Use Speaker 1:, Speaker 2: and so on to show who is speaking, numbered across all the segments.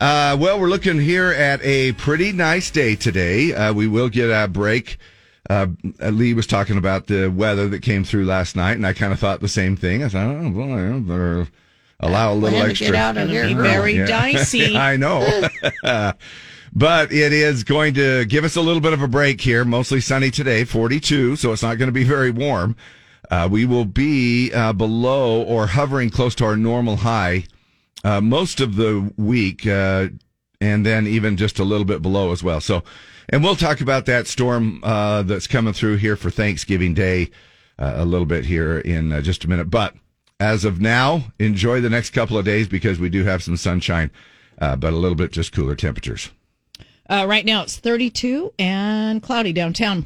Speaker 1: Uh, well, we're looking here at a pretty nice day today. Uh, we will get a break. Uh, Lee was talking about the weather that came through last night, and I kind of thought the same thing. I thought, oh, well, I better allow a little
Speaker 2: Plan to
Speaker 1: extra.
Speaker 2: Get out of here.
Speaker 3: Be very
Speaker 1: Yeah.
Speaker 3: dicey.
Speaker 1: I know. but it is going to give us a little bit of a break here. Mostly sunny today, 42, so it's not going to be very warm. Uh, we will be uh, below or hovering close to our normal high uh, most of the week, uh, and then even just a little bit below as well. So, and we'll talk about that storm uh, that's coming through here for Thanksgiving Day uh, a little bit here in uh, just a minute. But as of now, enjoy the next couple of days because we do have some sunshine, uh, but a little bit just cooler temperatures.
Speaker 3: Uh, right now it's 32 and cloudy downtown.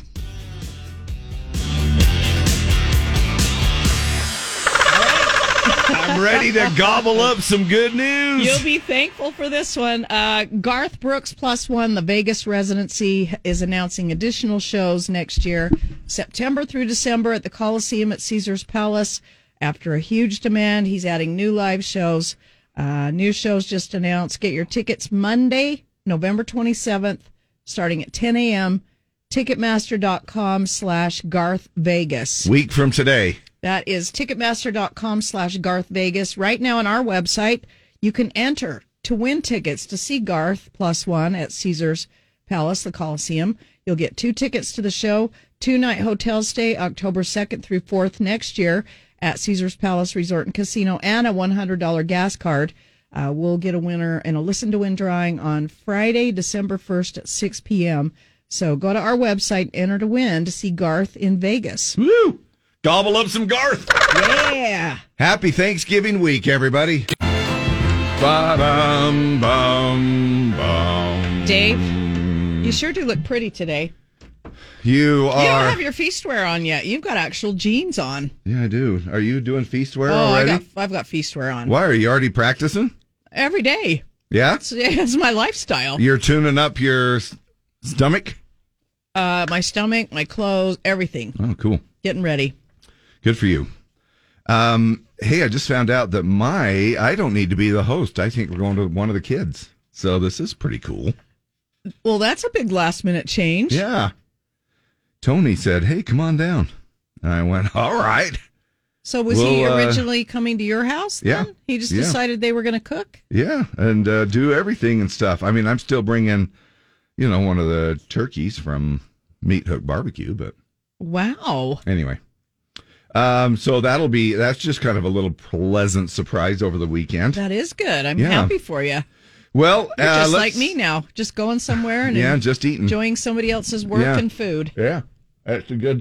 Speaker 1: I'm ready to gobble up some good
Speaker 4: Mm.
Speaker 1: news.
Speaker 3: You'll be thankful for this one. Uh, Garth Brooks Plus One, the Vegas residency, is announcing additional shows next year, September through December at the Coliseum at Caesar's Palace. After a huge demand, he's adding new live shows. Uh, new shows just announced. Get your tickets Monday, November 27th, starting at 10 a.m. Ticketmaster.com slash Garth Vegas.
Speaker 1: Week from today.
Speaker 3: That is Ticketmaster.com slash Garth Vegas. Right now on our website, you can enter to win tickets to see Garth plus one at Caesars Palace, the Coliseum. You'll get two tickets to the show, two night hotel stay October 2nd through 4th next year at Caesars Palace Resort and Casino, and a $100 gas card. Uh, we'll get a winner in a listen to win drawing on Friday, December 1st at 6 p.m. So go to our website, enter to win to see Garth in Vegas.
Speaker 1: Woo! Gobble up some Garth.
Speaker 3: Yeah.
Speaker 1: Happy Thanksgiving week, everybody. Ba-dum, bum, bum.
Speaker 3: Dave, you sure do look pretty today.
Speaker 1: You
Speaker 3: You don't
Speaker 1: are.
Speaker 3: have your feast wear on yet. You've got actual jeans on.
Speaker 1: yeah, I do. Are you doing feast wear
Speaker 3: oh, I
Speaker 1: already?
Speaker 3: got, I've got feast wear on
Speaker 1: Why are you already practicing?
Speaker 3: every day.
Speaker 1: Yeah,
Speaker 3: It's, it's my lifestyle.
Speaker 1: you're tuning up your s- stomach.
Speaker 3: Uh, my stomach, my clothes, everything.
Speaker 1: Oh, cool.
Speaker 3: Getting ready.
Speaker 1: Good for you. Um, hey, I just found out that my I don't need to be the host. I think we're going to one of the kids. So this is pretty cool.
Speaker 3: Well, that's a big last minute change.
Speaker 1: Yeah. Tony said, "Hey, come on down." And I went, "All right."
Speaker 3: So was he
Speaker 1: Well, uh,
Speaker 3: originally coming to your house?
Speaker 1: yeah.
Speaker 3: Then? He just
Speaker 1: Yeah.
Speaker 3: decided they were going to cook.
Speaker 1: Yeah, and uh, do everything and stuff. I mean, I'm still bringing, you know, one of the turkeys from Meat Hook Barbecue, but
Speaker 3: Wow.
Speaker 1: anyway. Um, so that'll be that's just kind of a little pleasant surprise over the weekend.
Speaker 3: That is good. I'm
Speaker 1: Yeah.
Speaker 3: happy for you.
Speaker 1: Well,
Speaker 3: You're
Speaker 1: uh,
Speaker 3: just
Speaker 1: let's-
Speaker 3: like me now, just going somewhere and
Speaker 1: Yeah, just eating.
Speaker 3: enjoying somebody else's work
Speaker 1: Yeah.
Speaker 3: and food.
Speaker 1: Yeah, that's a good,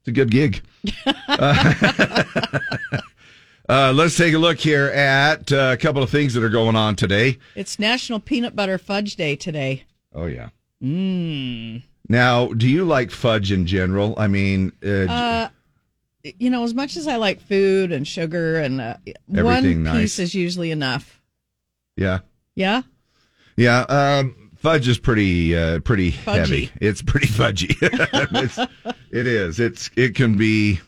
Speaker 1: it's a good gig. uh, let's take a look here at uh, a couple of things that are going on today.
Speaker 3: It's National Peanut Butter Fudge Day today.
Speaker 1: Oh yeah. Now, do you like fudge in general? I mean, uh,
Speaker 3: Uh, you know, as much as I like food and sugar and uh, one piece
Speaker 1: Everything nice.
Speaker 3: is usually enough.
Speaker 1: yeah,
Speaker 3: Yeah.
Speaker 1: yeah. Um, fudge is pretty, uh, pretty
Speaker 3: Fudgy.
Speaker 1: heavy. It's pretty fudgy. it's, it is. It's it can be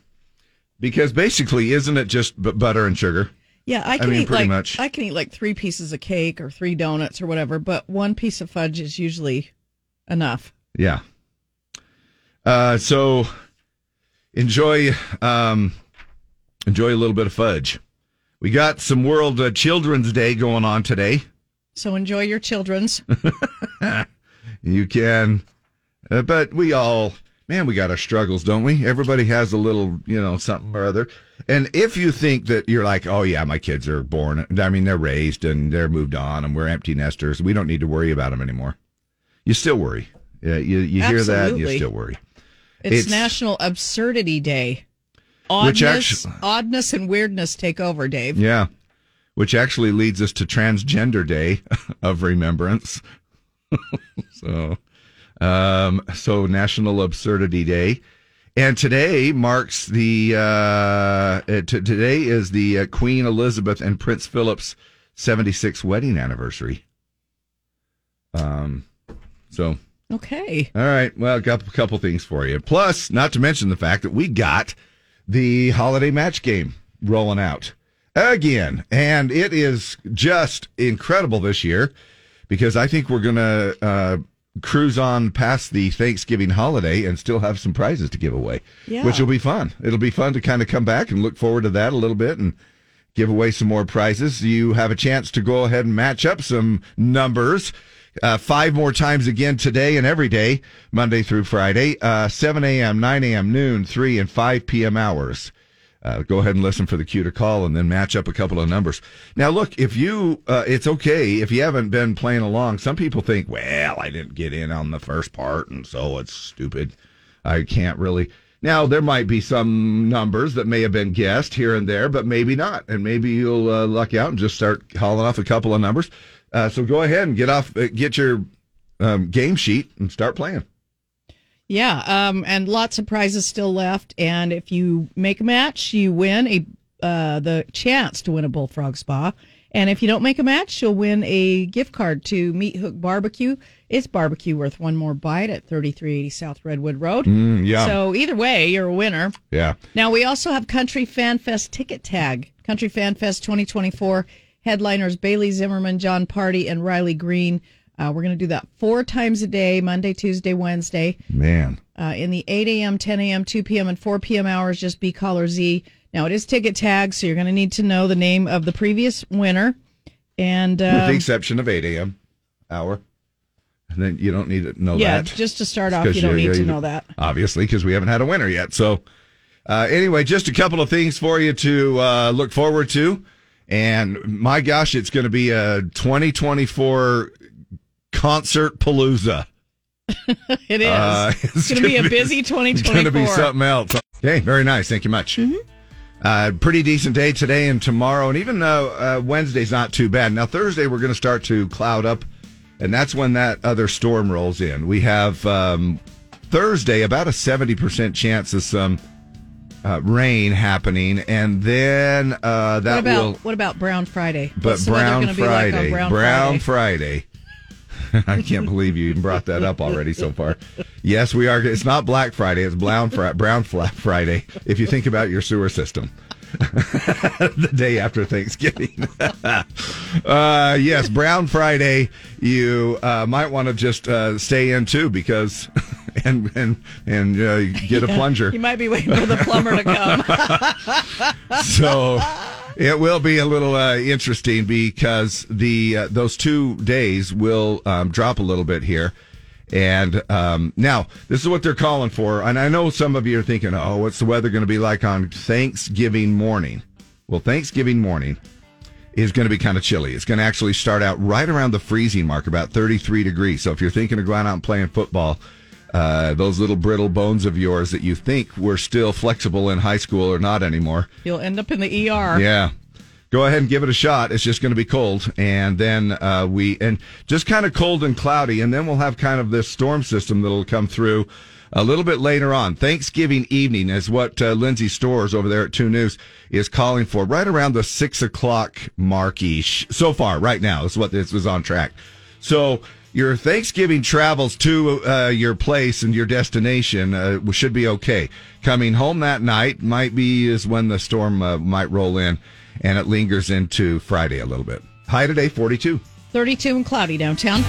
Speaker 1: because basically, isn't it just b- butter and sugar?
Speaker 3: Yeah, I can
Speaker 1: mean,
Speaker 3: eat
Speaker 1: pretty
Speaker 3: like
Speaker 1: much.
Speaker 3: I can eat like three pieces of cake or three donuts or whatever, but one piece of fudge is usually enough.
Speaker 1: Yeah. Uh, so enjoy um, enjoy a little bit of fudge. We got some World uh, Children's Day going on today.
Speaker 3: So enjoy your children's.
Speaker 1: You can, uh, but we all, man, we got our struggles, don't we? Everybody has a little, you know, something or other. And if you think that you're like, oh yeah, my kids are born, I mean, they're raised and they're moved on, and we're empty nesters, we don't need to worry about them anymore. You still worry. Yeah, you you hear that, and you
Speaker 3: Absolutely.
Speaker 1: still worry.
Speaker 3: It's,
Speaker 1: It's-
Speaker 3: National Absurdity Day.
Speaker 1: Which
Speaker 3: Oddness,
Speaker 1: actu-
Speaker 3: oddness and weirdness take over, Dave.
Speaker 1: Yeah. Which actually leads us to Transgender Day of Remembrance. so, um, so National Absurdity Day. And today marks the, uh, uh, t- today is the uh, Queen Elizabeth and Prince Philip's 76th wedding anniversary. Um, so
Speaker 3: Okay.
Speaker 1: all right. Well, a couple, couple things for you. Plus, not to mention the fact that we got the holiday match game rolling out again. And it is just incredible this year because I think we're going to uh, cruise on past the Thanksgiving holiday and still have some prizes to give away,
Speaker 3: Yeah.
Speaker 1: which will be fun. It'll be fun to kind of come back and look forward to that a little bit and give away some more prizes. You have a chance to go ahead and match up some numbers. Uh, five more times again today and every day, Monday through Friday, uh, 7 a.m., 9 a.m., noon, 3 and 5 p.m. hours. Uh, go ahead and listen for the cue to call and then match up a couple of numbers. Now, look, if you, uh, it's okay if you haven't been playing along. Some people think, well, I didn't get in on the first part and so it's stupid. I can't really. Now, there might be some numbers that may have been guessed here and there, but maybe not. And maybe you'll uh, luck out and just start hauling off a couple of numbers. Uh, so go ahead and get off, uh, get your um, game sheet and start playing.
Speaker 3: Yeah, um, and lots of prizes still left. And if you make a match, you win a uh, the chance to win a Bullfrog Spa. And if you don't make a match, you'll win a gift card to Meat Hook Barbecue. It's barbecue worth one more bite at 3380 South Redwood Road.
Speaker 1: Mm, yum.
Speaker 3: So either way, you're a winner.
Speaker 1: Yeah.
Speaker 3: Now we also have Country Fan Fest ticket tag. Country Fan Fest 2024 headliners Bailey Zimmerman, John Party, and Riley Green. Uh, we're going to do that four times a day: Monday, Tuesday, Wednesday
Speaker 1: Man.
Speaker 3: uh, in the 8 a.m., 10 a.m., 2 p.m., and 4 p.m. hours. Just be caller Z. Now it is ticket tag, so you're going to need to know the name of the previous winner. And
Speaker 1: With the
Speaker 3: um,
Speaker 1: exception of 8 a.m. hour. And then you don't need to know
Speaker 3: yeah,
Speaker 1: that.
Speaker 3: just to start off,
Speaker 1: Because
Speaker 3: you don't
Speaker 1: you-
Speaker 3: need to
Speaker 1: you-
Speaker 3: know that.
Speaker 1: obviously, because we haven't had a winner yet. So, uh, anyway, just a couple of things for you to uh, look forward to. And my gosh, it's going to be a 2024 concert palooza.
Speaker 3: It is.
Speaker 1: Uh,
Speaker 3: it's going to be a
Speaker 1: gonna
Speaker 3: busy
Speaker 1: It's going to
Speaker 3: 2024.
Speaker 1: be something else. Okay, very nice. Thank you much.
Speaker 3: Mm-hmm.
Speaker 1: Uh, pretty decent day today and tomorrow, and even though uh, Wednesday's not too bad. Now Thursday we're going to start to cloud up, and that's when that other storm rolls in. We have um, Thursday about a seventy percent chance of some uh, rain happening, and then uh, that
Speaker 3: What about
Speaker 1: will.
Speaker 3: what about Brown Friday?
Speaker 1: But
Speaker 3: What's the weather
Speaker 1: Brown
Speaker 3: gonna be like on
Speaker 1: Friday,
Speaker 3: Brown
Speaker 1: Brown
Speaker 3: Friday?
Speaker 1: Friday. I can't believe you even brought that up already so far. Yes, we are. It's not Black Friday. It's Brown Fri Brown Fla- Friday. If you think about your sewer system, the day after Thanksgiving. uh, yes, Brown Friday. You uh, might want to just uh, stay in too because, and and and uh, get a plunger.
Speaker 3: You might be waiting for the plumber to come.
Speaker 1: so it will be a little uh, interesting because the uh, those two days will um, drop a little bit here. And um, now this is what they're calling for. And I know some of you are thinking, "Oh, what's the weather going to be like on Thanksgiving morning?" Well, Thanksgiving morning is going to be kind of chilly. It's going to actually start out right around the freezing mark, about 33 degrees. So if you're thinking of going out and playing football, uh, those little brittle bones of yours that you think were still flexible in high school are not anymore.
Speaker 3: You'll end up in the ER.
Speaker 1: Yeah. Go ahead and give it a shot. It's just going to be cold. And then uh, we, and just kind of cold and cloudy. And then we'll have kind of this storm system that'll come through a little bit later on. Thanksgiving evening is what uh, Lindsay Stores over there at 2 News is calling for right around the six o'clock mark ish. So far, right now, is what this is on track. So your Thanksgiving travels to uh, your place and your destination uh, should be okay. Coming home that night might be is when the storm uh, might roll in, and it lingers into Friday a little bit. High today, forty-two.
Speaker 3: 32 and cloudy downtown.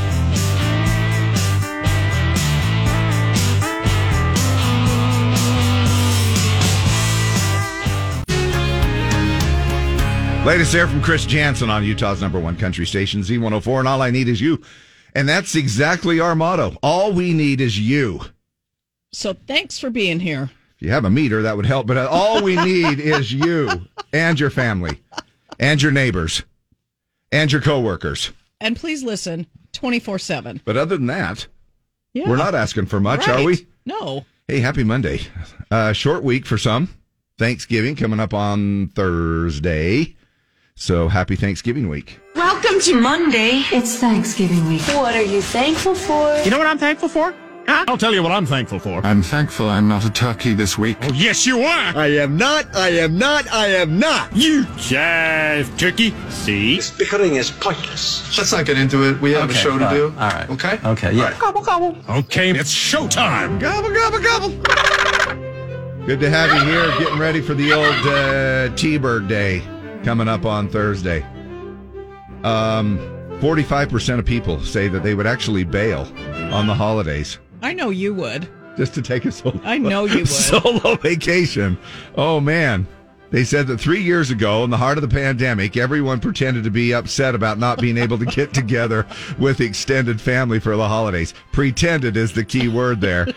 Speaker 1: Latest air from Chris Jansen on Utah's number one country station, Z104, and all I need is you. And that's exactly our motto. All we need is you.
Speaker 3: So thanks for being here.
Speaker 1: If you have a meter, that would help. But all we need is you and your family, and your neighbors, and your coworkers.
Speaker 3: And please listen 24 7.
Speaker 1: But other than that,
Speaker 3: Yeah.
Speaker 1: we're not asking for much, are
Speaker 3: Right.
Speaker 1: we?
Speaker 3: No.
Speaker 1: Hey, happy Monday. Uh, short week for some. Thanksgiving coming up on Thursday. So happy Thanksgiving week.
Speaker 2: Welcome to Monday.
Speaker 5: It's Thanksgiving week.
Speaker 2: What are you thankful for?
Speaker 6: You know what I'm thankful for? Huh? I'll tell you what I'm thankful for. Oh,
Speaker 7: I'm thankful I'm not a turkey this week.
Speaker 6: yes, you are.
Speaker 4: I am not, I am not, I am not.
Speaker 6: you jive turkey. See?
Speaker 8: This bickering is pointless.
Speaker 9: Let's not get into it. We have a show to do. All right. Okay? Okay, yeah.
Speaker 6: Okay, it's showtime.
Speaker 1: Gobble, gobble, gobble. Good to have you here. Getting ready for the old uh, T Bird Day coming up on Thursday. Um, 45% of people say that they would actually bail on the holidays
Speaker 3: I know you would.
Speaker 1: just to take a solo,
Speaker 3: I know you would.
Speaker 1: solo vacation. Oh, man. They said that three years ago, in the heart of the pandemic, everyone pretended to be upset about not being able to get together with extended family for the holidays. Pretended is the key word there.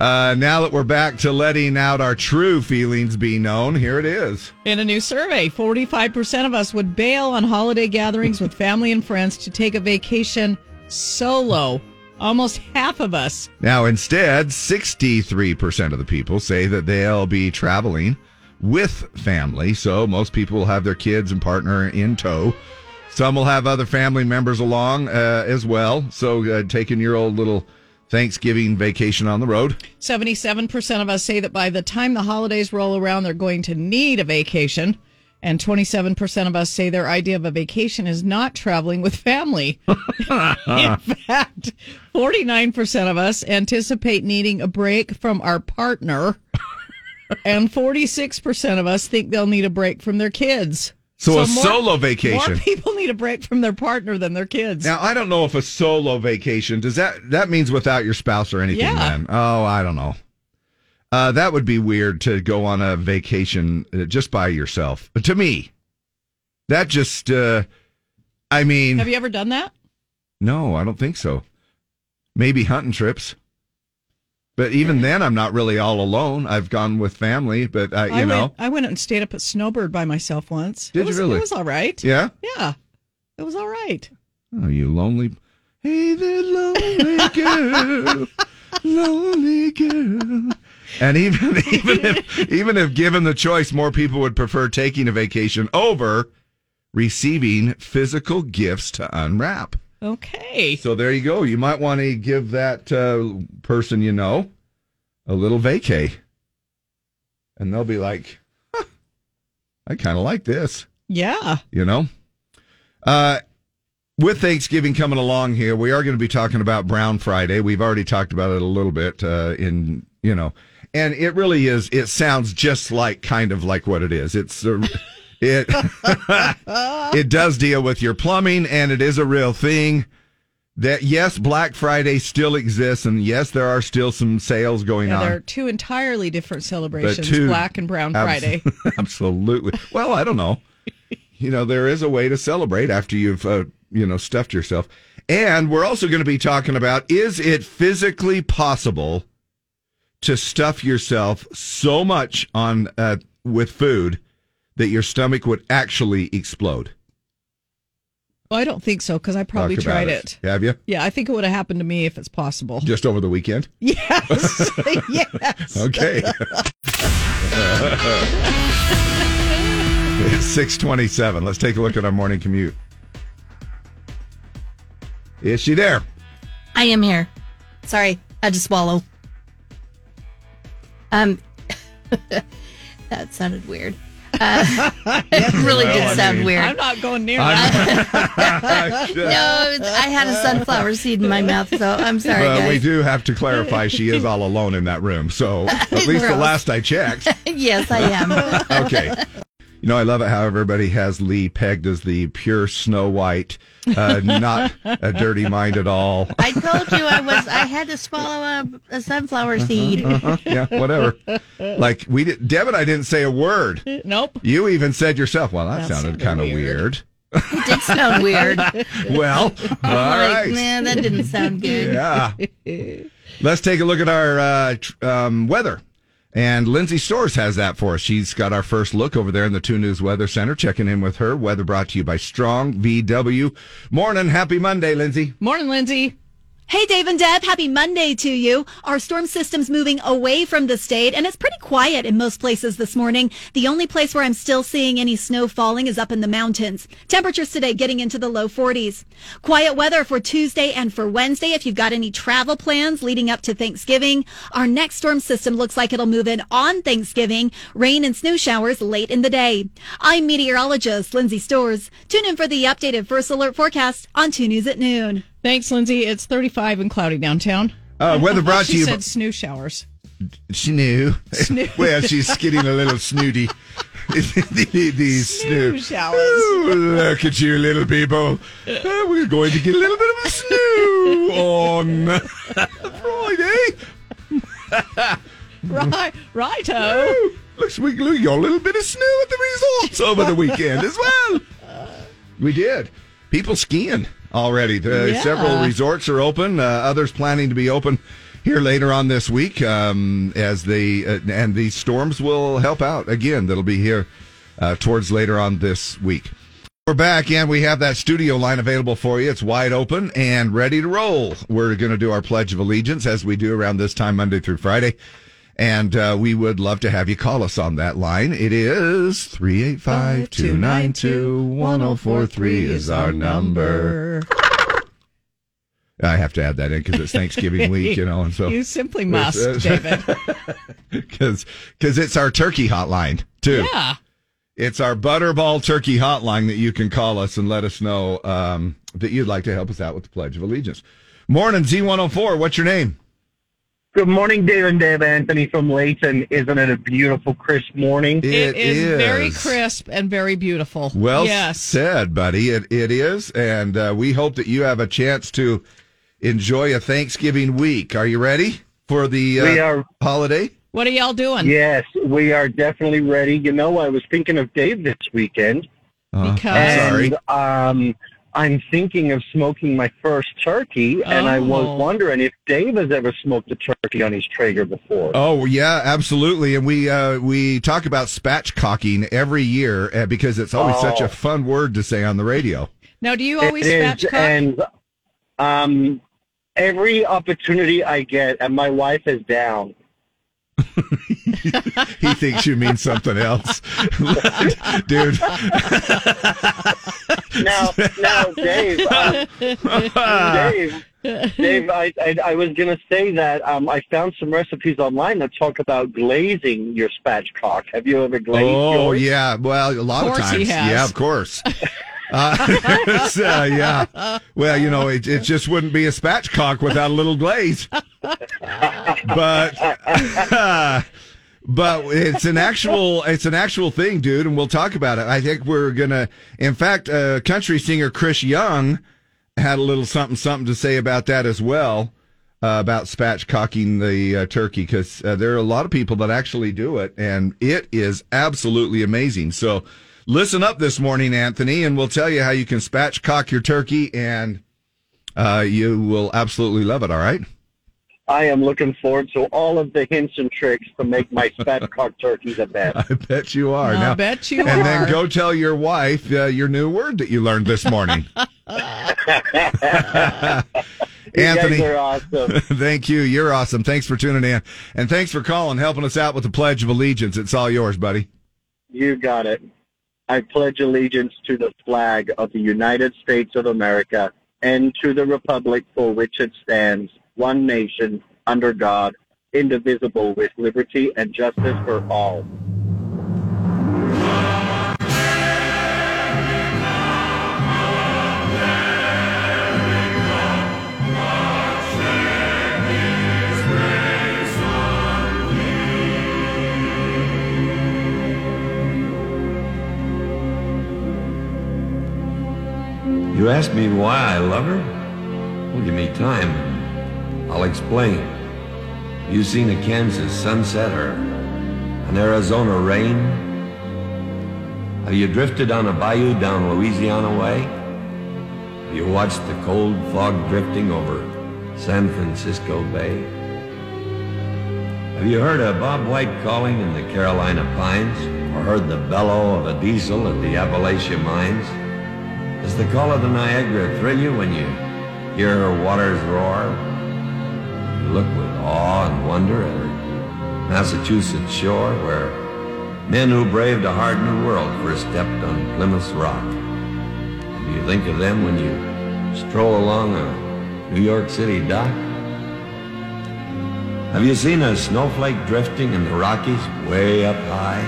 Speaker 1: Uh, now that we're back to letting out our true feelings be known, here it is.
Speaker 3: In a new survey, 45% of us would bail on holiday gatherings with family and friends to take a vacation solo. Almost half of us.
Speaker 1: Now, instead, 63% of the people say that they'll be traveling with family. So most people will have their kids and partner in tow. Some will have other family members along uh, as well. So uh, taking your old little Thanksgiving vacation on the road.
Speaker 3: 77% of us say that by the time the holidays roll around, they're going to need a vacation. And 27% of us say their idea of a vacation is not traveling with family. In fact, 49% of us anticipate needing a break from our partner. And 46% of us think they'll need a break from their kids.
Speaker 1: So a solo vacation.
Speaker 3: More people need a break from their partner than their kids.
Speaker 1: Now I don't know if a solo vacation does that. That means without your spouse or anything.
Speaker 3: Yeah.
Speaker 1: Then oh, I don't know. Uh, that would be weird to go on a vacation uh, just by yourself. But to me, that just. Uh, I mean,
Speaker 3: Have you ever done that?
Speaker 1: no, I don't think so. Maybe hunting trips. But even then, I'm not really all alone. I've gone with family, but uh, you
Speaker 3: I
Speaker 1: know,
Speaker 3: went, I went and stayed up at Snowbird by myself once.
Speaker 1: Did
Speaker 3: it
Speaker 1: you
Speaker 3: was,
Speaker 1: really?
Speaker 3: It was all right.
Speaker 1: yeah.
Speaker 3: Yeah, it was all right.
Speaker 1: Oh, you lonely. Hey there, lonely girl. lonely girl. And even even if even if given the choice, more people would prefer taking a vacation over receiving physical gifts to unwrap.
Speaker 3: Okay.
Speaker 1: So there you go. You might want to give that uh, person you know a little vacay, and they'll be like, "Huh, "I kind of like this."
Speaker 3: Yeah.
Speaker 1: you know uh with thanksgiving coming along here we are going to be talking about brown friday we've already talked about it a little bit uh in you know and it really is it sounds just like kind of like what it is it's a, it it does deal with your plumbing and it is a real thing that yes black friday still exists and yes there are still some sales going
Speaker 3: Yeah,
Speaker 1: on
Speaker 3: there are two entirely different
Speaker 1: but
Speaker 3: celebrations:
Speaker 1: two-
Speaker 3: Black and Brown
Speaker 1: abs-
Speaker 3: Friday.
Speaker 1: Absolutely. Well, I don't know. You know, there is a way to celebrate after you've, uh, you know, stuffed yourself. And we're also going to be talking about is it physically possible to stuff yourself so much on uh, with food that your stomach would actually explode?
Speaker 3: Well, I don't think so because I probably
Speaker 1: Talk about
Speaker 3: tried it.
Speaker 1: Have you?
Speaker 3: Yeah, I think it would have happened to me if it's possible.
Speaker 1: Just over the weekend?
Speaker 3: Yes. yes.
Speaker 1: Okay. 627. Let's take a look at our morning commute. Is she there?
Speaker 5: I am here. Sorry, I had to swallow. Um, that sounded weird. Uh, it really
Speaker 1: well, I
Speaker 5: did sound
Speaker 1: mean-
Speaker 5: weird.
Speaker 3: I'm not going near that.
Speaker 1: I'm-
Speaker 5: No, it was- I had a sunflower seed in my mouth, so I'm sorry,
Speaker 1: Well, we
Speaker 5: guys.
Speaker 1: do have to clarify she is all alone in that room. So at least the
Speaker 5: Gross.
Speaker 1: last I checked.
Speaker 5: yes, I am.
Speaker 1: Okay. You know, I love it how everybody has Lee pegged as the pure Snow White, uh, not a dirty mind at all.
Speaker 5: I told you I was. I had to swallow a, a sunflower seed.
Speaker 1: Uh-huh, yeah, whatever. Like we did, Deb and I didn't say a word.
Speaker 3: nope.
Speaker 1: You even said yourself, well, that,
Speaker 3: That
Speaker 1: sounded,
Speaker 3: sounded
Speaker 1: kind of weird.
Speaker 3: weird.
Speaker 5: It did sound weird. All
Speaker 1: Well, all
Speaker 5: like,
Speaker 1: right.
Speaker 5: nah, that didn't sound good.
Speaker 1: Yeah. Let's take a look at our uh, tr- um, weather. And Lindsay Stores has that for us. She's got our first look over there in the 2 News Weather Center. Checking in with her. Weather brought to you by Strong VW. Morning. Happy Monday, Lindsay.
Speaker 3: Morning, Lindsay.
Speaker 8: Hey, Dave and Deb, happy Monday to you. Our storm system's moving away from the state, and it's pretty quiet in most places this morning. The only place where I'm still seeing any snow falling is up in the mountains. Temperatures today getting into the low 40s. Quiet weather for Tuesday and for Wednesday if you've got any travel plans leading up to Thanksgiving. Our next storm system looks like it'll move in on Thanksgiving. Rain and snow showers late in the day. I'm meteorologist Lindsay Storrs. Tune in for the updated First Alert forecast on 2 News at noon.
Speaker 3: Thanks, Lindsay. It's 35 and cloudy downtown.
Speaker 1: Uh, weather brought to
Speaker 3: she
Speaker 1: you
Speaker 3: said snoo showers.
Speaker 1: She knew.
Speaker 3: Snoo-
Speaker 1: well, she's getting a little snooty. the, the snoo.
Speaker 3: Snooze showers.
Speaker 1: Ooh, look at you, little people. Uh, we're going to get a little bit of a snoo on Friday.
Speaker 3: Right, righto.
Speaker 1: Ooh, Looks we got a little bit of snow at the resorts over the weekend as well. We did. People skiing already. The-
Speaker 3: Yeah.
Speaker 1: Several resorts are open. Uh, others planning to be open here later on this week. Um, as the uh, and these storms will help out again. That'll be here uh, towards later on this week. We're back and we have that studio line available for you. It's wide open and ready to roll. We're going to do our Pledge of Allegiance as we do around this time, Monday through Friday. And uh, we would love to have you call us on that line. It is 385 292 1043 is our number. I have to add that in because it's Thanksgiving week, you know, and so.
Speaker 3: You simply must,
Speaker 1: It's, uh,
Speaker 3: David.
Speaker 1: Because it's our turkey hotline, too.
Speaker 3: Yeah.
Speaker 1: It's our Butterball Turkey Hotline that you can call us and let us know um, that you'd like to help us out with the Pledge of Allegiance. Morning, Z104. What's your name?
Speaker 10: Good morning, Dave and Dave Anthony from Layton. Isn't it a beautiful, crisp morning?
Speaker 3: it is, very crisp and very beautiful.
Speaker 1: Well
Speaker 3: yes.
Speaker 1: said, buddy. It, it is. And uh, we hope that you have a chance to enjoy a Thanksgiving week. Are you ready for the uh,
Speaker 10: We are.
Speaker 1: holiday?
Speaker 3: What are y'all doing?
Speaker 10: Yes, we are definitely ready. You know, I was thinking of Dave this weekend, Uh-huh.
Speaker 1: Uh,
Speaker 3: Because-
Speaker 1: sorry.
Speaker 10: and um, I'm thinking of smoking my first turkey. And I
Speaker 3: Oh.
Speaker 10: was wondering if Dave has ever smoked a turkey on his Traeger before.
Speaker 1: Oh yeah, absolutely. And we uh, we talk about spatchcocking every year uh, because it's always such a fun word to say on the radio.
Speaker 3: Now, do you always
Speaker 10: Oh. it is,
Speaker 3: spatchcock?
Speaker 10: and um, every opportunity I get, and my wife is down.
Speaker 1: he thinks you mean something else. Dude,
Speaker 10: Now, now, Dave, um, Dave, Dave, I, I, I was gonna say that um, I found some recipes online that talk about glazing your spatchcock. Have you ever glazed?
Speaker 1: Oh
Speaker 10: yours?
Speaker 1: yeah, well a lot of,
Speaker 3: Of course he
Speaker 1: times,
Speaker 3: has.
Speaker 1: yeah, of course. Uh, it's, uh, yeah, well you know it, it just wouldn't be a spatchcock without a little glaze. But but it's an actual it's an actual thing, dude, and we'll talk about it. I think we're gonna. In fact, uh, country singer Chris Young had a little something something to say about that as well. Uh, about spatchcocking the uh, turkey because uh, there are a lot of people that actually do it, and it is absolutely amazing. So, listen up this morning, Anthony, and we'll tell you how you can spatchcock your turkey, and uh, you will absolutely love it. All right.
Speaker 10: I am looking forward to all of the hints and tricks to make my spatchcock turkey the best.
Speaker 1: I bet you are.
Speaker 3: I
Speaker 1: now,
Speaker 3: bet you
Speaker 1: and
Speaker 3: are.
Speaker 1: then go tell your wife uh, your new word that you learned this morning.
Speaker 10: You
Speaker 1: Anthony,
Speaker 10: guys are awesome.
Speaker 1: thank you. You're awesome. Thanks for tuning in. And thanks for calling, helping us out with the Pledge of Allegiance. It's all yours, buddy.
Speaker 10: You got it. I pledge allegiance to the flag of the United States of America and to the republic for which it stands, one nation, under God, indivisible, with liberty and justice for all.
Speaker 9: You asked me why I love her? Well, give me time. I'll explain. You've seen a Kansas sunset or an Arizona rain? Have you drifted on a bayou down Louisiana way? Have you watched the cold fog drifting over San Francisco Bay? Have you heard a Bob White calling in the Carolina pines or heard the bellow of a diesel at the Appalachia mines? Does the call of the Niagara thrill you when you hear her waters roar? You look with awe and wonder at her Massachusetts shore where men who braved a hard new world first stepped on Plymouth Rock. And you think of them when you stroll along a New York City dock? Have you seen a snowflake drifting in the Rockies way up high?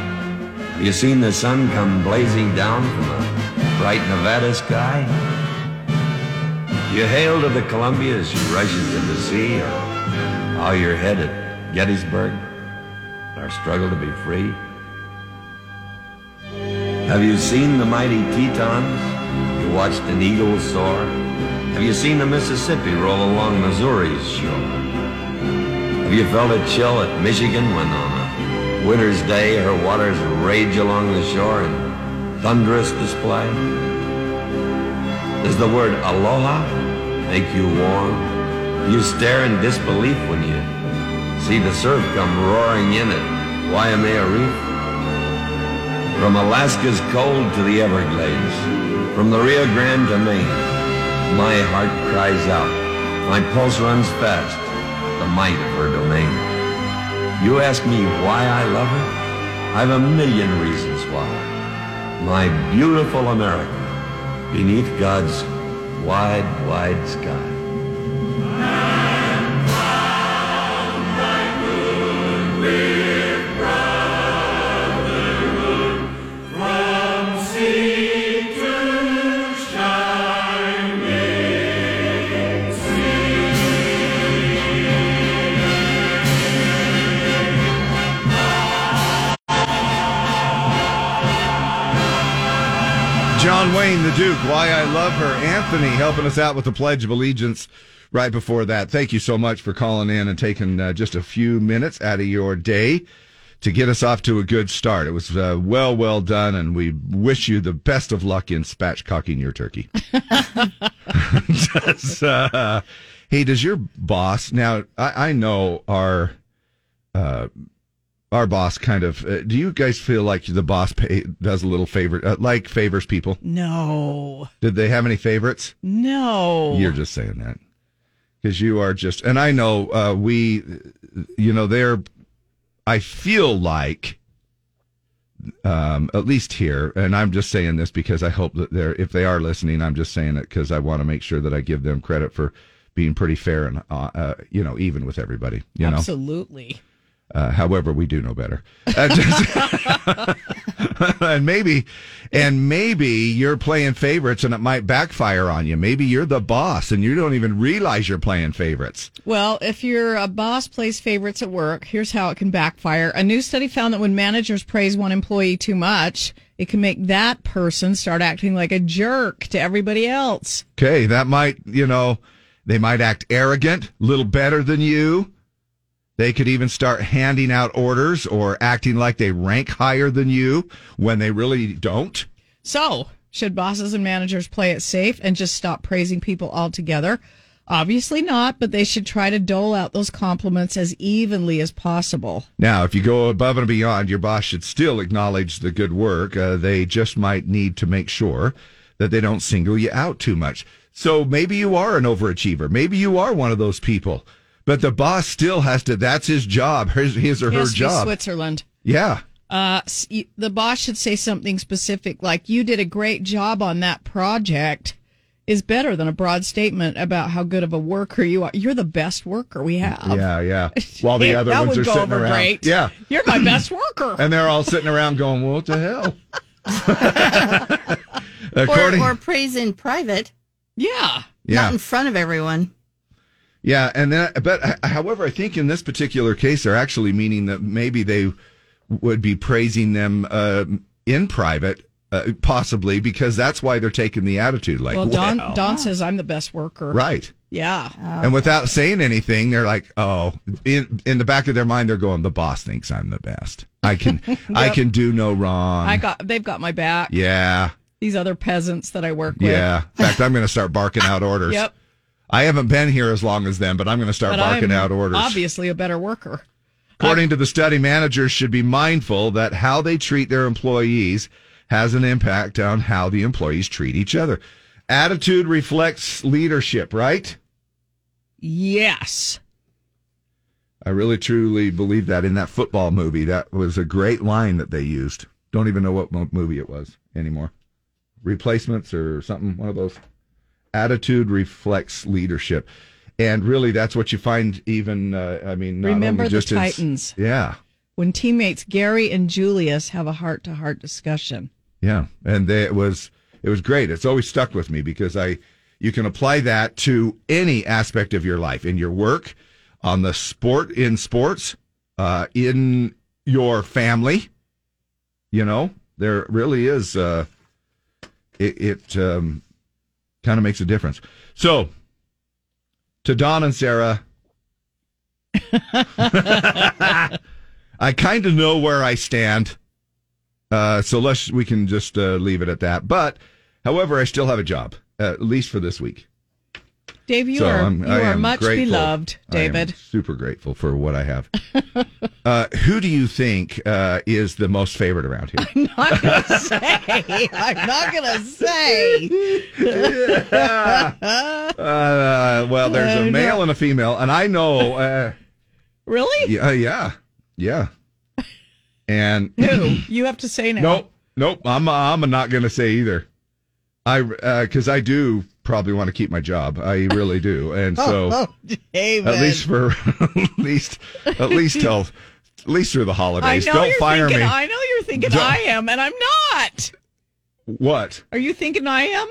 Speaker 9: Have you seen the sun come blazing down from a bright Nevada sky? You hail to the Columbia as she rushes into the sea, or how you're headed Gettysburg, our struggle to be free. Have you seen the mighty Tetons? You watched an eagle soar? Have you seen the Mississippi roll along Missouri's shore? Have you felt a chill at Michigan when on a winter's day her waters rage along the shore in thunderous display? Does the word aloha make you warm? Do you stare in disbelief when you see the surf come roaring in at Waimea Reef? From Alaska's cold to the Everglades, from the Rio Grande to Maine, my heart cries out. My pulse runs fast, the might of her domain. You ask me why I love her? I've a million reasons why. My beautiful America, beneath God's wide, wide sky.
Speaker 11: From sea to shining
Speaker 1: John Wayne, the Duke, Why I Love Her. Anthony helping us out with the Pledge of Allegiance right before that. Thank you so much for calling in and taking uh, just a few minutes out of your day to get us off to a good start. It was uh, well, well done, and we wish you the best of luck in spatchcocking your turkey. Does, uh, hey, does your boss now? I, I know our uh, our boss kind of. Uh, do you guys feel like the boss pay, does a little favor, uh, like favors people?
Speaker 3: No,
Speaker 1: Did they have any favorites?
Speaker 3: no.
Speaker 1: You're just saying that because you are just, and I know uh, we, you know, they're. I feel like, um, at least here, and I'm just saying this because I hope that they're, if they are listening, I'm just saying it because I want to make sure that I give them credit for being pretty fair and, uh, uh, you know, even with everybody. You know,
Speaker 3: Absolutely.
Speaker 1: uh, however, we do know better. Uh, just- and maybe, and maybe you're playing favorites, and it might backfire on you. Maybe you're the boss, and you don't even realize you're playing favorites.
Speaker 3: Well, if your uh, boss plays favorites at work, here's how it can backfire. A new study found that when managers praise one employee too much, it can make that person start acting like a jerk to everybody else.
Speaker 1: Okay, that might you know, they might act arrogant, little better than you. They could even start handing out orders or acting like they rank higher than you when they really don't.
Speaker 3: So, should bosses and managers play it safe and just stop praising people altogether? Obviously not, but they should try to dole out those compliments as evenly as possible.
Speaker 1: Now, if you go above and beyond, your boss should still acknowledge the good work. Uh, they just might need to make sure that they don't single you out too much. So maybe you are an overachiever. Maybe you are one of those people, but the boss still has to, that's his job, his, his or her
Speaker 3: Yes,
Speaker 1: job.
Speaker 3: Switzerland.
Speaker 1: Yeah.
Speaker 3: Uh, s- y- the boss should say something specific like, You did a great job on that project, is better than a broad statement about how good of a worker you are. You're the best worker we have.
Speaker 1: Yeah. Yeah. While the
Speaker 3: Um, Yeah,
Speaker 1: other
Speaker 3: that
Speaker 1: ones
Speaker 3: would
Speaker 1: are
Speaker 3: go
Speaker 1: sitting
Speaker 3: over
Speaker 1: around.
Speaker 3: great.
Speaker 1: Yeah.
Speaker 3: You're my best worker.
Speaker 1: And they're all sitting around going, what the hell?
Speaker 5: or,
Speaker 1: According,
Speaker 5: or praise in private.
Speaker 3: Yeah.
Speaker 1: Yeah.
Speaker 5: Not in front of everyone.
Speaker 1: Yeah, and then, but h- however, I think in this particular case, they're actually meaning that maybe they would be praising them uh, in private, uh, possibly because that's why they're taking the attitude like,
Speaker 3: well, Don,
Speaker 1: "Well."
Speaker 3: Don says, I'm the best worker.
Speaker 1: right?
Speaker 3: Yeah.
Speaker 1: And without saying anything, they're like, "Oh!" In in the back of their mind, they're going, "The boss thinks I'm the best. I can I
Speaker 3: Yep.
Speaker 1: can do no wrong."
Speaker 3: I got, they've got my back.
Speaker 1: yeah,
Speaker 3: These other peasants that I work with.
Speaker 1: yeah. In fact, I'm going to start barking out orders.
Speaker 3: Yep.
Speaker 1: I haven't been here as long as them, but I'm going to start
Speaker 3: But
Speaker 1: barking
Speaker 3: I'm
Speaker 1: out orders.
Speaker 3: Obviously, a better worker.
Speaker 1: According to the study, managers should be mindful that how they treat their employees has an impact on how the employees treat each other. Attitude reflects leadership, right?
Speaker 3: Yes.
Speaker 1: I really truly believe that in that football movie. That was a great line that they used. Don't even know what mo- movie it was anymore. Replacements or something, one of those. Attitude reflects leadership. And really, that's what you find even, uh, I mean, not
Speaker 3: Remember
Speaker 1: only
Speaker 3: the
Speaker 1: just in-
Speaker 3: Titans.
Speaker 1: yeah.
Speaker 3: When teammates Gary and Julius have a heart to heart discussion.
Speaker 1: Yeah, and they, it was it was great. It's always stuck with me because I you can apply that to any aspect of your life, in your work, on the sport, in sports, uh, in your family. You know, There really is. Uh, it it um, kind of makes a difference. So, to Don and Sarah, I kind of know where I stand. Uh, so let's we can just uh, leave it at that. But, however, I still have a job uh, at least for this week.
Speaker 3: Dave, you
Speaker 1: So
Speaker 3: are
Speaker 1: I'm-
Speaker 3: you
Speaker 1: I
Speaker 3: are
Speaker 1: am
Speaker 3: much
Speaker 1: grateful.
Speaker 3: beloved,
Speaker 1: I am
Speaker 3: David.
Speaker 1: super grateful for what I have. uh, who do you think uh, is the most favorite around here?
Speaker 3: Not gonna say. I'm not gonna say.
Speaker 1: Uh, well, there's
Speaker 3: Oh,
Speaker 1: a
Speaker 3: no.
Speaker 1: male and a female, and I know. Uh,
Speaker 3: Really?
Speaker 1: yeah, yeah, yeah. And
Speaker 3: No, you have to say now.
Speaker 1: nope, nope. I'm I'm not gonna say either. I because I do probably want to keep my job. I really do, and so
Speaker 3: Oh, David.
Speaker 1: at least for at least at least till at least through the
Speaker 3: I
Speaker 1: holidays.
Speaker 3: know
Speaker 1: Don't
Speaker 3: you're
Speaker 1: fire
Speaker 3: thinking,
Speaker 1: me.
Speaker 3: I know you're thinking
Speaker 1: Don't-
Speaker 3: I am, and I'm not.
Speaker 1: What?
Speaker 3: Are you thinking I am?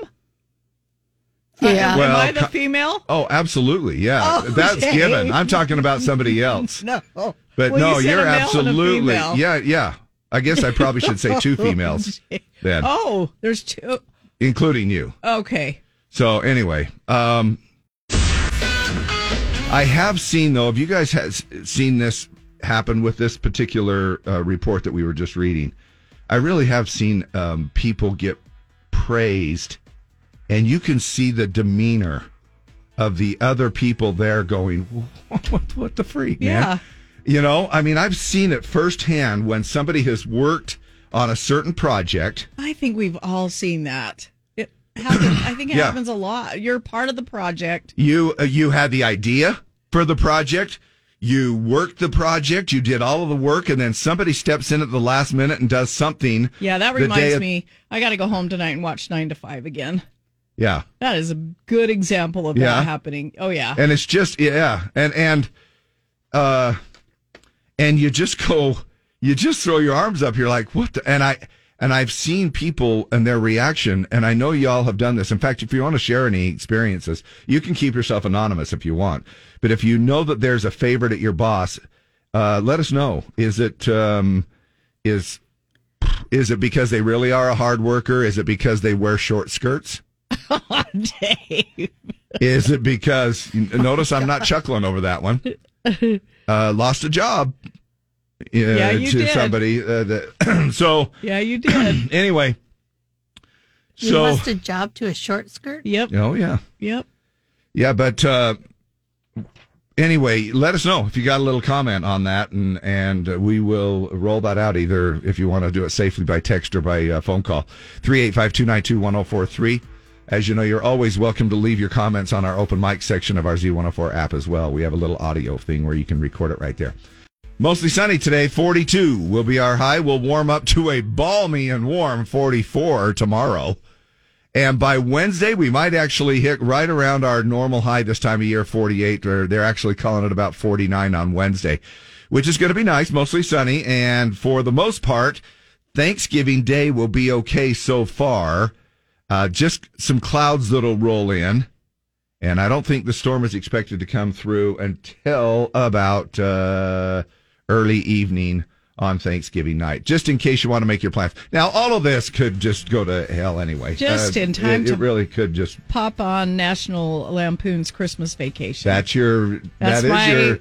Speaker 3: Yeah. Am
Speaker 1: Well,
Speaker 3: I the
Speaker 1: co-
Speaker 3: female?
Speaker 1: Oh, absolutely. Yeah,
Speaker 3: Oh,
Speaker 1: that's
Speaker 3: Dave.
Speaker 1: given. I'm talking about somebody else.
Speaker 3: No.
Speaker 1: But
Speaker 3: Well,
Speaker 1: no,
Speaker 3: you said
Speaker 1: you are
Speaker 3: a male and a
Speaker 1: absolutely.
Speaker 3: female.
Speaker 1: Yeah, yeah. I guess I probably should say two females then,
Speaker 3: Oh, there's two.
Speaker 1: including you.
Speaker 3: Okay.
Speaker 1: So anyway, um, I have seen though. Have you guys has seen this happen with this particular uh, report that we were just reading? I really have seen um, people get praised, and you can see the demeanor of the other people there going, "What, what, what the freak, man?"
Speaker 3: Yeah.
Speaker 1: You know, I mean, I've seen it firsthand when somebody has worked on a certain project.
Speaker 3: I think we've all seen that. It happens. I think it
Speaker 1: Yeah.
Speaker 3: happens a lot. You're part of the project.
Speaker 1: You uh, you had the idea for the project. You worked the project. You did all of the work, and then somebody steps in at the last minute and does something.
Speaker 3: Yeah, that
Speaker 1: the day
Speaker 3: reminds
Speaker 1: of-
Speaker 3: me. I got to go home tonight and watch 9 to 5 again.
Speaker 1: Yeah,
Speaker 3: That is a good example of
Speaker 1: Yeah.
Speaker 3: that happening. Oh, yeah.
Speaker 1: and it's just yeah, and and uh, and you just go, you just throw your arms up. You're like, what? The? And I and I've seen people and their reaction, and I know y'all have done this. In fact, if you want to share any experiences, you can keep yourself anonymous if you want. But if you know that there's a favorite at your boss, uh, let us know. Is it um, is is it because they really are a hard worker? Is it because they wear short skirts? Is it because notice I'm not chuckling over that one? Uh, lost a job uh,
Speaker 3: Yeah, you
Speaker 1: to
Speaker 3: did.
Speaker 1: somebody. Uh, that, so
Speaker 3: Yeah, you did.
Speaker 1: anyway,
Speaker 5: You
Speaker 1: so
Speaker 5: lost a job to a short skirt?
Speaker 3: Yep.
Speaker 1: oh yeah,
Speaker 3: Yep.
Speaker 1: yeah. But uh, anyway, let us know if you got a little comment on that, and and uh, we will roll that out either if you want to do it safely by text or by uh, phone call three eight five two nine two one zero four three. As you know, you're always welcome to leave your comments on our open mic section of our Z104 app as well. We have a little audio thing where you can record it right there. Mostly sunny today, 42 will be our high. We'll warm up to a balmy and warm 44 tomorrow. And by Wednesday, we might actually hit right around our normal high this time of year, 48, or they're actually calling it about 49 on Wednesday, which is going to be nice, mostly sunny. And for the most part, Thanksgiving Day will be okay so far. Uh, just some clouds that'll roll in. And I don't think the storm is expected to come through until about uh, early evening on Thanksgiving night, just in case you want to make your plans. Now, all of this could just go to hell anyway. Uh,
Speaker 3: Just in time
Speaker 1: It,
Speaker 3: to-
Speaker 1: it really could just.
Speaker 3: Pop on National Lampoon's Christmas Vacation.
Speaker 1: That's your.
Speaker 3: That's
Speaker 1: that is
Speaker 3: my
Speaker 1: your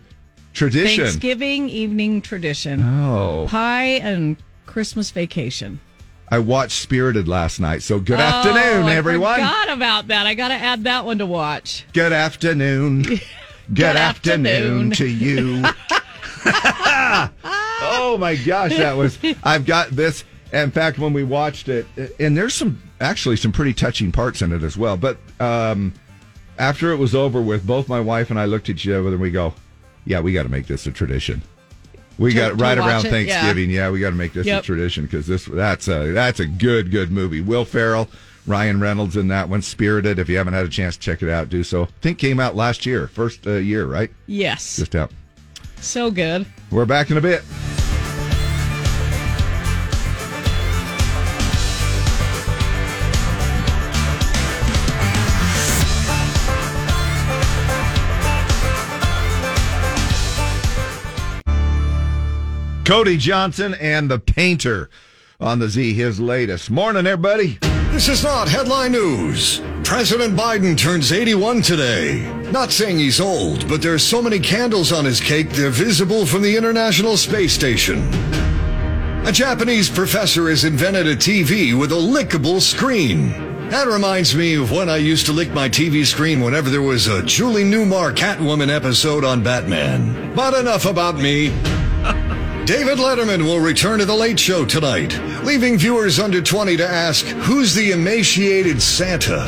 Speaker 1: tradition.
Speaker 3: Thanksgiving evening tradition.
Speaker 1: Oh,
Speaker 3: Pie and Christmas Vacation.
Speaker 1: I watched Spirited last night. So good
Speaker 3: Oh,
Speaker 1: afternoon, everyone.
Speaker 3: I forgot about that. I got to add that one to watch.
Speaker 1: Good afternoon. Good, afternoon.
Speaker 3: afternoon.
Speaker 1: to you. oh my gosh, that was. I've got this. In fact, when we watched it, and there's some actually some pretty touching parts in it as well. But um, after it was over with, both my wife and I looked at each other and we go, "Yeah, we got to make this a tradition." We
Speaker 3: To-
Speaker 1: got
Speaker 3: to
Speaker 1: right
Speaker 3: watch
Speaker 1: around
Speaker 3: it, yeah.
Speaker 1: Thanksgiving. Yeah, we got to make this
Speaker 3: Yep.
Speaker 1: a tradition because this that's a that's a good good movie. Will Ferrell, Ryan Reynolds in that one, Spirited. If you haven't had a chance to check it out, do so. I think came out last year, first uh, year, right?
Speaker 3: Yes.
Speaker 1: Just out.
Speaker 3: So good.
Speaker 1: We're back in a bit. Cody Johnson and the Painter on the Z, his latest. Morning, everybody.
Speaker 12: This is not headline news. President Biden turns 81 today. Not saying he's old, but there's so many candles on his cake they're visible from the International Space Station. A Japanese professor has invented a TV with a lickable screen. That reminds me of when I used to lick my TV screen whenever there was a Julie Newmar Catwoman episode on Batman. But enough about me. David Letterman will return to The Late Show tonight, leaving viewers under 20 to ask, Who's the emaciated Santa?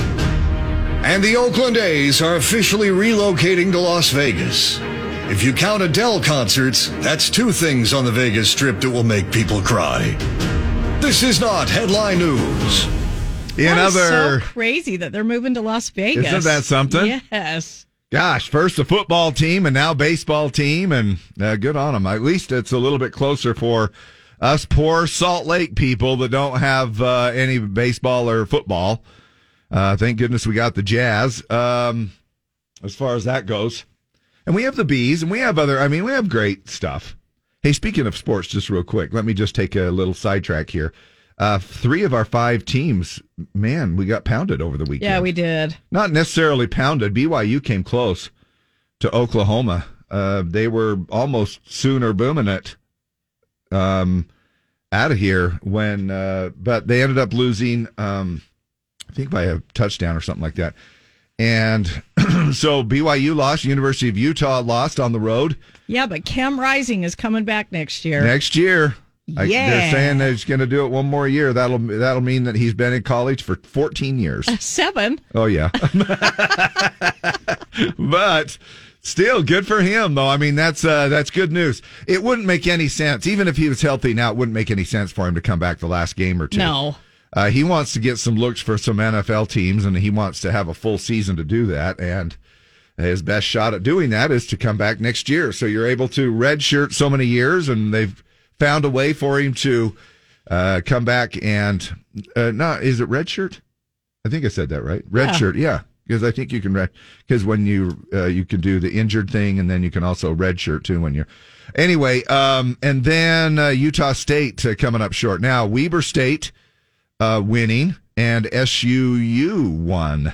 Speaker 12: And the Oakland A's are officially relocating to Las Vegas. If you count Adele concerts, that's two things on the Vegas Strip that will make people cry. This is not headline news.
Speaker 1: In
Speaker 3: That is
Speaker 1: other,
Speaker 3: so crazy that they're moving to Las Vegas.
Speaker 1: Isn't that something?
Speaker 3: Yes.
Speaker 1: gosh, first the football team and now baseball team, and uh, good on them. At least it's a little bit closer for us poor Salt Lake people that don't have uh, any baseball or football. Uh, thank goodness we got the Jazz. Um, as far as that goes, and we have the bees, and we have other. I mean, we have great stuff. Hey, speaking of sports, just real quick, let me just take a little sidetrack here. Uh, three of our five teams, man, we got pounded over the weekend
Speaker 3: Yeah, we did.
Speaker 1: not necessarily pounded. BYU came close to Oklahoma. Uh, they were almost sooner booming it um, out of here when, uh, but they ended up losing, um, I think by a touchdown or something like that. And so BYU lost, University of Utah lost on the road.
Speaker 3: Yeah, but Cam Rising is coming back next year.
Speaker 1: Next year. I- they're
Speaker 3: Yeah.
Speaker 1: saying that he's going to do it one more year. That'll that'll mean that he's been in college for 14 years.
Speaker 3: Seven.
Speaker 1: Oh yeah. but still good for him though. I mean that's uh that's good news. It wouldn't make any sense even if he was healthy now it wouldn't make any sense for him to come back the last game or two.
Speaker 3: No.
Speaker 1: Uh, he wants to get some looks for some NFL teams and he wants to have a full season to do that and his best shot at doing that is to come back next year. So you're able to redshirt so many years and they've found a way for him to uh, come back and uh, not is it redshirt? I think I said that right. Red
Speaker 13: Yeah.
Speaker 1: shirt, yeah, because I think you can red because when you uh, you can do the injured thing, and then you can also red shirt too when you're. Anyway, um, and then uh, Utah State uh, coming up short. Now Weber State uh, winning and SUU won.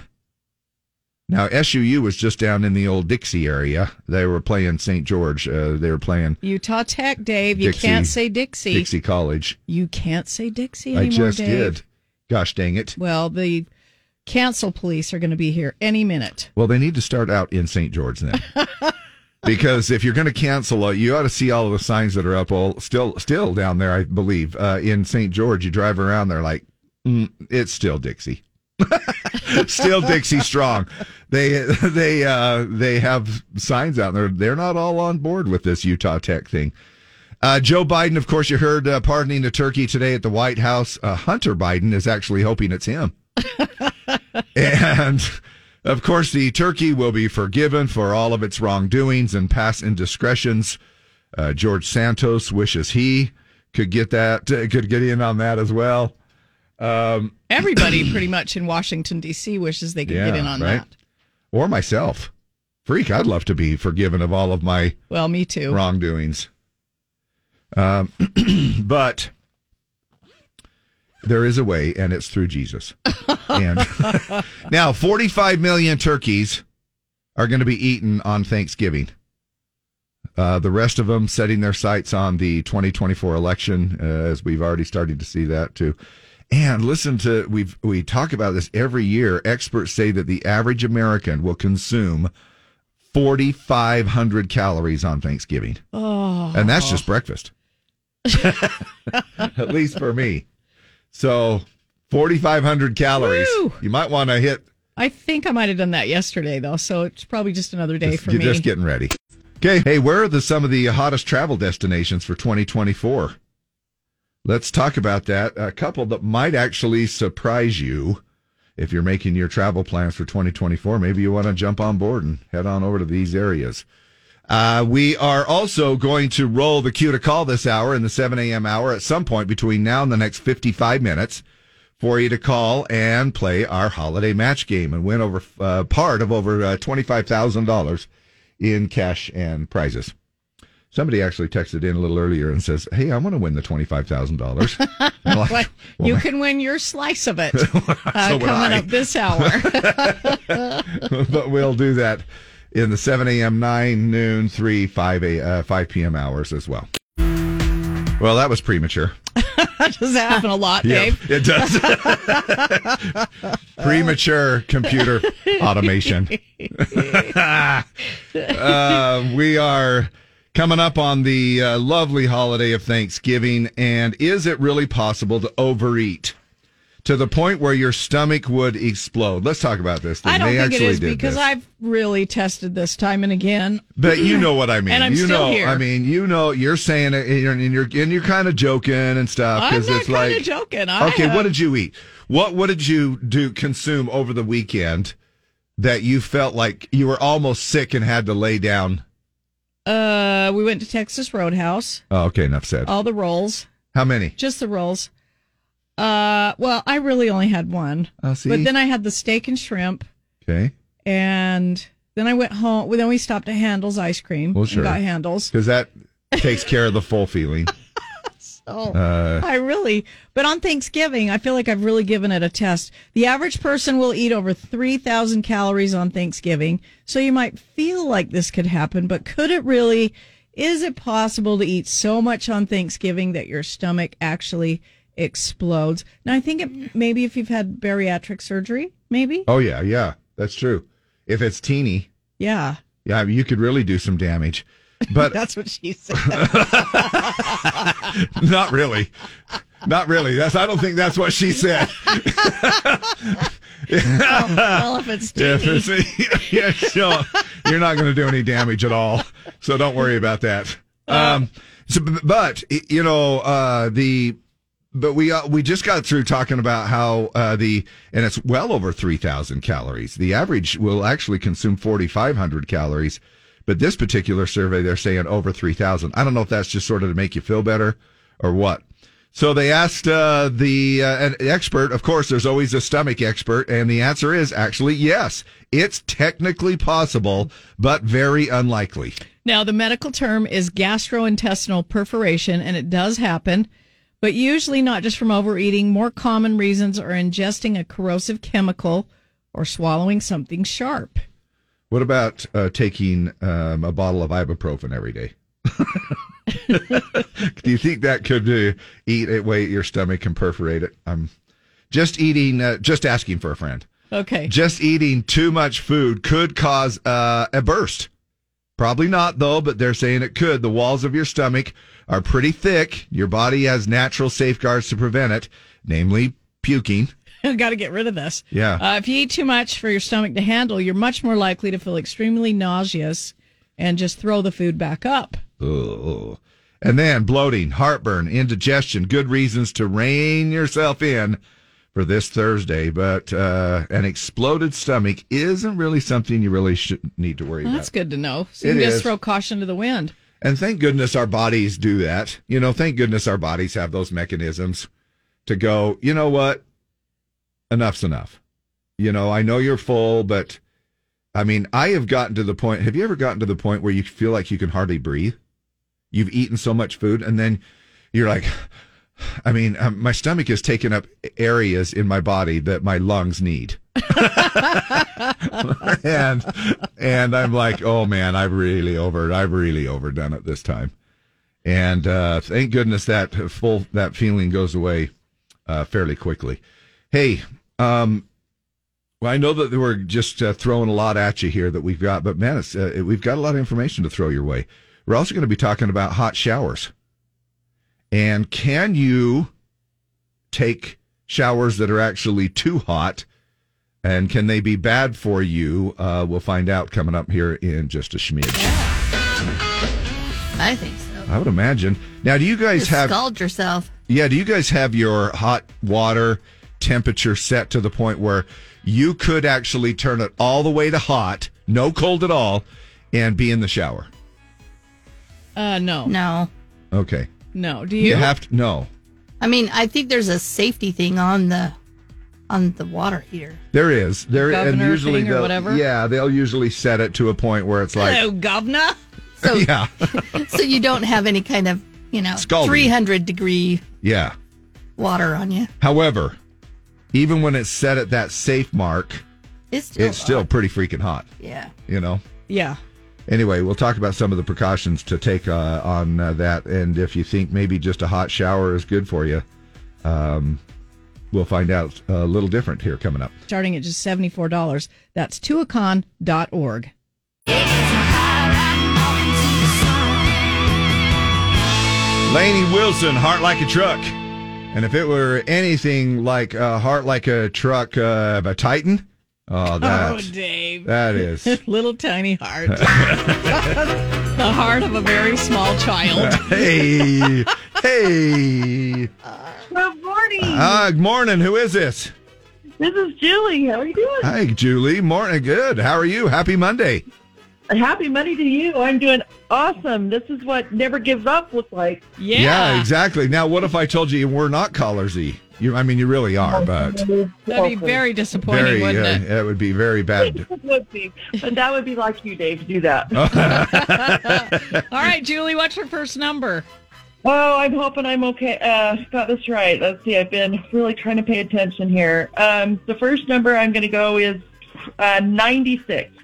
Speaker 1: Now SUU was just down in the old Dixie area. They were playing St. George. Uh, they were playing
Speaker 3: Utah Tech, Dave. You
Speaker 1: Dixie-
Speaker 3: can't say Dixie.
Speaker 1: Dixie College.
Speaker 3: You can't say Dixie
Speaker 1: I
Speaker 3: anymore,
Speaker 1: just
Speaker 3: Dave.
Speaker 1: did. Gosh dang it.
Speaker 3: Well, the cancel police are going to be here any minute.
Speaker 1: Well, they need to start out in St. George then. because if you're going to cancel it, you ought to see all of the signs that are up all still still down there, I believe. Uh, in St. George, you drive around there like mm, it's still Dixie. still Dixie strong. They they uh, they have signs out there. They're not all on board with this Utah Tech thing. Uh, Joe Biden, of course, you heard uh, pardoning the turkey today at the White House. Uh, Hunter Biden is actually hoping it's him. And of course, the turkey will be forgiven for all of its wrongdoings and past indiscretions. Uh, George Santos wishes he could get that, uh, could get in on that as well. Um,
Speaker 3: Everybody pretty much in Washington, D.C. wishes they could get in on that.
Speaker 1: Or myself. Freak, I'd love to be forgiven of all of my
Speaker 3: Well, me too.
Speaker 1: wrongdoings. Um, but there is a way, and it's through Jesus. and now, 45 million turkeys are going to be eaten on Thanksgiving. Uh, the rest of them setting their sights on the 2024 election, uh, as we've already started to see that too. And listen to we have we talk about this every year. Experts say that the average American will consume 4,500 calories on Thanksgiving,
Speaker 3: Oh.
Speaker 1: and that's just breakfast. At least for me. So 4,500 calories. You might want to hit
Speaker 3: I think I might have done that yesterday, though, so it's probably just another day for
Speaker 1: You're
Speaker 3: me.
Speaker 1: just getting ready. Okay. Hey, where are the some of the hottest travel destinations for 2024? Let's talk about that. A couple that might actually surprise you if you're making your travel plans for 2024. Maybe you want to jump on board and head on over to these areas. Uh, we are also going to roll the cue to call this hour in the 7 a.m. hour at some point between now and the next 55 minutes for you to call and play our holiday match game and win over uh, part of over uh, $25,000 in cash and prizes. Somebody actually texted in a little earlier and says, "Hey, I want to win the twenty five thousand dollars."
Speaker 3: But you can win your slice of it uh,
Speaker 1: would
Speaker 3: coming
Speaker 1: I.
Speaker 3: up this hour.
Speaker 1: but we'll do that in the seven a.m., nine noon, three, five a, uh, five p.m. hours as well. Well, that was premature.
Speaker 3: Does that happen a lot,
Speaker 1: Yeah,
Speaker 3: Dave?
Speaker 1: it does. Premature computer automation. uh, we are coming up on the uh, lovely holiday of Thanksgiving, and is it really possible to overeat to the point where your stomach would explode? Let's talk about this. Thing.
Speaker 3: I don't
Speaker 1: they
Speaker 3: think it
Speaker 1: actually
Speaker 3: is
Speaker 1: did
Speaker 3: because
Speaker 1: this.
Speaker 3: I've really tested this time and again.
Speaker 1: But you know what I mean.
Speaker 3: And I'm
Speaker 1: you
Speaker 3: still
Speaker 1: know,
Speaker 3: here.
Speaker 1: I mean, you know, you're saying it, and you're and you're, and you're kind of joking and stuff
Speaker 3: I'm
Speaker 1: because
Speaker 3: not
Speaker 1: it's
Speaker 3: kinda
Speaker 1: like
Speaker 3: joking. I
Speaker 1: okay,
Speaker 3: have-
Speaker 1: what did you eat? What what did you do consume over the weekend that you felt like you were almost sick and had to lay down?
Speaker 3: Uh, we went to Texas Roadhouse.
Speaker 1: Oh, okay, enough said.
Speaker 3: All the rolls,
Speaker 1: How many?
Speaker 3: just the rolls. Uh, well, I really only had one.
Speaker 1: Oh, see?
Speaker 3: But then I had the steak and shrimp,
Speaker 1: Okay,
Speaker 3: and then I went home. Well, then we stopped at Handles ice cream.
Speaker 1: well
Speaker 3: and
Speaker 1: sure.
Speaker 3: got Handles.
Speaker 1: because that takes care of the full feeling.
Speaker 3: So
Speaker 1: Uh,
Speaker 3: Oh, I really, but on Thanksgiving, I feel like I've really given it a test. The average person will eat over 3,000 calories on Thanksgiving. So you might feel like this could happen, but could it really? Is it possible to eat so much on Thanksgiving that your stomach actually explodes? Now, I think it, maybe if you've had bariatric surgery, maybe.
Speaker 1: Oh yeah, yeah, that's true. If it's teeny,
Speaker 3: Yeah.
Speaker 1: yeah, you could really do some damage. But
Speaker 3: That's what she said.
Speaker 1: Not really. Not really. That's I don't think that's what she said.
Speaker 3: well, if it's
Speaker 1: If
Speaker 3: teeny.
Speaker 1: it's- yeah, so you're not going to do any damage at all. So don't worry about that.
Speaker 3: Uh,
Speaker 1: Um, so, b- but y- you know uh, the. But we uh, we just got through talking about how uh, the and it's well over three thousand calories. The average will actually consume forty five hundred calories, but this particular survey they're saying over three thousand. I don't know if that's just sort of to make you feel better or what. So they asked uh, the uh, an expert. Of course, there's always a stomach expert, and the answer is actually yes. It's technically possible, but very unlikely.
Speaker 3: Now, the medical term is gastrointestinal perforation, and it does happen, but usually not just from overeating. More common reasons are ingesting a corrosive chemical or swallowing something sharp.
Speaker 1: What about uh, taking um, a bottle of ibuprofen every day? Do you think that could uh, eat away at your stomach and perforate it? Um, just eating, uh, just asking for a friend.
Speaker 3: Okay.
Speaker 1: Just eating too much food could cause uh, a burst. Probably not, though, but they're saying it could. The walls of your stomach are pretty thick. Your body has natural safeguards to prevent it, namely puking.
Speaker 3: Got to get rid of this.
Speaker 1: Yeah.
Speaker 3: Uh, if you eat too much for your stomach to handle, you're much more likely to feel extremely nauseous and just throw the food back up.
Speaker 1: Ugh. And then bloating, heartburn, indigestion, good reasons to rein yourself in for this Thursday. But uh, an exploded stomach isn't really something you really should need to worry
Speaker 3: Well,
Speaker 1: about.
Speaker 3: that's good to know. So
Speaker 1: It
Speaker 3: you can just
Speaker 1: is.
Speaker 3: throw caution to the wind.
Speaker 1: And thank goodness our bodies do that. You know, thank goodness our bodies have those mechanisms to go, you know what? Enough's enough. You know, I know you're full, but I mean, I have gotten to the point. Have you ever gotten to the point where you feel like you can hardly breathe? You've eaten so much food, and then you're like, I mean, um, my stomach is taking up areas in my body that my lungs need. and and I'm like, oh man, I've really over, I've really overdone it this time. And uh, thank goodness that full that feeling goes away uh, fairly quickly. Hey, um, well, I know that we're just uh, throwing a lot at you here that we've got, but man, it's, uh, we've got a lot of information to throw your way. We're also going to be talking about hot showers, and can you take showers that are actually too hot? And can they be bad for you? Uh, we'll find out coming up here in just a schmidge.
Speaker 5: I think so.
Speaker 1: I would imagine. Now, do you guys
Speaker 5: Just
Speaker 1: have?
Speaker 5: scald yourself.
Speaker 1: Yeah, do you guys have your hot water temperature set to the point where you could actually turn it all the way to hot, no cold at all, and be in the shower?
Speaker 3: Uh, no. No.
Speaker 1: Okay.
Speaker 3: No. Do you?
Speaker 1: have to no.
Speaker 5: I mean, I think there's a safety thing on the on the water heater.
Speaker 1: There is. There and
Speaker 5: Governor
Speaker 1: usually
Speaker 5: thing or
Speaker 1: they'll-
Speaker 5: whatever?
Speaker 1: Yeah, they'll usually set it to a point where it's like
Speaker 3: Hello, governor.
Speaker 5: So,
Speaker 1: yeah.
Speaker 5: so you don't have any kind of, you know,
Speaker 1: Scalding.
Speaker 5: 300 degree
Speaker 1: Yeah.
Speaker 5: water on you.
Speaker 1: However, even when it's set at that safe mark,
Speaker 5: It's still
Speaker 1: it's still pretty freaking hot.
Speaker 5: Yeah.
Speaker 1: You know?
Speaker 3: Yeah.
Speaker 1: Anyway, we'll talk about some of the precautions to take uh, on uh, that. And if you think maybe just a hot shower is good for you, um, we'll find out a little different here coming up.
Speaker 3: starting at just $74. That's tuacon.org.
Speaker 1: Laney Wilson, Heart Like a Truck. And if it were anything like a Heart Like a Truck uh, of a Titan, oh, that,
Speaker 3: oh, Dave.
Speaker 1: that is.
Speaker 3: Little tiny heart. the heart of a very small child.
Speaker 1: hey, hey.
Speaker 13: Good morning.
Speaker 1: Uh, morning. Who is this?
Speaker 13: this is Julie. How are you doing?
Speaker 1: Hi, Julie. Morning. Good. How are you? Happy Monday.
Speaker 13: Happy Monday to you. I'm doing awesome. This is what never gives up looks like.
Speaker 1: exactly. Now, what if I told you we're not caller Z? You, I mean, you really are, but
Speaker 3: That'd be very disappointing,
Speaker 1: very. uh,
Speaker 3: wouldn't it?
Speaker 1: that would be very bad.
Speaker 13: It would be. But that would be like you, Dave, to do that.
Speaker 3: All right, Julie, what's your first number?
Speaker 13: Oh, I'm hoping I'm okay. Uh, got this right. Let's see. I've been really trying to pay attention here. Um, the first number I'm going to go is uh, 96.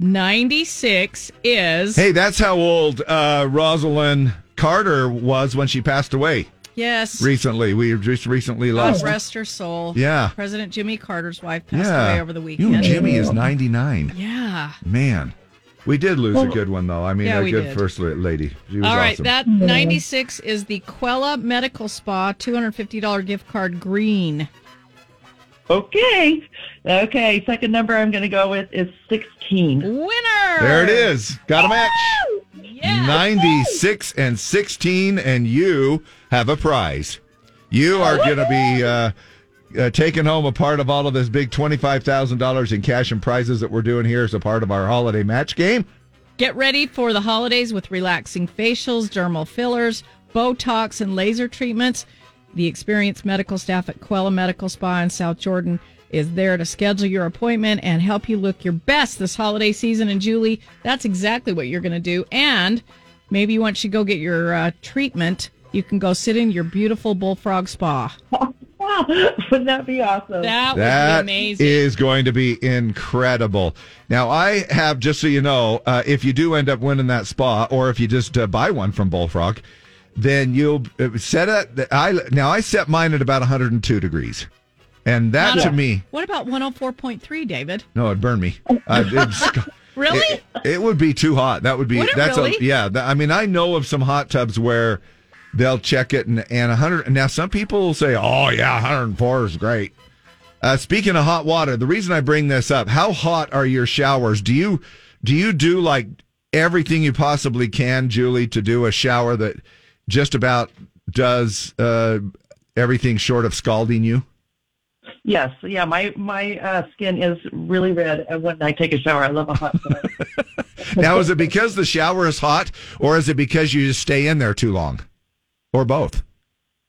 Speaker 3: 96 is.
Speaker 1: hey, that's how old uh, Rosalind Carter was when she passed away
Speaker 3: Yes.
Speaker 1: recently. We just recently
Speaker 3: God
Speaker 1: lost.
Speaker 3: rest her soul.
Speaker 1: Yeah.
Speaker 3: President Jimmy Carter's wife passed
Speaker 1: yeah,
Speaker 3: away over the weekend.
Speaker 1: You know, Jimmy is ninety nine.
Speaker 3: Yeah.
Speaker 1: Man, we did lose a
Speaker 3: Well-
Speaker 1: good one though. I mean,
Speaker 3: Yeah,
Speaker 1: a
Speaker 3: we
Speaker 1: good
Speaker 3: did.
Speaker 1: first la- lady. She was
Speaker 3: All right,
Speaker 1: awesome.
Speaker 3: that 96 is the Quella Medical Spa $250 gift card green.
Speaker 13: Okay. Okay. Second number I'm going to go with is 16.
Speaker 3: Winner.
Speaker 1: There it is. Got a match. 96 and 16, and you have a prize. You are going to be uh, uh, taking home a part of all of this big $25,000 in cash and prizes that we're doing here as a part of our holiday match game.
Speaker 3: Get ready for the holidays with relaxing facials, dermal fillers, Botox, and laser treatments. The experienced medical staff at Quella Medical Spa in South Jordan is there to schedule your appointment and help you look your best this holiday season. And Julie, that's exactly what you're going to do. And maybe once you go get your uh, treatment, you can go sit in your beautiful bullfrog spa.
Speaker 13: Wouldn't that be awesome?
Speaker 3: That, would
Speaker 1: That
Speaker 3: be
Speaker 1: is
Speaker 3: amazing.
Speaker 1: going to be incredible. Now, I have, just so you know, uh, if you do end up winning that spa, or if you just uh, buy one from Bullfrog, then you'll uh, set it. I, now, I set mine at about 102 degrees. And that
Speaker 3: Not
Speaker 1: to
Speaker 3: a-
Speaker 1: me,
Speaker 3: What about 104.3, David?
Speaker 1: no, it'd burn me. Uh, it's-
Speaker 3: Really?
Speaker 1: It, it would be too hot. That would be
Speaker 3: Would it
Speaker 1: that's
Speaker 3: really?
Speaker 1: a, yeah. Th- I mean, I know of some hot tubs where they'll check it and and 100. Now some people say, "Oh yeah, 104 is great." Uh, speaking of hot water, the reason I bring this up: how hot are your showers? Do you do you do like everything you possibly can, Julie, to do a shower that just about does uh, everything short of scalding you?
Speaker 13: Yes, yeah. My my uh, skin is really red and when I take a shower. I love a hot shower.
Speaker 1: Now, is it because the shower is hot, or is it because you just stay in there too long, or both?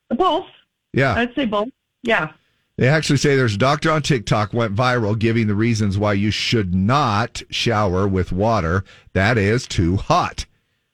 Speaker 13: both.
Speaker 1: Yeah.
Speaker 13: I'd say both. Yeah.
Speaker 1: They actually say there's a doctor on TikTok went viral giving the reasons why you should not shower with water that is too hot.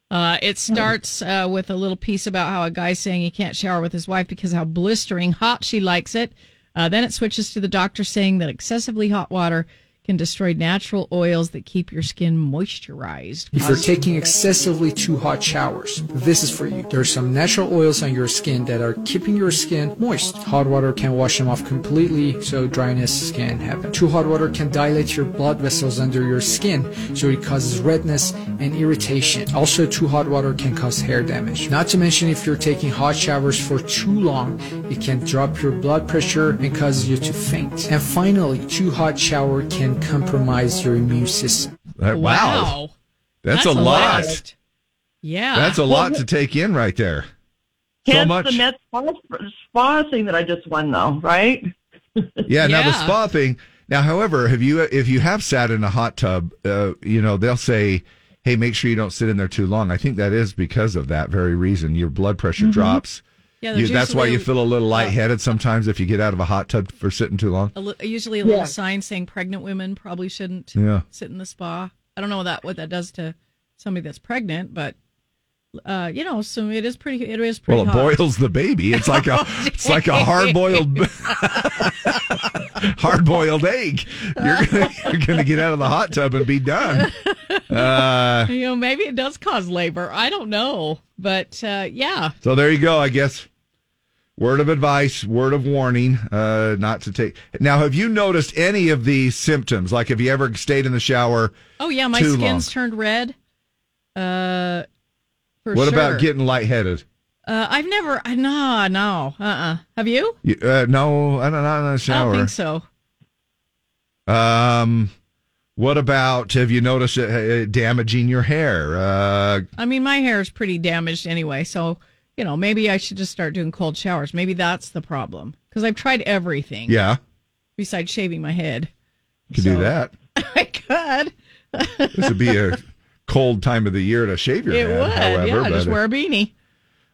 Speaker 3: Uh, it starts uh, with a little piece about how a guy saying he can't shower with his wife because how blistering hot she likes it. Uh, then it switches to the doctor saying that excessively hot water can destroy natural oils that keep your skin moisturized.
Speaker 14: If you're taking excessively too hot showers, this is for you. There are some natural oils on your skin that are keeping your skin moist. Hot water can wash them off completely, so dryness can happen. Too hot water can dilate your blood vessels under your skin, so it causes redness and irritation. Also, too hot water can cause hair damage. Not to mention, if you're taking hot showers for too long, it can drop your blood pressure and cause you to faint. And finally, too hot shower can compromise your immune system.
Speaker 1: Uh,
Speaker 3: Wow.
Speaker 1: That's, a,
Speaker 14: That's a
Speaker 1: lot.
Speaker 14: lot.
Speaker 3: Yeah.
Speaker 1: That's a lot to take in right there. So
Speaker 13: Hence
Speaker 1: much.
Speaker 13: the Met spa, spa thing that I just won, though, right?
Speaker 1: Yeah, now the
Speaker 13: Yeah.
Speaker 1: spa thing. Now, however, have you if you have sat in a hot tub, uh, you know they'll say, "Hey, make sure you don't sit in there too long." I think that is because of that very reason. Your blood pressure
Speaker 3: Mhm.
Speaker 1: drops.
Speaker 3: Yeah,
Speaker 1: You-
Speaker 3: there's
Speaker 1: that's why
Speaker 3: usually-
Speaker 1: you feel a little lightheaded sometimes if you get out of a hot tub for sitting too long.
Speaker 3: A li- usually a little
Speaker 13: Yeah.
Speaker 3: sign saying pregnant women probably shouldn't
Speaker 1: Yeah.
Speaker 3: sit in the spa. I don't know what that what that does to somebody that's pregnant, but uh, you know, so it is pretty. It is pretty.
Speaker 1: Well, it
Speaker 3: hot.
Speaker 1: boils the baby. It's like a it's like a hard boiled hard boiled egg. You're gonna, you're gonna get out of the hot tub and be done. Uh,
Speaker 3: you know, maybe it does cause labor. I don't know, but uh, yeah,
Speaker 1: so there you go. I guess word of advice, word of warning, uh, not to take. Now, have you noticed any of these symptoms? Like, have you ever stayed in the shower?
Speaker 3: Oh yeah, my
Speaker 1: too
Speaker 3: skin's
Speaker 1: long?
Speaker 3: turned red. Uh, for
Speaker 1: What
Speaker 3: sure.
Speaker 1: about getting lightheaded?
Speaker 3: Uh, I've never. I no, no. Uh, uh Have you?
Speaker 1: You- Uh, no, I don't not in the
Speaker 3: I
Speaker 1: shower.
Speaker 3: don't think so.
Speaker 1: Um, what about have you noticed it, it damaging your hair? Uh,
Speaker 3: I mean, my hair is pretty damaged anyway, so you know, maybe I should just start doing cold showers. Maybe that's the problem because I've tried everything.
Speaker 1: yeah,
Speaker 3: Besides shaving my head,
Speaker 1: you could do that.
Speaker 3: I could.
Speaker 1: This would be a cold time of the year to shave your
Speaker 3: it
Speaker 1: head.
Speaker 3: would.
Speaker 1: however,
Speaker 3: yeah, just
Speaker 1: but-
Speaker 3: wear a beanie.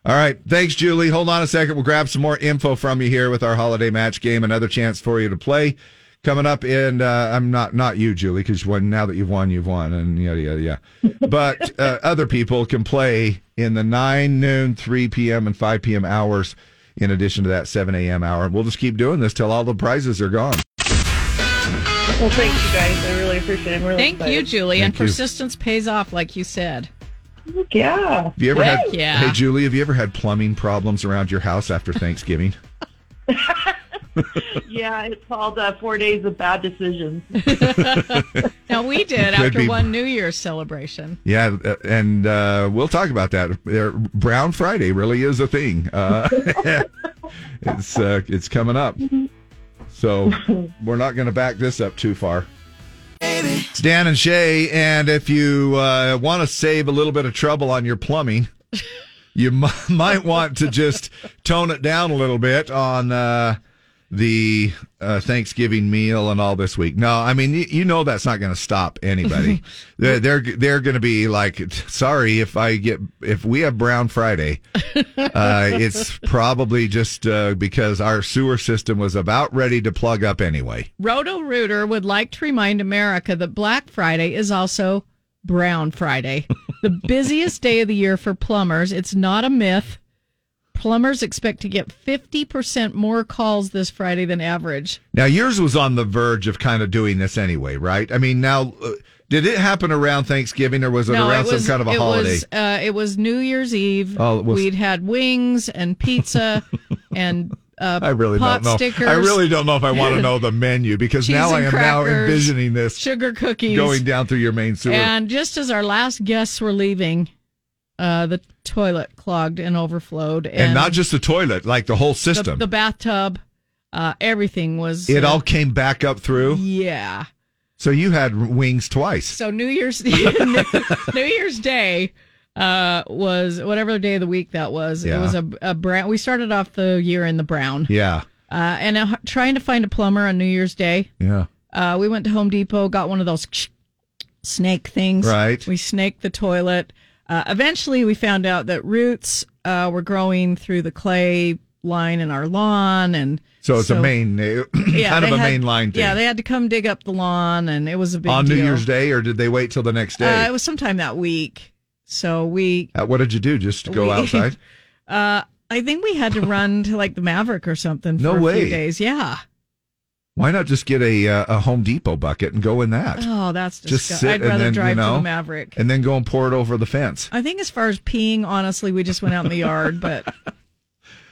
Speaker 1: All right. Thanks, Julie. Hold on a second. We'll grab some more info from you here with our holiday match game. Another chance for you to play coming up. And uh, I'm not not you, Julie, because won now that you've won, you've won, and yada yada yada. But uh, other people can play in the nine noon, three p.m. and five p.m. hours. In addition to that seven a.m. hour, we'll just keep doing this till all the prizes are gone.
Speaker 13: Well, thank you guys. I really appreciate it. I'm really
Speaker 3: Thank you,
Speaker 13: excited.
Speaker 3: Julie.
Speaker 1: Thank
Speaker 3: and
Speaker 1: you.
Speaker 3: persistence pays off, like you said.
Speaker 13: Yeah.
Speaker 1: Have you ever had?
Speaker 3: Yeah.
Speaker 1: Hey, Julie, have you ever had plumbing problems around your house after Thanksgiving?
Speaker 13: Yeah, it's called uh, Four Days of Bad Decisions.
Speaker 3: Now we did
Speaker 1: Could
Speaker 3: after
Speaker 1: be.
Speaker 3: one New Year's celebration.
Speaker 1: Yeah, uh, and uh, we'll talk about that. There- Brown Friday really is a thing. Uh, it's uh, it's coming up, so we're not going to back this up too far. It's Dan and Shay, and if you uh, want to save a little bit of trouble on your plumbing, you m- might want to just tone it down a little bit on uh, the uh, Thanksgiving meal and all this week. No, I mean you, you know that's not going to stop anybody. they're they're, they're going to be like, sorry if I get if we have Brown Friday, uh, it's probably just uh, because our sewer system was about ready to plug up anyway.
Speaker 3: Roto Rooter would like to remind America that Black Friday is also Brown Friday, the busiest day of the year for plumbers. It's not a myth. Plumbers expect to get 50% more calls this Friday than average.
Speaker 1: Now yours was on the verge of kind of doing this anyway, right? I mean, now uh, did it happen around Thanksgiving or was it around some kind of a
Speaker 3: it
Speaker 1: holiday?
Speaker 3: Was, uh, it was New Year's Eve.
Speaker 1: Oh, it was-
Speaker 3: We'd had wings and pizza and uh,
Speaker 1: I really
Speaker 3: pot
Speaker 1: don't know.
Speaker 3: stickers.
Speaker 1: I really don't know if I want to know the menu because
Speaker 3: Cheese
Speaker 1: now I
Speaker 3: and
Speaker 1: am now
Speaker 3: crackers,
Speaker 1: envisioning this
Speaker 3: sugar cookies
Speaker 1: going down through your main sewer.
Speaker 3: And just as our last guests were leaving, uh, the toilet clogged and overflowed, and,
Speaker 1: And not just the toilet, like the whole
Speaker 3: the-
Speaker 1: system.
Speaker 3: the, bathtub, uh, everything was.
Speaker 1: it
Speaker 3: uh,
Speaker 1: all came back up through.
Speaker 3: Yeah.
Speaker 1: So you had wings twice.
Speaker 3: So New Year's New, New Year's Day uh, was whatever day of the week that was.
Speaker 1: Yeah.
Speaker 3: It was a, a brown. We started off the year in the brown,
Speaker 1: Yeah.
Speaker 3: uh, and uh, trying to find a plumber on New Year's Day.
Speaker 1: Yeah.
Speaker 3: Uh, we went to Home Depot, got one of those snake things.
Speaker 1: Right.
Speaker 3: We snaked the toilet. Uh, eventually, we found out that roots uh, were growing through the clay line in our lawn, and
Speaker 1: So it's a main, eh, kind of
Speaker 3: they
Speaker 1: a
Speaker 3: had-
Speaker 1: main line thing.
Speaker 3: Yeah, they had to come dig up the lawn, and it was a big
Speaker 1: On New
Speaker 3: deal.
Speaker 1: Year's Day, or did they wait till the next
Speaker 3: Uh,
Speaker 1: day?
Speaker 3: it was sometime that week, so we
Speaker 1: Uh, what did you do? Just go
Speaker 3: we-
Speaker 1: outside?
Speaker 3: Uh, I think we had to run to like the Maverick or something.
Speaker 1: No
Speaker 3: for A
Speaker 1: way.
Speaker 3: few days, yeah.
Speaker 1: Why not just get a uh, a Home Depot bucket and go in that?
Speaker 3: Oh, that's
Speaker 1: just
Speaker 3: disgusting.
Speaker 1: sit
Speaker 3: I'd rather
Speaker 1: and then
Speaker 3: drive
Speaker 1: you know,
Speaker 3: to the Maverick.
Speaker 1: and then go and pour it over the fence.
Speaker 3: I think as far as peeing, honestly, we just went out in the yard, but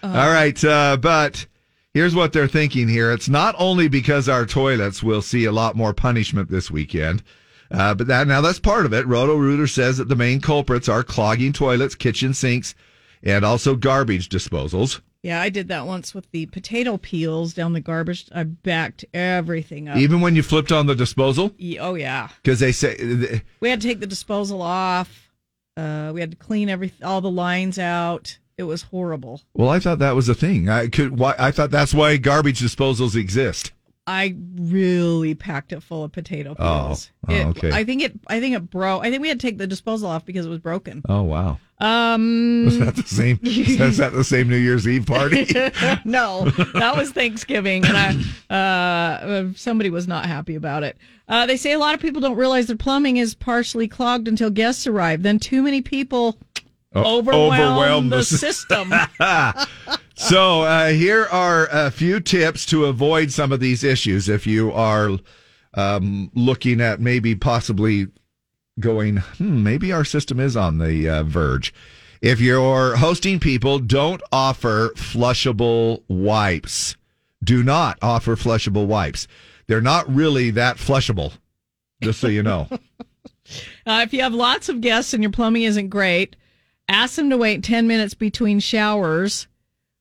Speaker 3: Oh.
Speaker 1: All right, uh, but here's what they're thinking here. It's not only because our toilets will see a lot more punishment this weekend, uh, but that now that's part of it. Roto Rooter says that the main culprits are clogging toilets, kitchen sinks, and also garbage disposals.
Speaker 3: yeah, I did that once with the potato peels down the garbage. I backed everything up.
Speaker 1: Even when you flipped on the disposal,
Speaker 3: Ye- oh yeah,
Speaker 1: because they say
Speaker 3: we had to take the disposal off. Uh, we had to clean every all the lines out. It was horrible.
Speaker 1: Well, I thought that was a thing. I could. Why, I thought that's why garbage disposals exist.
Speaker 3: I really packed it full of potato
Speaker 1: Oh.
Speaker 3: peels.
Speaker 1: Oh,
Speaker 3: It-
Speaker 1: okay.
Speaker 3: I think it. I think it broke. I think we had to take the disposal off because it was broken.
Speaker 1: Oh wow.
Speaker 3: Um,
Speaker 1: Was that the same? is that the same New Year's Eve party?
Speaker 3: no, that was Thanksgiving, and I, uh, somebody was not happy about it. Uh, they say a lot of people don't realize their plumbing is partially clogged until guests arrive. Then too many people
Speaker 1: Oh,
Speaker 3: overwhelm,
Speaker 1: overwhelm
Speaker 3: the
Speaker 1: the sys-
Speaker 3: system.
Speaker 1: so uh, here are a few tips to avoid some of these issues if you are um, looking at maybe possibly going hmm, maybe our system is on the uh, verge if you're hosting people don't offer flushable wipes do not offer flushable wipes they're not really that flushable just so you know
Speaker 3: Uh, if you have lots of guests and your plumbing isn't great, ask them to wait 10 minutes between showers.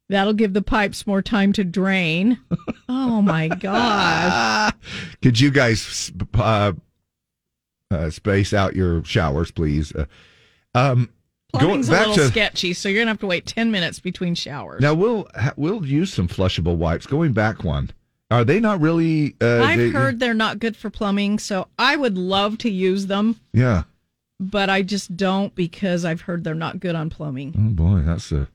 Speaker 3: That'll give the pipes more time to drain. Oh my gosh.
Speaker 1: Could you guys uh, uh, space out your showers, please? Uh, um, going
Speaker 3: Plumbing's a
Speaker 1: back
Speaker 3: little
Speaker 1: to
Speaker 3: sketchy, so you're going to have to wait 10 minutes between showers.
Speaker 1: now, we'll ha- we'll use some flushable wipes. Going back one, are they not really? Uh,
Speaker 3: I've
Speaker 1: they-
Speaker 3: heard they're not good for plumbing, so I would love to use them,
Speaker 1: Yeah.
Speaker 3: but I just don't because I've heard they're not good on plumbing.
Speaker 1: Oh boy, that's a.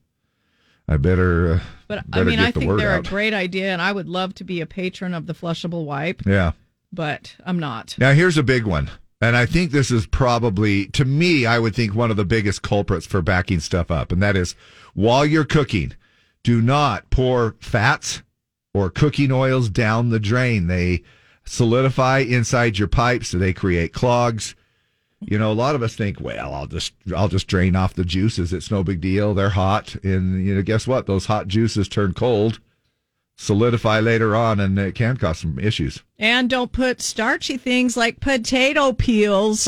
Speaker 1: I better. Uh,
Speaker 3: But I
Speaker 1: better
Speaker 3: mean,
Speaker 1: get
Speaker 3: I
Speaker 1: the
Speaker 3: think
Speaker 1: word
Speaker 3: they're
Speaker 1: out.
Speaker 3: a great idea, and I would love to be a patron of the flushable wipe,
Speaker 1: Yeah.
Speaker 3: but I'm not.
Speaker 1: Now here's a big one. And I think this is probably, to me, I would think one of the biggest culprits for backing stuff up. And that is while you're cooking, do not pour fats or cooking oils down the drain. They solidify inside your pipes. So they create clogs. You know, a lot of us think, well, I'll just, I'll just drain off the juices. It's no big deal. They're hot. And you know, guess what? Those hot juices turn cold, solidify later on, and it can cause some issues.
Speaker 3: And don't put starchy things like potato peels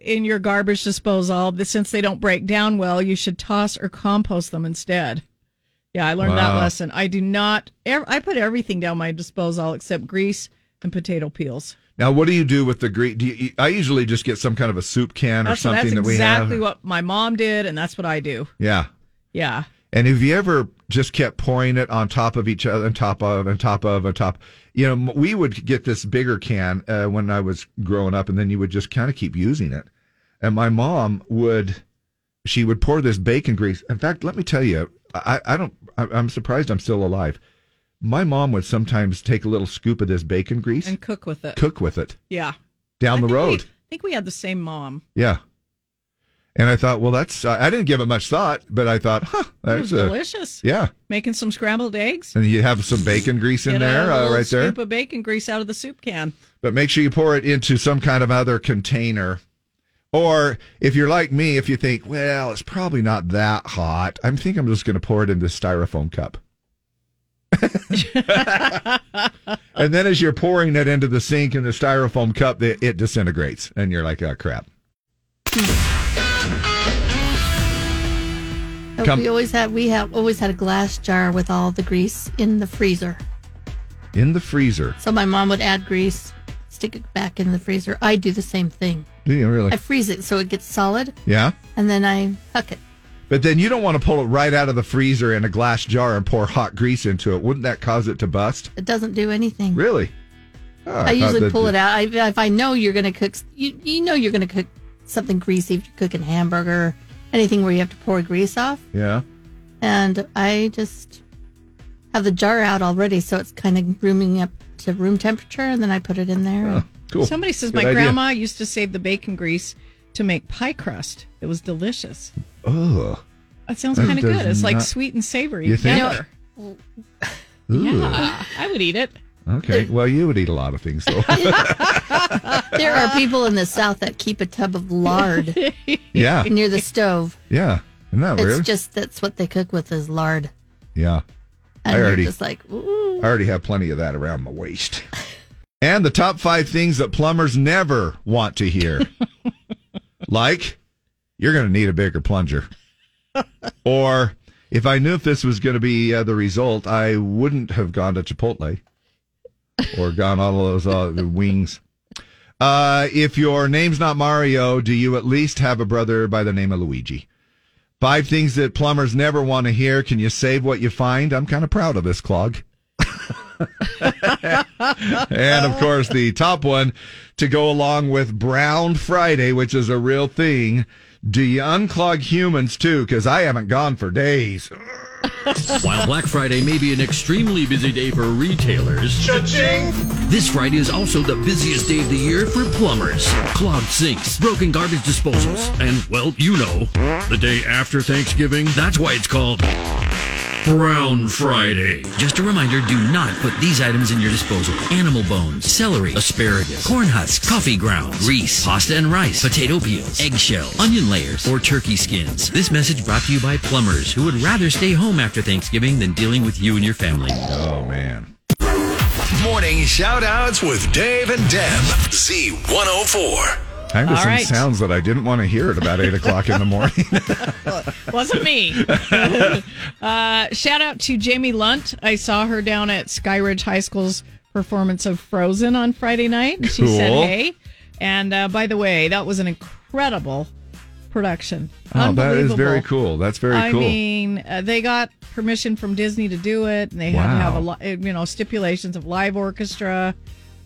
Speaker 3: in your garbage disposal. Since they don't break down well, you should toss or compost them instead. Yeah, I learned that
Speaker 1: Wow.
Speaker 3: lesson. I do not, ev- I put everything down my disposal except grease and potato peels.
Speaker 1: Now, what do you do with the green? Do you, I usually just get some kind of a soup can or
Speaker 3: That's,
Speaker 1: something
Speaker 3: that's
Speaker 1: that we
Speaker 3: exactly
Speaker 1: have.
Speaker 3: what my mom did, and that's what I do.
Speaker 1: yeah.
Speaker 3: Yeah.
Speaker 1: And have you ever just kept pouring it on top of each other, on top of, on top of, on top? You know, m- we would get this bigger can uh, when I was growing up, and then you would just kind of keep using it. And my mom would, she would pour this bacon grease. In fact, let me tell you, I, I don't, I, I'm surprised I'm still alive. My mom would sometimes take a little scoop of this bacon grease,
Speaker 3: And cook with it.
Speaker 1: cook with it
Speaker 3: Yeah.
Speaker 1: down the road.
Speaker 3: I think we had the same mom.
Speaker 1: Yeah. And I thought, well, that's, I I didn't give it much thought, but I thought, huh,
Speaker 3: It
Speaker 1: that's
Speaker 3: was
Speaker 1: a-
Speaker 3: Mm, delicious.
Speaker 1: Yeah.
Speaker 3: Making some scrambled eggs.
Speaker 1: And you have some bacon grease in
Speaker 3: Get a
Speaker 1: there, uh,
Speaker 3: little
Speaker 1: right there.
Speaker 3: Scoop of bacon grease out of the soup can.
Speaker 1: But make sure you pour it into some kind of other container. Or if you're like me, if you think, well, it's probably not that hot, I am think I'm just going to pour it into a styrofoam cup. and then as you're pouring it into the sink in the styrofoam cup, it, it disintegrates. And you're like, oh, crap.
Speaker 5: But
Speaker 1: Come-
Speaker 5: We always had we have always had a glass jar with all the grease in the freezer.
Speaker 1: In the freezer.
Speaker 5: So my mom would add grease, stick it back in the freezer. I do the same thing.
Speaker 1: Do you really?
Speaker 5: I freeze it so it gets solid,
Speaker 1: Yeah.
Speaker 5: and then I huck it.
Speaker 1: But then you don't want to pull it right out of the freezer in a glass jar and pour hot grease into it. Wouldn't that cause it to bust?
Speaker 5: It doesn't do anything.
Speaker 1: Really? Oh,
Speaker 5: I,
Speaker 1: thought
Speaker 5: usually
Speaker 1: that-
Speaker 5: pull it out. I, if I know you're going to cook, you, you know you're going to cook something greasy. If you're cooking hamburger, anything where you have to pour grease off,
Speaker 1: Yeah.
Speaker 5: and I just have the jar out already, so it's kind of rooming up to room temperature, and then I put it in there.
Speaker 1: Oh, Cool.
Speaker 3: Somebody says
Speaker 1: Good
Speaker 3: my
Speaker 1: idea.
Speaker 3: grandma used to save the bacon grease to make pie crust. It was delicious.
Speaker 1: Ugh.
Speaker 3: That sounds
Speaker 1: That
Speaker 3: kind of good.
Speaker 1: does
Speaker 3: It's like
Speaker 1: not-
Speaker 3: sweet and savory.
Speaker 1: You think?
Speaker 3: together.
Speaker 1: Ooh.
Speaker 3: Yeah, I would eat it.
Speaker 1: Okay. Well, you would eat a lot of things, though.
Speaker 5: There are people in the South that keep a tub of lard
Speaker 1: Yeah. Oh,
Speaker 5: near the stove.
Speaker 1: yeah. Isn't that
Speaker 5: it's
Speaker 1: weird?
Speaker 5: just that's what they cook with is lard.
Speaker 1: yeah.
Speaker 5: And
Speaker 1: I
Speaker 5: you're
Speaker 1: already,
Speaker 5: just like,
Speaker 1: I already have plenty of that around my waist. and the top five things that plumbers never want to hear like, you're going to need a bigger plunger. or, if I knew if this was going to be uh, the result, I wouldn't have gone to Chipotle or gone all those uh, the wings. Uh, if your name's not Mario, do you at least have a brother by the name of Luigi? Five things that plumbers never want to hear. Can you save what you find? I'm kind of proud of this clog. and of course, the top one to go along with Brown Friday, which is a real thing. Do you unclog humans too? Because I haven't gone for days.
Speaker 15: While Black Friday may be an extremely busy day for retailers, this Friday is also the busiest day of the year for plumbers. Clogged sinks, broken garbage disposals, and, well, you know, the day after Thanksgiving. That's why it's called Brown Friday. Just a reminder do not put these items in your disposal animal bones, celery, asparagus, corn husks, coffee grounds, grease, pasta and rice, potato peels, eggshell, onion layers, or turkey skins. This message brought to you by plumbers who would rather stay home after Thanksgiving than dealing with you and your family.
Speaker 1: Oh, man.
Speaker 16: Morning shoutouts with Dave and Deb. Z104.
Speaker 1: I have
Speaker 3: All
Speaker 1: some
Speaker 3: right.
Speaker 1: sounds that I didn't want to hear at about 8 o'clock in the morning.
Speaker 3: Wasn't me. uh, shout out to Jamie Lunt. I saw her down at Skyridge High School's performance of Frozen on Friday night. and She said,
Speaker 1: Cool.
Speaker 3: hey. And uh, by the way, that was an incredible production.
Speaker 1: oh, that is very
Speaker 3: Unbelievable.
Speaker 1: cool. That's very
Speaker 3: I
Speaker 1: cool.
Speaker 3: mean, uh, they got permission from Disney to do it, and they had to
Speaker 1: Wow.
Speaker 3: have a lot, you know, stipulations of live orchestra,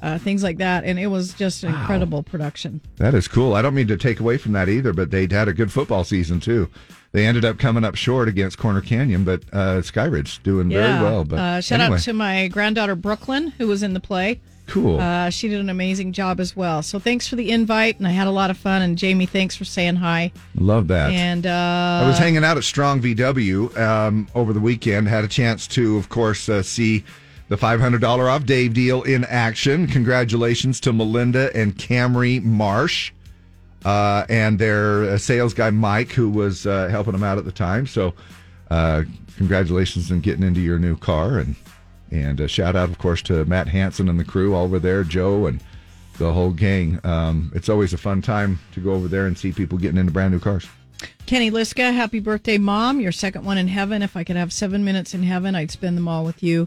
Speaker 3: uh, things like that. And it was just an incredible production.
Speaker 1: That is cool. I don't mean to take away from that either, but they had a good football season too. They ended up coming up short against Corner Canyon, but uh, Skyridge doing very well. But
Speaker 3: uh, shout
Speaker 1: anyway,
Speaker 3: out to my granddaughter Brooklyn, who was in the play.
Speaker 1: Cool.
Speaker 3: Uh, she did an amazing job as well. So thanks for the invite, and I had a lot of fun. And Jamie, thanks for saying hi.
Speaker 1: love that.
Speaker 3: And uh,
Speaker 1: I was hanging out at Strong VW um, over the weekend. Had a chance to, of course, uh, see the $500 off Dave deal in action. Congratulations to Melinda and Camry Marsh uh, and their uh, sales guy, Mike, who was uh, helping them out at the time. So, uh, congratulations on getting into your new car. And, and a shout out, of course, to Matt Hansen and the crew over there, Joe and the whole gang. Um, it's always a fun time to go over there and see people getting into brand new cars.
Speaker 3: Kenny Liska, happy birthday, mom! Your second one in heaven. If I could have seven minutes in heaven, I'd spend them all with you.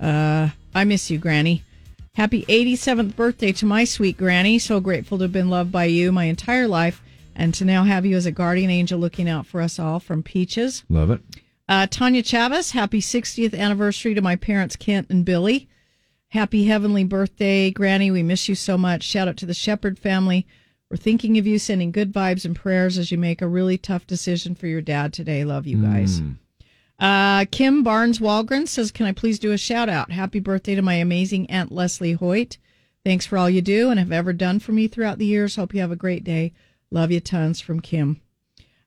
Speaker 3: Uh, I miss you, Granny. Happy 87th birthday to my sweet granny. So grateful to have been loved by you my entire life, and to now have you as a guardian angel looking out for us all. From Peaches.
Speaker 1: Love it.
Speaker 3: Uh, Tanya Chavez, happy 60th anniversary to my parents, Kent and Billy. Happy heavenly birthday, Granny. We miss you so much. Shout out to the Shepherd family. We're thinking of you, sending good vibes and prayers as you make a really tough decision for your dad today. Love you guys.
Speaker 1: Hmm.
Speaker 3: Uh, Kim Barnes Walgren says, Can I please do a shout out? Happy birthday to my amazing Aunt Leslie Hoyt. Thanks for all you do and have ever done for me throughout the years. Hope you have a great day. Love you tons from Kim.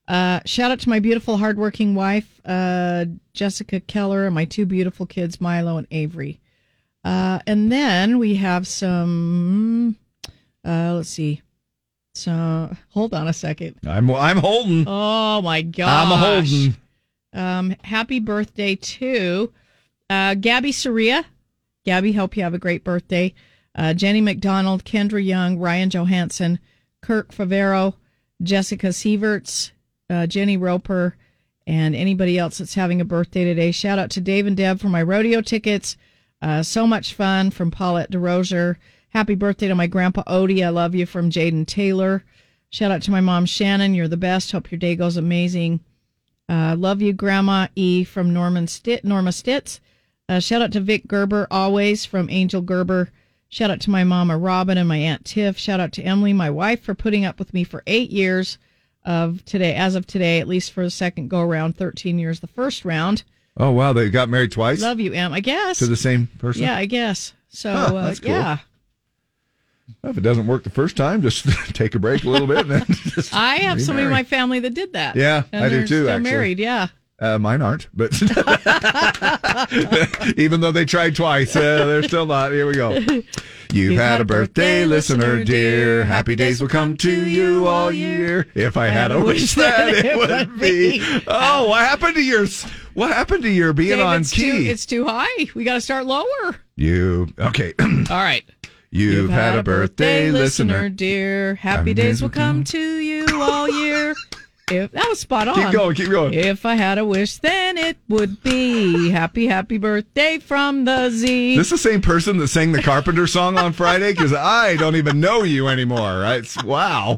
Speaker 3: Uh, shout out to my beautiful, hardworking wife, uh, Jessica Keller, and my two beautiful kids, Milo and Avery. Uh, and then we have some, uh, let's see. So hold on a second.
Speaker 1: I'm I'm
Speaker 4: Hmm.
Speaker 1: holding.
Speaker 3: Oh my gosh.
Speaker 1: I'm a holding.
Speaker 3: Um, happy birthday to uh, Gabby Soria. Gabby, hope you have a great birthday. Uh, Jenny McDonald, Kendra Young, Ryan Johansson, Kirk Favero, Jessica Sieverts, uh, Jenny Roper, and anybody else that's having a birthday today. Shout out to Dave and Deb for my rodeo tickets. Uh, so much fun from Paulette DeRozier. Happy birthday to my grandpa Odie. I love you from Jaden Taylor. Shout out to my mom Shannon. You're the best. Hope your day goes amazing. Uh, love you, Grandma E from Norman Stitt, Norma Stitz. Uh, shout out to Vic Gerber, always from Angel Gerber. Shout out to my mama Robin and my aunt Tiff. Shout out to Emily, my wife, for putting up with me for eight years of today, as of today, at least for the second go round. Thirteen years the first round.
Speaker 1: Oh wow, they got married twice
Speaker 3: Love you, Em. I guess
Speaker 1: to the same person.
Speaker 3: Yeah, I guess so.
Speaker 1: Huh,
Speaker 3: uh,
Speaker 1: that's cool.
Speaker 3: Yeah,
Speaker 1: If it doesn't work the first time, just take a break a little bit. And then just
Speaker 3: I have somebody in
Speaker 1: remarry.
Speaker 3: my family that did that.
Speaker 1: Yeah,
Speaker 3: and
Speaker 1: I do
Speaker 3: they're
Speaker 1: too,
Speaker 3: Still
Speaker 1: actually.
Speaker 3: married. Yeah.
Speaker 1: Uh, mine aren't, but even though they tried twice, uh, they're still not. Here we go. You've had a birthday, listener dear. Happy days will come to you all year. If I had a wish that it would be. Oh, what happened to your? s- What happened to your being
Speaker 3: Dave,
Speaker 1: on
Speaker 3: it's too-
Speaker 1: key?
Speaker 3: it's too high. We got to start lower.
Speaker 1: You okay?
Speaker 3: All right.
Speaker 1: You've, had, a birthday, listener.
Speaker 3: dear. Happy
Speaker 1: Happy
Speaker 3: days
Speaker 1: days
Speaker 3: will come to you all year. If that was spot on.
Speaker 1: Keep going, keep going.
Speaker 3: If I had a wish, then it would be happy, happy birthday from the Z.
Speaker 1: This is the same person that sang the Carpenter song on Friday because I don't even know you anymore. Right? It's, wow.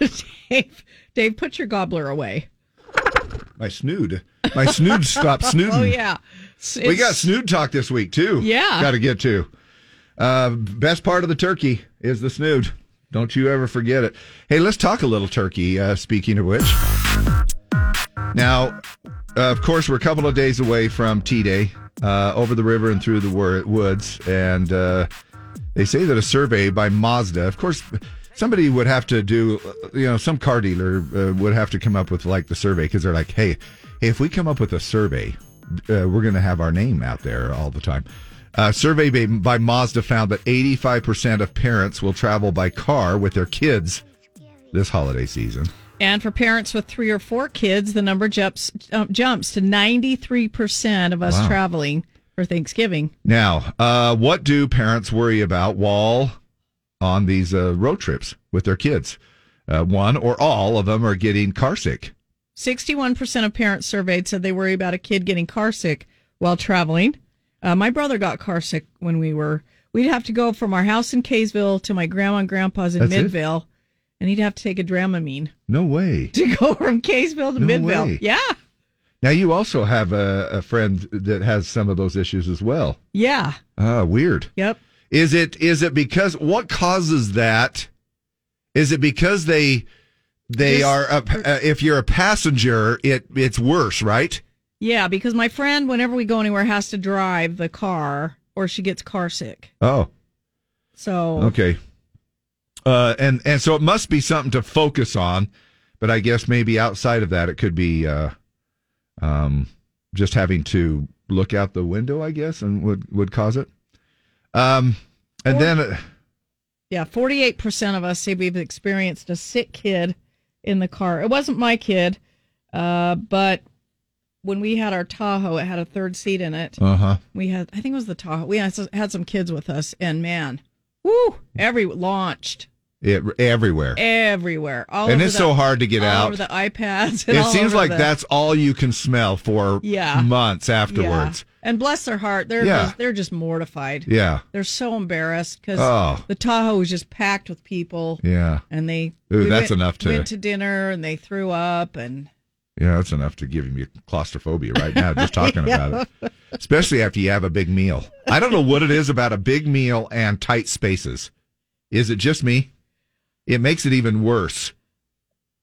Speaker 3: Dave, Dave, put your gobbler away.
Speaker 1: My snood. My snood stopped snooding.
Speaker 3: Oh yeah,
Speaker 1: we
Speaker 3: It's-
Speaker 1: got snood talk this week too.
Speaker 3: Yeah.
Speaker 1: got to get to. Uh, best part of the turkey is the snood. Don't you ever forget it. Hey, let's talk a little turkey. Uh, speaking of which, now, uh, of course, we're a couple of days away from T Day, uh, over the river and through the wor- woods, and uh, they say that a survey by Mazda, of course. Somebody would have to do, uh, you know, some car dealer uh, would have to come up with like the survey because they're like, hey, if we come up with a survey, uh, we're going to have our name out there all the time. A survey by, by Mazda found that 85% of parents will travel by car with their kids this holiday season.
Speaker 3: And for parents with three or four kids, the number jumps uh, jumps to ninety three percent of us
Speaker 1: Wow.
Speaker 3: traveling for Thanksgiving.
Speaker 1: Now, uh, what do parents worry about while on these uh, road trips with their kids? Uh, one or all of them are getting car sick.
Speaker 3: Sixty one percent of parents surveyed said they worry about a kid getting car sick while traveling. Uh, my brother got car sick when we were. We'd have to go from our house in Kaysville to my grandma and grandpa's in
Speaker 1: That's it?
Speaker 3: Midvale, and he'd have to take a Dramamine
Speaker 1: No way.
Speaker 3: to go from Kaysville to
Speaker 1: No
Speaker 3: Midvale.
Speaker 1: way.
Speaker 3: Yeah,
Speaker 1: Now, you also have a, a friend that has some of those issues as well.
Speaker 3: yeah,
Speaker 1: Ah, weird.
Speaker 3: yep.
Speaker 1: Is it is it because what causes that? Is it because they they
Speaker 3: This-
Speaker 1: are a, uh, if you're a passenger, it it's worse, right?
Speaker 3: Yeah, because my friend, whenever we go anywhere, has to drive the car or she gets car sick.
Speaker 1: Oh,
Speaker 3: So
Speaker 1: okay. Uh, and and so it must be something to focus on, but I guess maybe outside of that, it could be uh, um, just having to look out the window, I guess, and would would cause it. Um, and then. Uh,
Speaker 3: yeah, forty eight percent of us say we've experienced a sick kid in the car. It wasn't my kid, uh, but when we had our Tahoe, it had a third seat in it.
Speaker 1: Uh-huh.
Speaker 3: We had, I think it was the Tahoe. We had, had some kids with us, and man, woo! Every launched
Speaker 1: It everywhere.
Speaker 3: everywhere, all
Speaker 1: And
Speaker 3: over
Speaker 1: it's
Speaker 3: the-
Speaker 1: so hard to get
Speaker 3: all
Speaker 1: out.
Speaker 3: over the iPads. and
Speaker 1: It
Speaker 3: all
Speaker 1: seems
Speaker 3: over
Speaker 1: like
Speaker 3: the-
Speaker 1: that's all you can smell for
Speaker 3: Yeah.
Speaker 1: months
Speaker 3: Yeah.
Speaker 1: afterwards.
Speaker 3: And bless their heart, they're
Speaker 1: Yeah.
Speaker 3: just, they're just mortified.
Speaker 1: Yeah.
Speaker 3: they're so embarrassed because
Speaker 1: Oh.
Speaker 3: the Tahoe was just packed with people.
Speaker 1: Yeah.
Speaker 3: and they
Speaker 1: Ooh,
Speaker 3: we
Speaker 1: that's
Speaker 3: went-
Speaker 1: enough to-
Speaker 3: went to dinner and they threw up and
Speaker 1: Yeah. that's enough to give you claustrophobia right now just talking about it. Especially after you have a big meal. I don't know what it is about a big meal and tight spaces. Is it just me? It makes it even worse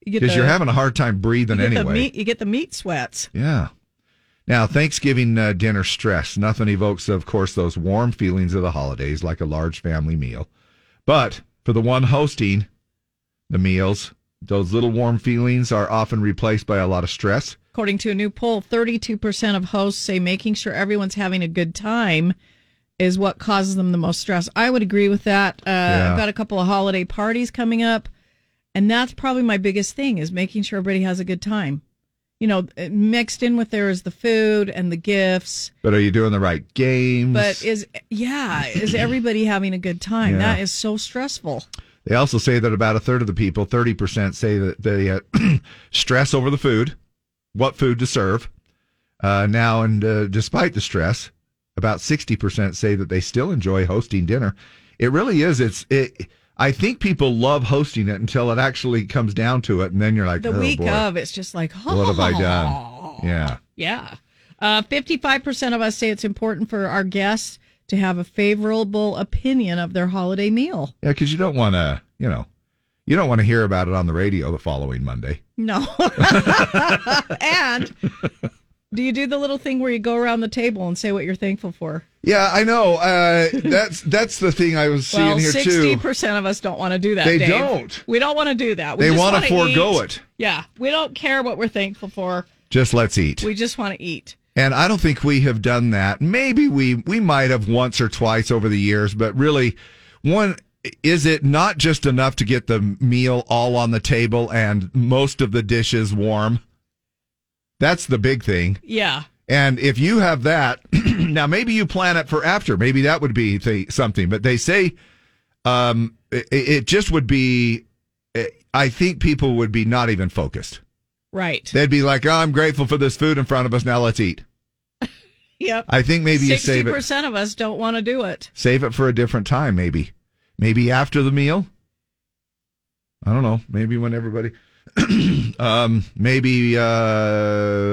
Speaker 3: You get
Speaker 1: because
Speaker 3: the-
Speaker 1: you're having a hard time breathing
Speaker 3: you get the
Speaker 1: anyway.
Speaker 3: meat- you get the meat sweats.
Speaker 1: Yeah. Now, Thanksgiving uh, dinner stress. Nothing evokes, of course, those warm feelings of the holidays like a large family meal. But for the one hosting the meals, those little warm feelings are often replaced by a lot of stress.
Speaker 3: According to a new poll, 32% of hosts say making sure everyone's having a good time is what causes them the most stress. I would agree with that. Uh,
Speaker 1: Yeah.
Speaker 3: I've got a couple of holiday parties coming up, and that's probably my biggest thing is making sure everybody has a good time. You know, mixed in with there is the food and the gifts.
Speaker 1: But are you doing the right games?
Speaker 3: But is yeah, is everybody having a good time?
Speaker 1: Mm. Yeah.
Speaker 3: That is so stressful.
Speaker 1: They also say that about a third of the people, 30%, say that they uh, stress over the food, what food to serve. Uh, now, and uh, despite the stress, about 60% say that they still enjoy hosting dinner. It really is. It's, it, I think people love hosting it until it actually comes down to it. And then you're like,
Speaker 3: The
Speaker 1: oh,
Speaker 3: week
Speaker 1: boy,
Speaker 3: of it's just like, oh,
Speaker 1: what have I done? Yeah.
Speaker 3: Yeah. Uh, 55% of us say it's important for our guests to have a favorable opinion of their holiday meal.
Speaker 1: Yeah. Cause you don't want to, you know, you don't want to hear about it on the radio the following Monday.
Speaker 3: No. and do you do the little thing where you go around the table and say what you're thankful for?
Speaker 1: Yeah, I know. Uh, that's that's the thing I was
Speaker 3: well,
Speaker 1: seeing here too.
Speaker 3: 60% of us don't want to do that.
Speaker 1: They
Speaker 3: Dave.
Speaker 1: don't.
Speaker 3: We don't want to do that. We
Speaker 1: They
Speaker 3: just
Speaker 1: wanna
Speaker 3: wanna
Speaker 1: forego
Speaker 3: eat.
Speaker 1: it.
Speaker 3: Yeah. We don't care what we're thankful for.
Speaker 1: Just let's eat.
Speaker 3: We just want to eat.
Speaker 1: And I don't think we have done that. Maybe we we might have once or twice over the years, but really, one is it not just enough to get the meal all on the table and most of the dishes warm? That's the big thing.
Speaker 3: Yeah.
Speaker 1: And if you have that, now maybe you plan it for after. Maybe that would be th- something. But they say um, it, it just would be. I think people would be not even focused.
Speaker 3: Right.
Speaker 1: They'd be like, "Oh, I'm grateful for this food in front of us. Now let's eat."
Speaker 3: Yep.
Speaker 1: I think maybe you save it.
Speaker 3: percent of us don't want to do it.
Speaker 1: Save it for a different time, maybe. Maybe after the meal. I don't know. Maybe when everybody. um, maybe uh,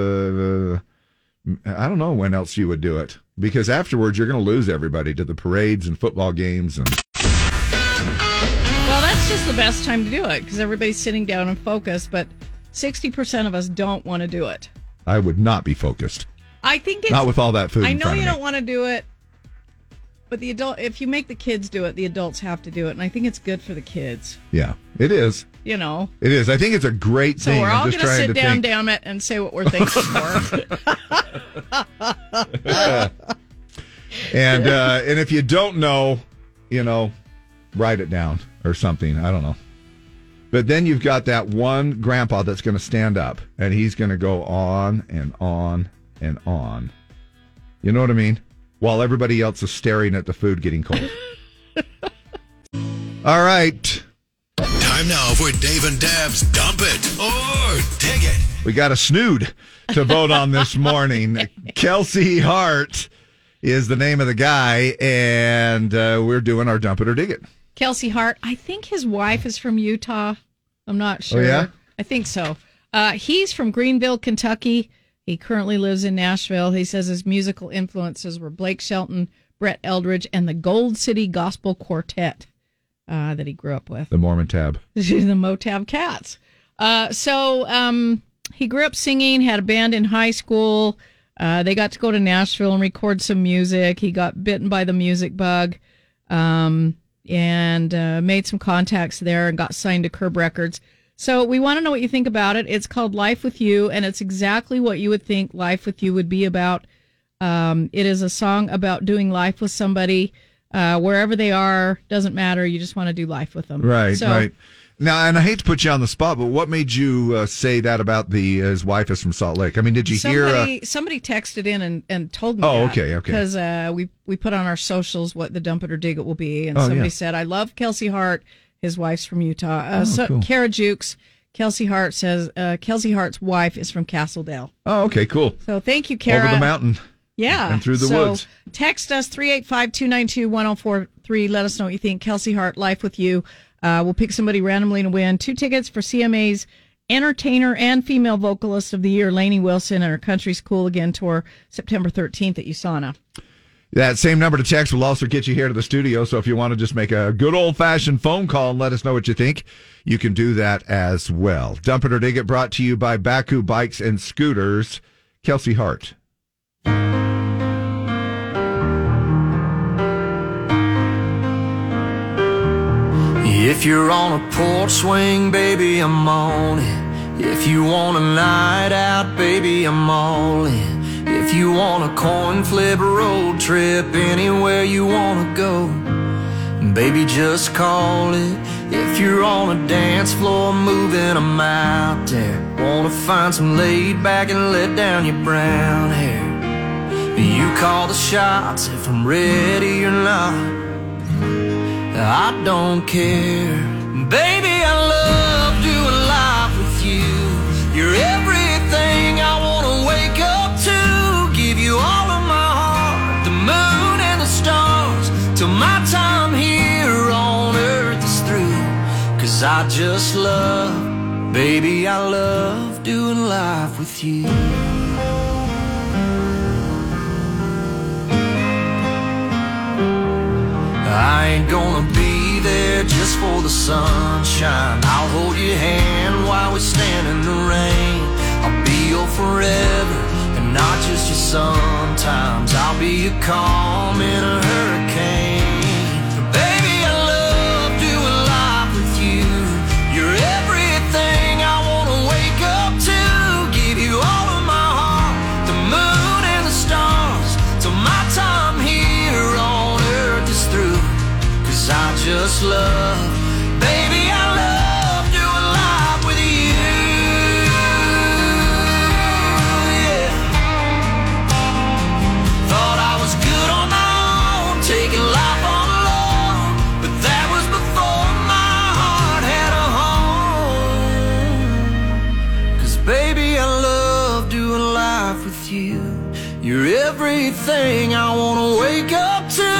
Speaker 1: I don't know when else you would do it because afterwards you're going to lose everybody to the parades and football games and
Speaker 3: Well, that's just the best time to do it because everybody's sitting down and focused, but 60% of us don't want to do it.
Speaker 1: I would not be focused.
Speaker 3: I think it's
Speaker 1: Not with all that food
Speaker 3: I
Speaker 1: in
Speaker 3: know
Speaker 1: front of
Speaker 3: you
Speaker 1: me.
Speaker 3: don't want to do it, but the adult if you make the kids do it, the adults have to do it, and I think it's good for the kids.
Speaker 1: Yeah, it is.
Speaker 3: You know.
Speaker 1: It is. I think it's a great
Speaker 3: So
Speaker 1: thing.
Speaker 3: we're
Speaker 1: I'm
Speaker 3: all
Speaker 1: just
Speaker 3: going to
Speaker 1: trying
Speaker 3: sit
Speaker 1: to
Speaker 3: down,
Speaker 1: think.
Speaker 3: damn it, and say what we're thankful for.
Speaker 1: and uh, and if you don't know, you know, write it down or something. I don't know. But then you've got that one grandpa that's going to stand up and he's going to go on and on and on. You know what I mean? While everybody else is staring at the food getting cold. All right.
Speaker 16: Time now for Dave and Dab's Dump It or Dig It.
Speaker 1: We got a snood to vote on this morning. Kelsey Hart is the name of the guy, and uh, we're doing our dump it or dig it.
Speaker 3: Kelsey Hart, I think his wife is from Utah. I'm not
Speaker 1: Oh,
Speaker 3: sure.
Speaker 1: yeah?
Speaker 3: I think so. Uh, he's from Greenville, Kentucky. He currently lives in Nashville. He says his musical influences were Blake Shelton, Brett Eldridge, and the Gold City Gospel Quartet uh, that he grew up with.
Speaker 1: The Mormon tab.
Speaker 3: the Motown Cats. Uh, so um, he grew up singing, had a band in high school. Uh, they got to go to Nashville and record some music. He got bitten by the music bug um, and uh, made some contacts there and got signed to Curb Records. So we want to know what you think about it. It's called Life with You, and it's exactly what you would think Life with You would be about. Um, it is a song about doing life with somebody uh, wherever they are. Doesn't matter. You just want to do life with them.
Speaker 1: Right,
Speaker 3: So-
Speaker 1: right. Now, and I hate to put you on the spot, but what made you uh, say that about the uh, his wife is from Salt Lake? I mean, did you hear?
Speaker 3: somebody,
Speaker 1: Uh,
Speaker 3: somebody texted in and, and told me.
Speaker 1: Oh, okay, okay.
Speaker 3: Because uh, we we put on our socials what the dump it or dig it will be, and
Speaker 1: Oh,
Speaker 3: somebody
Speaker 1: yeah.
Speaker 3: said, "I love Kelsey Hart. His wife's from Utah." Uh,
Speaker 1: Oh,
Speaker 3: so
Speaker 1: cool.
Speaker 3: Kara Jukes, Kelsey Hart says uh, Kelsey Hart's wife is from Castledale.
Speaker 1: oh, okay, cool.
Speaker 3: So thank you, Kara.
Speaker 1: Over the mountain.
Speaker 3: Yeah.
Speaker 1: And through the
Speaker 3: so
Speaker 1: woods.
Speaker 3: Text us 385 292 1043. Let us know what you think. Kelsey Hart, Life with You. Uh, we'll pick somebody randomly to win two tickets for CMA's Entertainer and Female Vocalist of the Year, Lainey Wilson, and her Country's Cool Again tour, September 13th at USANA.
Speaker 1: That same number to text will also get you here to the studio. So if you want to just make a good old fashioned phone call and let us know what you think, you can do that as well. Dump it or dig it brought to you by Baku Bikes and Scooters. Kelsey Hart.
Speaker 17: If you're on a porch swing, baby, I'm on it. If you want a night out, baby, I'm all in. If you want a coin flip road trip, anywhere you wanna go, baby, just call it. If you're on a dance floor moving, I'm out there. Wanna find some laid back and let down your brown hair. You call the shots if I'm ready or not. I don't care. Baby, I love doing life with you. You're everything I wanna wake up to. Give you all of my heart, the moon and the stars. Till my time here on earth is through. Cause I just love, baby, I love doing life with you. I ain't gonna be there just for the sunshine. I'll hold your hand while we stand in the rain. I'll be your forever and not just your sometimes. I'll be your calm in a hurricane. Baby, I love doing life with you. You're everything I wanna wake up to. Give you all of my heart, the moon and the stars. Till my time here on earth is through. Cause I just love, baby, I love doing life with you. Yeah. Thought I was good on my own, taking life on alone. But that was before my heart had a home. Cause baby, I love doing life with you. You're everything I wanna wake up to.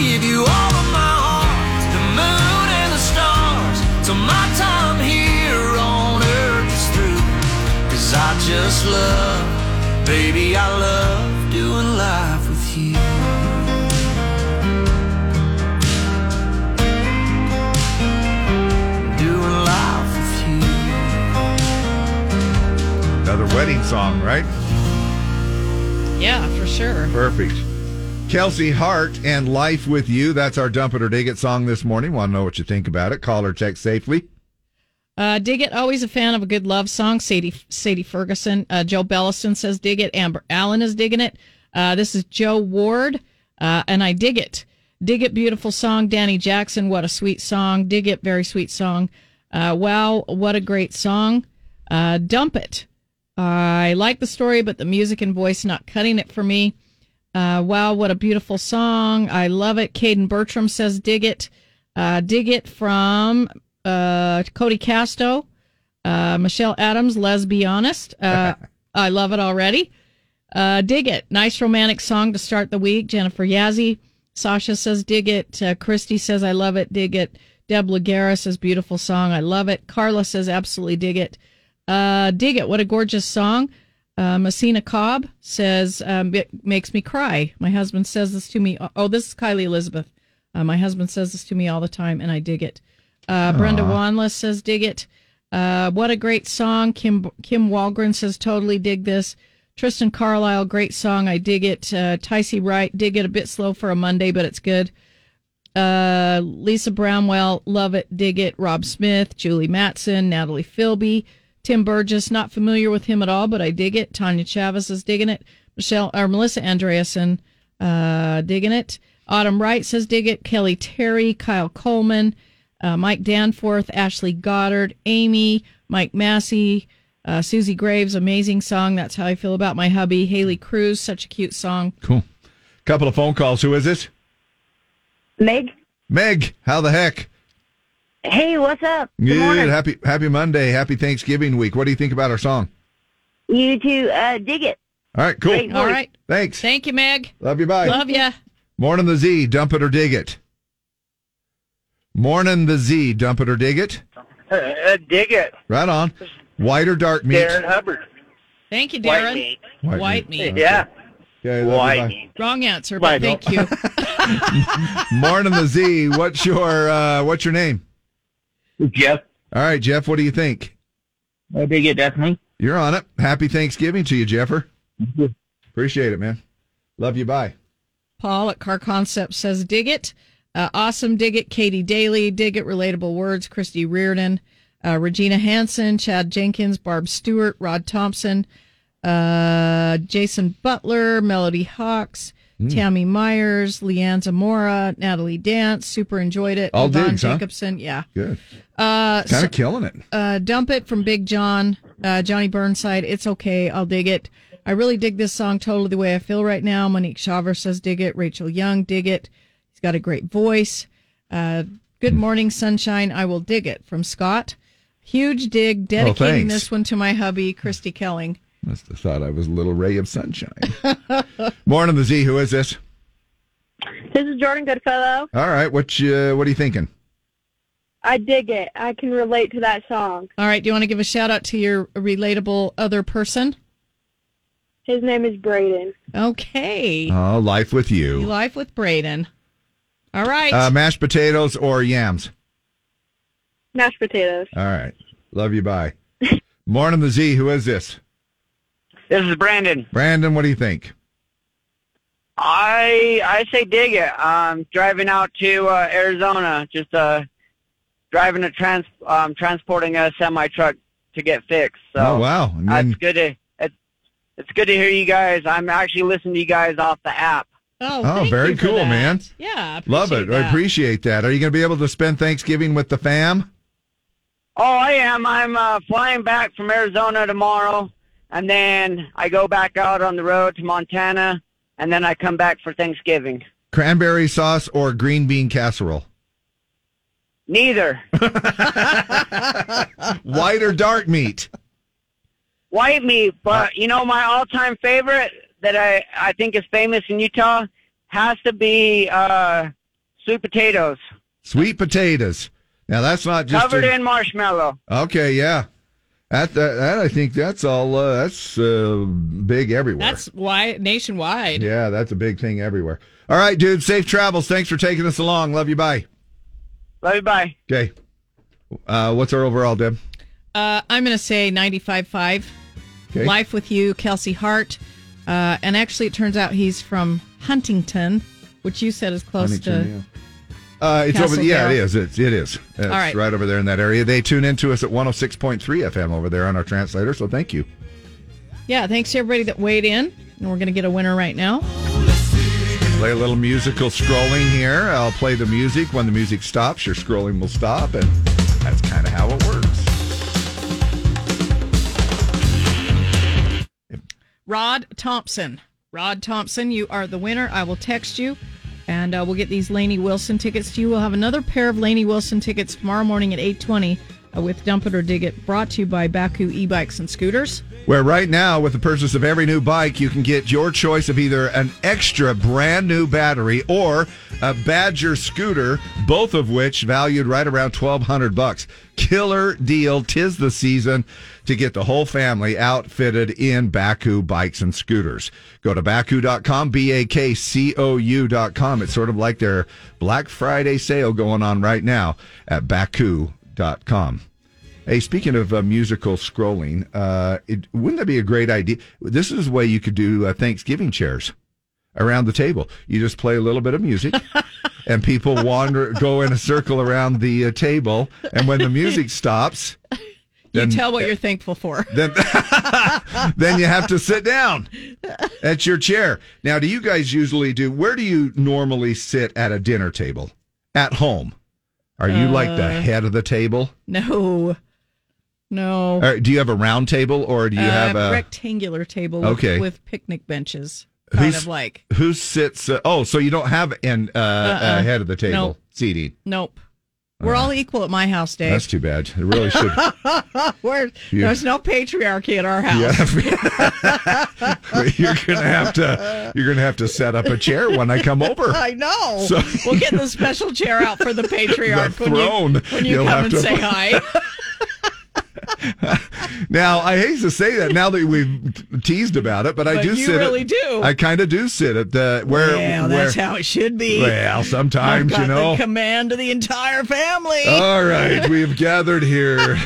Speaker 17: Give you all of my heart, the moon and the stars. Till my time here on earth just love. Baby, I love doing life with you. Doing life with you.
Speaker 1: Another wedding song, right?
Speaker 3: Yeah, for sure.
Speaker 1: Perfect. Kelsey Hart and Life with You. That's our Dump It or Dig It song this morning. Want to know what you think about it? Call or text safely.
Speaker 3: Uh, dig it. Always a fan of a good love song. Sadie Sadie Ferguson. Uh, Joe Bellison says dig it. Amber Allen is digging it. Uh, this is Joe Ward, uh, and I dig it. Dig it. Beautiful song. Danny Jackson. What a sweet song. Dig it. Very sweet song. Uh, wow. What a great song. Uh, dump it. I like the story, but the music and voice not cutting it for me. Uh, wow, what a beautiful song. I love it. Caden Bertram says, dig it. Uh, dig it from uh, Cody Casto, uh, Michelle Adams, Let's Be Honest. Uh, I love it already. Uh, dig it. Nice romantic song to start the week. Jennifer Yazzie. Sasha says, dig it. Uh, Christy says, I love it. Dig it. Deb Lagera says, beautiful song. I love it. Carla says, absolutely dig it. Uh, dig it. What a gorgeous song. Uh, Messina Cobb says, um, it makes me cry. My husband says this to me. Oh, this is Kylie Elizabeth. Uh, my husband says this to me all the time, and I dig it. Uh, Brenda
Speaker 18: Aw.
Speaker 3: Wanless says, dig it. Uh, what a great song. Kim, Kim Walgren says, totally dig this. Tristan Carlisle, great song. I dig it. Uh, Ticey Wright, dig it a bit slow for a Monday, but it's good. Uh, Lisa Brownwell, love it, dig it. Rob Smith, Julie Matson, Natalie Philby, Tim Burgess, not familiar with him at all, but I dig it. Tanya Chavez is digging it. Michelle or Melissa Andreasen, uh, digging it. Autumn Wright says dig it. Kelly Terry, Kyle Coleman, uh, Mike Danforth, Ashley Goddard, Amy, Mike Massey, uh, Susie Graves, amazing song. That's how I feel about my hubby. Haley Cruz, such a cute song.
Speaker 1: Cool. Couple of phone calls. Who is this?
Speaker 19: Meg.
Speaker 1: Meg, how the heck?
Speaker 19: Hey, what's up? Good
Speaker 1: Good.
Speaker 19: morning.
Speaker 1: Happy Happy Monday. Happy Thanksgiving week. What do you think about our song?
Speaker 19: You two, uh, dig it.
Speaker 1: All right, cool.
Speaker 19: Great voice. All right.
Speaker 1: Thanks.
Speaker 3: Thank you, Meg.
Speaker 1: Love you. Bye.
Speaker 3: Love ya.
Speaker 1: Morning the Z, dump it or dig it. Morning the Z, dump it or dig it.
Speaker 20: Uh, uh, dig it.
Speaker 1: Right on. White or dark meat?
Speaker 20: Darren Hubbard.
Speaker 3: Thank you,
Speaker 20: White
Speaker 3: Darren.
Speaker 20: meat.
Speaker 1: White
Speaker 3: meat.
Speaker 20: Yeah.
Speaker 1: Okay, love you,
Speaker 20: White
Speaker 1: bye.
Speaker 3: Wrong answer,
Speaker 1: Bye,
Speaker 3: but thank you.
Speaker 1: Morning the Z. What's your uh, What's your name?
Speaker 20: Jeff.
Speaker 1: All right, Jeff. What do you think?
Speaker 20: I dig it definitely.
Speaker 1: You're on it. Happy Thanksgiving to you, Jeffer. Appreciate it, man. Love you. Bye.
Speaker 3: Paul at Car Concept says, dig it. Uh, awesome, dig it. Katie Daly, dig it. Relatable words. Christy Reardon, uh, Regina Hansen, Chad Jenkins, Barb Stewart, Rod Thompson, uh, Jason Butler, Melody Hawks,
Speaker 1: Mm.
Speaker 3: Tammy Myers, Leanne Zamora, Natalie Dance. Super enjoyed it.
Speaker 1: All
Speaker 3: Yvonne
Speaker 1: digs, huh?
Speaker 3: Jacobson, yeah.
Speaker 1: Good.
Speaker 3: Uh,
Speaker 1: Kind
Speaker 3: so-
Speaker 1: of killing it.
Speaker 3: uh, dump it from Big John, uh, Johnny Burnside. It's okay. I'll dig it. I really dig this song totally the way I feel right now. Monique Shaver says dig it. Rachel Young, dig it. He's got a great voice. Uh, Good
Speaker 1: Hmm.
Speaker 3: morning, sunshine. I will dig it from Scott. Huge dig. Dedicating
Speaker 1: Oh, thanks.
Speaker 3: this one to my hubby, Christy Kelling.
Speaker 1: Must have thought I was a little ray of sunshine. Morning the Z. Who is this?
Speaker 21: This is Jordan Goodfellow.
Speaker 1: All right. What you What are you thinking?
Speaker 21: I dig it. I can relate to that song.
Speaker 3: All right. Do you want to give a shout out to your relatable other person?
Speaker 21: His name is Braden.
Speaker 3: Okay.
Speaker 1: Oh, life with you.
Speaker 3: Life with Braden. All right.
Speaker 1: Uh, mashed potatoes or yams?
Speaker 21: Mashed potatoes.
Speaker 1: All right. Love you. Bye. Morning the Z. Who is this?
Speaker 20: This is Brandon.
Speaker 1: Brandon. What do you think?
Speaker 20: I I say dig it. Um, driving out to uh, Arizona, just uh, driving a trans um, transporting a semi truck to get fixed. So
Speaker 1: oh wow. And
Speaker 20: uh,
Speaker 1: then-
Speaker 20: it's good to it's, it's good to hear you guys. I'm actually listening to you guys off the app.
Speaker 3: Oh,
Speaker 1: Oh, very cool, man.
Speaker 3: Yeah,
Speaker 1: Love it. I appreciate that. Are you going to be able to spend Thanksgiving with the fam?
Speaker 20: Oh, I am. I'm uh, flying back from Arizona tomorrow, and then I go back out on the road to Montana, and then I come back for Thanksgiving.
Speaker 1: Cranberry sauce or green bean casserole?
Speaker 20: Neither
Speaker 1: White or dark meat?
Speaker 20: white meat, but you know my all-time favorite that I I think is famous in Utah has to be uh, sweet potatoes
Speaker 1: Sweet potatoes. Now that's not just
Speaker 20: covered
Speaker 1: a-
Speaker 20: in marshmallow.
Speaker 1: Okay, yeah. That, that, that I think that's all. Uh, that's uh, big everywhere.
Speaker 18: That's why nationwide.
Speaker 1: yeah, that's a big thing everywhere. All right, dude. Safe travels. Thanks for taking us along. Love you. Bye.
Speaker 20: Love you. Bye.
Speaker 1: Okay. Uh, what's our overall, Deb?
Speaker 3: Uh, I'm going to say 95.5.
Speaker 1: Okay.
Speaker 3: Life with You, Kelsey Hart. Uh, and actually, it turns out he's from Huntington, which you said is close
Speaker 1: Huntington, Uh, it's
Speaker 3: Castle
Speaker 1: over. Yeah,
Speaker 3: Darrow.
Speaker 1: it is. It's, it is. It's
Speaker 3: All right.
Speaker 1: right over there in that area. They tune into us at 106.3 FM over there on our translator. So thank you.
Speaker 3: to. Yeah, thanks to everybody that weighed in. And we're going to get a winner right now.
Speaker 1: Play a little musical scrolling here. I'll play the music. When the music stops, your scrolling will stop, and that's kind of how it works.
Speaker 3: Rod Thompson. Rod Thompson, you are the winner. I will text you and uh, we'll get these Laney Wilson tickets to you. We'll have another pair of Laney Wilson tickets tomorrow morning at 820 uh, with Dump It or Dig It, brought to you by Baku E-Bikes and Scooters.
Speaker 1: Where right now, with the purchase of every new bike, you can get your choice of either an extra brand new battery or a Badger scooter, both of which valued right around twelve hundred bucks. Killer deal! Tis the season to get the whole family outfitted in Baku bikes and scooters. Go to baku.com, b a k c o u.com. It's sort of like their Black Friday sale going on right now at baku.com. Hey, speaking of uh, musical scrolling, uh, it, wouldn't that be a great idea? This is a way you could do uh, Thanksgiving chairs around the table. You just play a little bit of music, and people wander, go in a circle around the uh, table, and when the music stops,
Speaker 3: You
Speaker 1: then- eh
Speaker 3: tell what you're thankful for.
Speaker 1: then, then you have to sit down at your chair. Now, do you guys usually do? Where do you normally sit at a dinner table? At home? Are you like the
Speaker 3: Uh,
Speaker 1: head of the table?
Speaker 3: No. No.
Speaker 1: Or do you have a round table, or do you
Speaker 3: Uh,
Speaker 1: have a
Speaker 3: rectangular table with-
Speaker 1: Okay.
Speaker 3: with, picnic benches? Kind
Speaker 1: Who's-
Speaker 3: of like.
Speaker 1: Who sits? Uh, oh, so you don't have an uh,
Speaker 3: Uh-uh.
Speaker 1: uh, head of the table
Speaker 3: Nope.
Speaker 1: seating.
Speaker 3: Nope. We're all equal at my house, Dave.
Speaker 1: That's too bad. It really should.
Speaker 3: We're-
Speaker 1: You-
Speaker 3: There's no patriarchy at our house.
Speaker 1: you're gonna have to. You're gonna have to set up a chair when I come over.
Speaker 3: I know.
Speaker 1: So-
Speaker 3: we'll get the special chair out for the patriarch
Speaker 1: The
Speaker 3: when you,
Speaker 1: throne.
Speaker 3: when you
Speaker 1: You'll have
Speaker 3: come and
Speaker 1: to-
Speaker 3: say hi.
Speaker 1: Now I hate to say that. Now that we've teased about it, but I
Speaker 3: But
Speaker 1: do
Speaker 3: you
Speaker 1: sit. at-
Speaker 3: really do.
Speaker 1: I kind of do sit at the where.
Speaker 3: Well, that's how it should be.
Speaker 1: Well, sometimes
Speaker 3: I've got
Speaker 1: you know.
Speaker 3: the command of the entire family.
Speaker 1: All right, we've gathered here,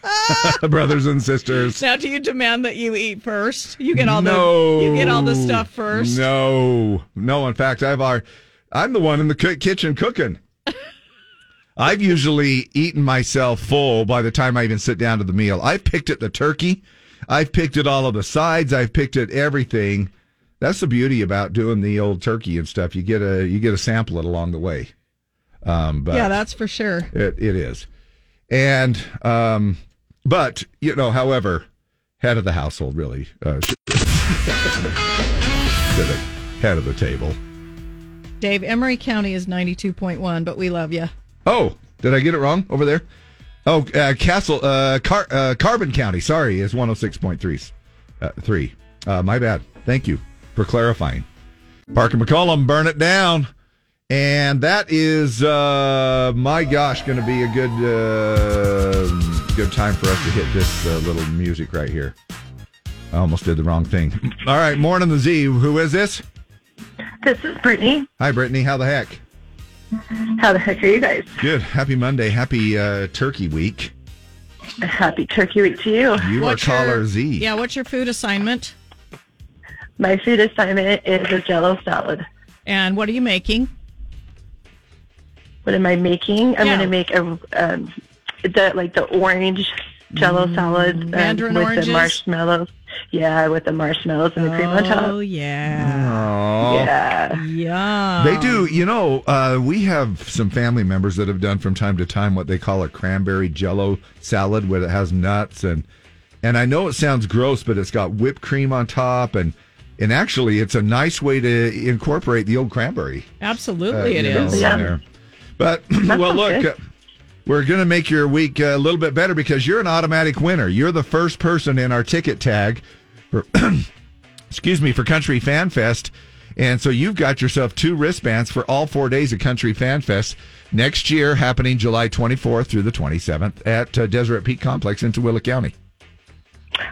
Speaker 1: brothers and sisters.
Speaker 3: Now, do you demand that you eat first? You get all
Speaker 1: no,
Speaker 3: the you get all the stuff first.
Speaker 1: No, no. In fact, I've our, I'm the one in the ki- kitchen cooking. I've usually eaten myself full by the time I even sit down to the meal. I've picked at the turkey, I've picked at all of the sides, I've picked at everything. That's the beauty about doing the old turkey and stuff. You get a you get a sample it along the way. Um, but
Speaker 3: yeah, that's for sure.
Speaker 1: it, it is. And, um, but, you know, however, head of the household, really. Uh, should- should have- head of the table.
Speaker 3: Dave, Emory County is 92.1, but we love you.
Speaker 1: Oh, did I get it wrong over there? Oh, uh, Castle, uh, Car- uh, Carbon County, sorry, is 106.3. Uh, three. Uh, my bad. Thank you for clarifying. Parker McCollum, burn it down. And that is, uh, my gosh, going to be a good, uh, good time for us to hit this uh, little music right here. I almost did the wrong thing. All right, morning the Z. Who is this?
Speaker 22: This is Brittany.
Speaker 1: Hi, Brittany. How the heck?
Speaker 22: How the heck are you guys?
Speaker 1: Good. Happy Monday. Happy uh, Turkey Week.
Speaker 22: Happy Turkey Week to you.
Speaker 1: You are caller Z.
Speaker 3: Yeah, what's your food assignment?
Speaker 22: My food assignment is a jello salad.
Speaker 3: And what are you making?
Speaker 22: What am I making? I'm
Speaker 3: Yeah.
Speaker 22: going to make a um, the like the orange jello salad um,
Speaker 3: Mm, mandarin
Speaker 22: with
Speaker 3: oranges?
Speaker 22: the marshmallows. Yeah, with the marshmallows and the cream on
Speaker 3: Oh,
Speaker 22: top.
Speaker 3: yeah.
Speaker 1: Oh.
Speaker 22: Yeah.
Speaker 3: Yeah.
Speaker 1: They do, you know, uh, we have some family members that have done from time to time what they call a cranberry jello salad where it has nuts and and I know it sounds gross, but it's got whipped cream on top and and actually it's a nice way to incorporate the old cranberry. uh,
Speaker 3: Absolutely, it
Speaker 1: you know,
Speaker 3: is.
Speaker 1: in there. But well look, uh, we're going to make your week uh, a little bit better because you're an automatic winner. You're the first person in our ticket tag for excuse me, for Country Fan Fest. And so you've got yourself two wristbands for all four days of Country Fan Fest next year, happening July 24th through the 27th at uh, Deseret Peak Complex in Tooele County.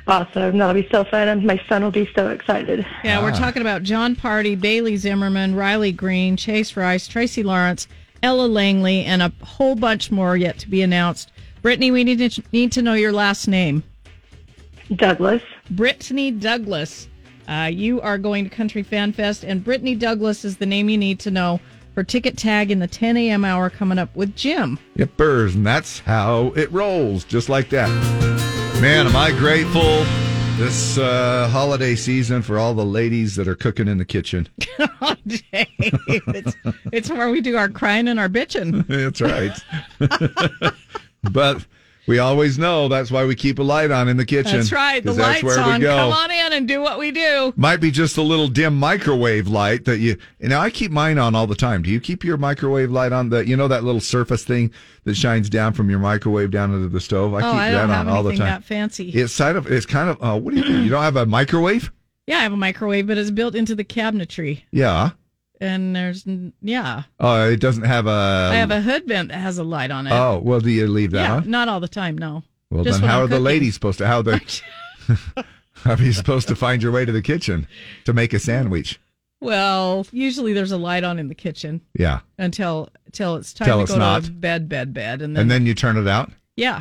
Speaker 21: Awesome. That'll be so fun. and My son will be so excited.
Speaker 3: Yeah, we're
Speaker 21: Ah.
Speaker 3: talking about John Party, Bailey Zimmerman, Riley Green, Chase Rice, Tracy Lawrence, Ella Langley, and a whole bunch more yet to be announced. Brittany, we need to need to know your last name. Douglas. Brittany Douglas. Uh, you are going to Country Fan Fest, and Brittany Douglas is the name you need to know for ticket tag in the 10 a.m. hour coming up with Jim.
Speaker 1: Yippers, and that's how it rolls, just like that. Man, am I grateful this uh, holiday season for all the ladies that are cooking in the kitchen.
Speaker 3: Oh, Dave, it's, it's where we do our crying and our bitching.
Speaker 1: That's right. but we always know that's why we keep a light on in the kitchen.
Speaker 3: That's right. The
Speaker 1: 'cause that's
Speaker 3: lights
Speaker 1: where
Speaker 3: on.
Speaker 1: We go.
Speaker 3: Come on in and do what we do.
Speaker 1: Might be just a little dim microwave light that you. And now I keep mine on all the time. Do you keep your microwave light on? The you know that little surface thing that shines down from your microwave down into the stove. I
Speaker 3: oh,
Speaker 1: keep
Speaker 3: I
Speaker 1: that
Speaker 3: don't
Speaker 1: on
Speaker 3: have
Speaker 1: all the
Speaker 3: anything
Speaker 1: time.
Speaker 3: that fancy.
Speaker 1: It's kind of. It's kind of. Uh, what do you? You don't have a microwave?
Speaker 3: yeah, I have a microwave, but it's built into the cabinetry,
Speaker 1: Yeah.
Speaker 3: and there's n- yeah.
Speaker 1: Uh, it doesn't have a.
Speaker 3: I have a hood vent that has a light on it.
Speaker 1: Um, Oh well, do you leave that
Speaker 3: yeah,
Speaker 1: on?
Speaker 3: not all the time, no.
Speaker 1: Well,
Speaker 3: Just
Speaker 1: then
Speaker 3: when
Speaker 1: how
Speaker 3: I'm
Speaker 1: are the
Speaker 3: cooking.
Speaker 1: ladies supposed to? How they? how are you supposed to find your way to the kitchen to make a sandwich?
Speaker 3: Well, usually there's a light on in the kitchen
Speaker 1: Yeah,
Speaker 3: until until it's time
Speaker 1: Till
Speaker 3: to
Speaker 1: it's
Speaker 3: go to
Speaker 1: not.
Speaker 3: bed, bed, bed, and then,
Speaker 1: and then you turn it out.
Speaker 3: yeah,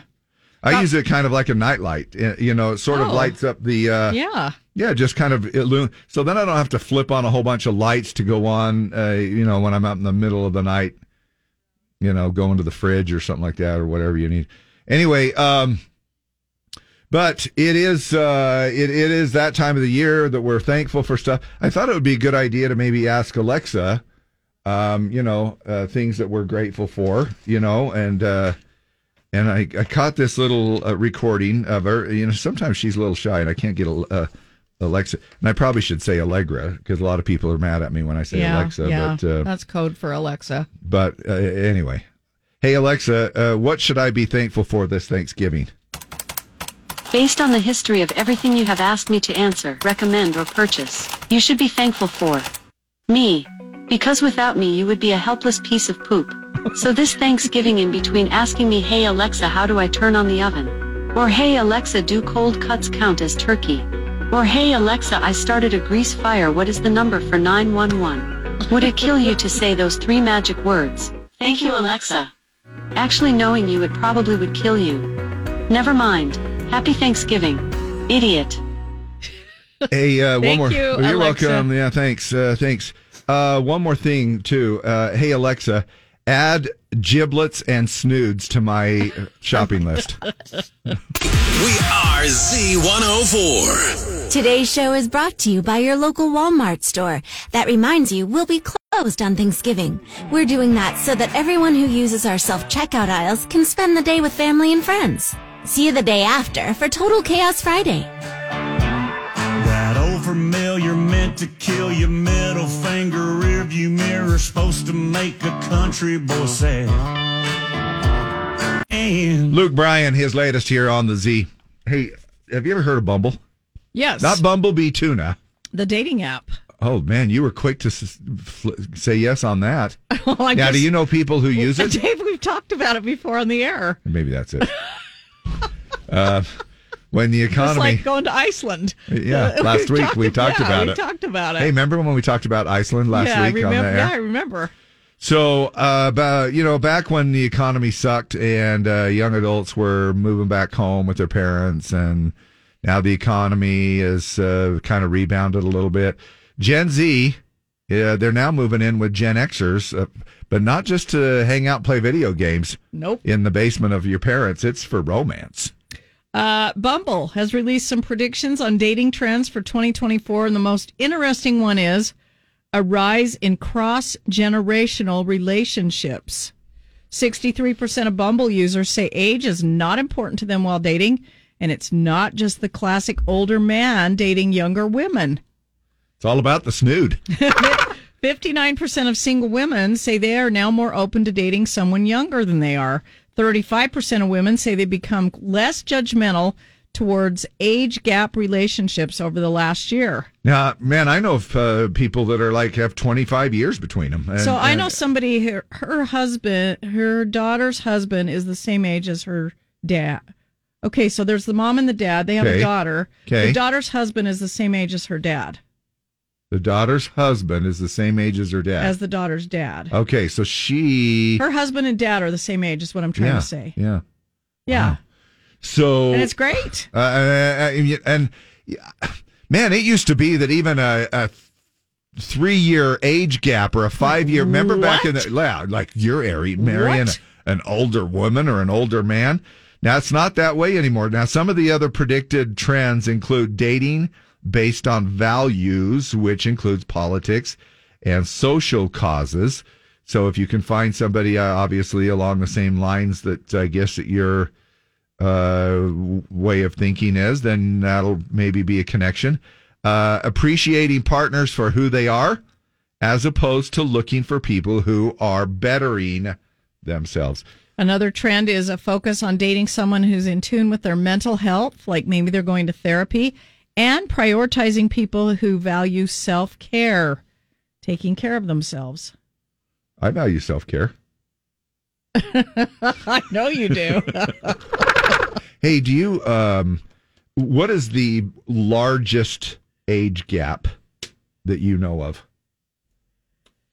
Speaker 1: I use it kind of like a nightlight. Uh, You know, it sort of
Speaker 3: Oh.
Speaker 1: lights up the. Uh,
Speaker 3: yeah.
Speaker 1: Yeah, just kind of illum- so then I don't have to flip on a whole bunch of lights to go on. Uh, you know, when I'm out in the middle of the night, you know, going to the fridge or something like that or whatever you need. Anyway, um, but it is uh, it it is that time of the year that we're thankful for stuff. I thought it would be a good idea to maybe ask Alexa, um, you know, uh, things that we're grateful for, you know, and uh, and I, I caught this little uh, recording of her. You know, sometimes she's a little shy, and I can't get a, uh, Alexa. And I probably should say Allegra because a lot of people are mad at me when I say
Speaker 3: yeah,
Speaker 1: Alexa.
Speaker 3: yeah.
Speaker 1: But uh,
Speaker 3: That's code for Alexa.
Speaker 1: but uh, anyway, hey Alexa, uh, what should I be thankful for this Thanksgiving?
Speaker 2: Based on the history of everything you have asked me to answer, recommend, or purchase, you should be thankful for me. Because without me, you would be a helpless piece of poop. So, this Thanksgiving, in between asking me, Hey Alexa, how do I turn on the oven? Or, Hey Alexa, do cold cuts count as turkey? Or, Hey Alexa, I started a grease fire, what is the number for 911? Would it kill you to say those three magic words? Thank you, Alexa. Actually, knowing you, it probably would kill you. Never mind. Happy Thanksgiving. Idiot.
Speaker 1: Hey, uh, one
Speaker 2: Thank
Speaker 1: more.
Speaker 2: you,
Speaker 1: Oh, you're
Speaker 2: Alexa.
Speaker 1: welcome. Yeah, thanks. Uh, thanks. Uh, one more thing too. Uh, hey Alexa, add giblets and snoods to my uh, shopping list.
Speaker 16: We are
Speaker 15: oh.
Speaker 16: Z104.
Speaker 7: Today's show is brought to you by your local Walmart store. That reminds you, we'll be closed on Thanksgiving. We're doing that so that everyone who uses our self-checkout aisles can spend the day with family and friends. See you the day after for Total Chaos Friday.
Speaker 11: That old familiar meant to kill your middle finger rearview mirror supposed to make a country boy sad.
Speaker 1: Luke Bryan, his latest here on the Z. Hey, have you ever heard of Bumble?
Speaker 3: Yes,
Speaker 1: Not Bumblebee Tuna.
Speaker 3: the dating app.
Speaker 1: Oh man, you were quick to s- fl- say yes on that.
Speaker 3: I
Speaker 1: now, do
Speaker 3: guess-
Speaker 1: you know people who use it?
Speaker 3: Dave, we've talked about it before on the air.
Speaker 1: Maybe that's it. uh, when the
Speaker 3: It's
Speaker 1: economy, Uh,
Speaker 3: like going to Iceland. Uh,
Speaker 1: yeah, last week we talked
Speaker 3: yeah,
Speaker 1: about
Speaker 3: we
Speaker 1: it.
Speaker 3: talked about it.
Speaker 1: Hey, remember when we talked about Iceland last
Speaker 3: yeah,
Speaker 1: week
Speaker 3: I remember,
Speaker 1: on the air?
Speaker 3: Yeah, I remember.
Speaker 1: So, uh, about, you know, back when the economy sucked and uh, young adults were moving back home with their parents, and now the economy is uh, kind of rebounded a little bit. Gen Z, yeah, they're now moving in with Gen Xers, uh, but not just to hang out and play video games.
Speaker 3: Nope.
Speaker 1: In the basement of your parents, it's for romance.
Speaker 3: Uh, Bumble has released some predictions on dating trends for 2024, and the most interesting one is a rise in cross generational relationships. 63% of Bumble users say age is not important to them while dating, and it's not just the classic older man dating younger women.
Speaker 1: It's all about the snood.
Speaker 3: 59% of single women say they are now more open to dating someone younger than they are. 35% of women say they become less judgmental towards age gap relationships over the last year.
Speaker 1: Now, man, I know of uh, people that are like have 25 years between them. And,
Speaker 3: so I
Speaker 1: and-
Speaker 3: know somebody her, her husband, her daughter's husband is the same age as her dad. Okay, so there's the mom and the dad. They have
Speaker 1: Okay.
Speaker 3: a daughter.
Speaker 1: Okay.
Speaker 3: The daughter's husband is the same age as her dad,
Speaker 1: The daughter's husband is the same age as her dad.
Speaker 3: as the daughter's dad.
Speaker 1: okay, so she.
Speaker 3: Her husband and dad are the same age, is what I'm trying
Speaker 1: yeah,
Speaker 3: to say.
Speaker 1: Yeah.
Speaker 3: Yeah.
Speaker 1: So
Speaker 3: And it's great.
Speaker 1: Uh, and, and man, it used to be that even a, a three-year age gap or a five-year. Remember back in the yeah, like you're Ari- marrying
Speaker 6: What?
Speaker 1: an older woman or an older man. Now it's not that way anymore. Now some of the other predicted trends include dating based on values, which includes politics and social causes. So if you can find somebody, uh, obviously along the same lines that I guess that you're uh, w- way of thinking is, then that'll maybe be a connection. Uh, appreciating partners for who they are, as opposed to looking for people who are bettering themselves.
Speaker 3: Another trend is a focus on dating someone who's in tune with their mental health, like maybe they're going to therapy, and prioritizing people who value self care, taking care of themselves.
Speaker 1: I value self care.
Speaker 3: I know you do.
Speaker 1: Hey, do you? Um, what is the largest age gap that you know of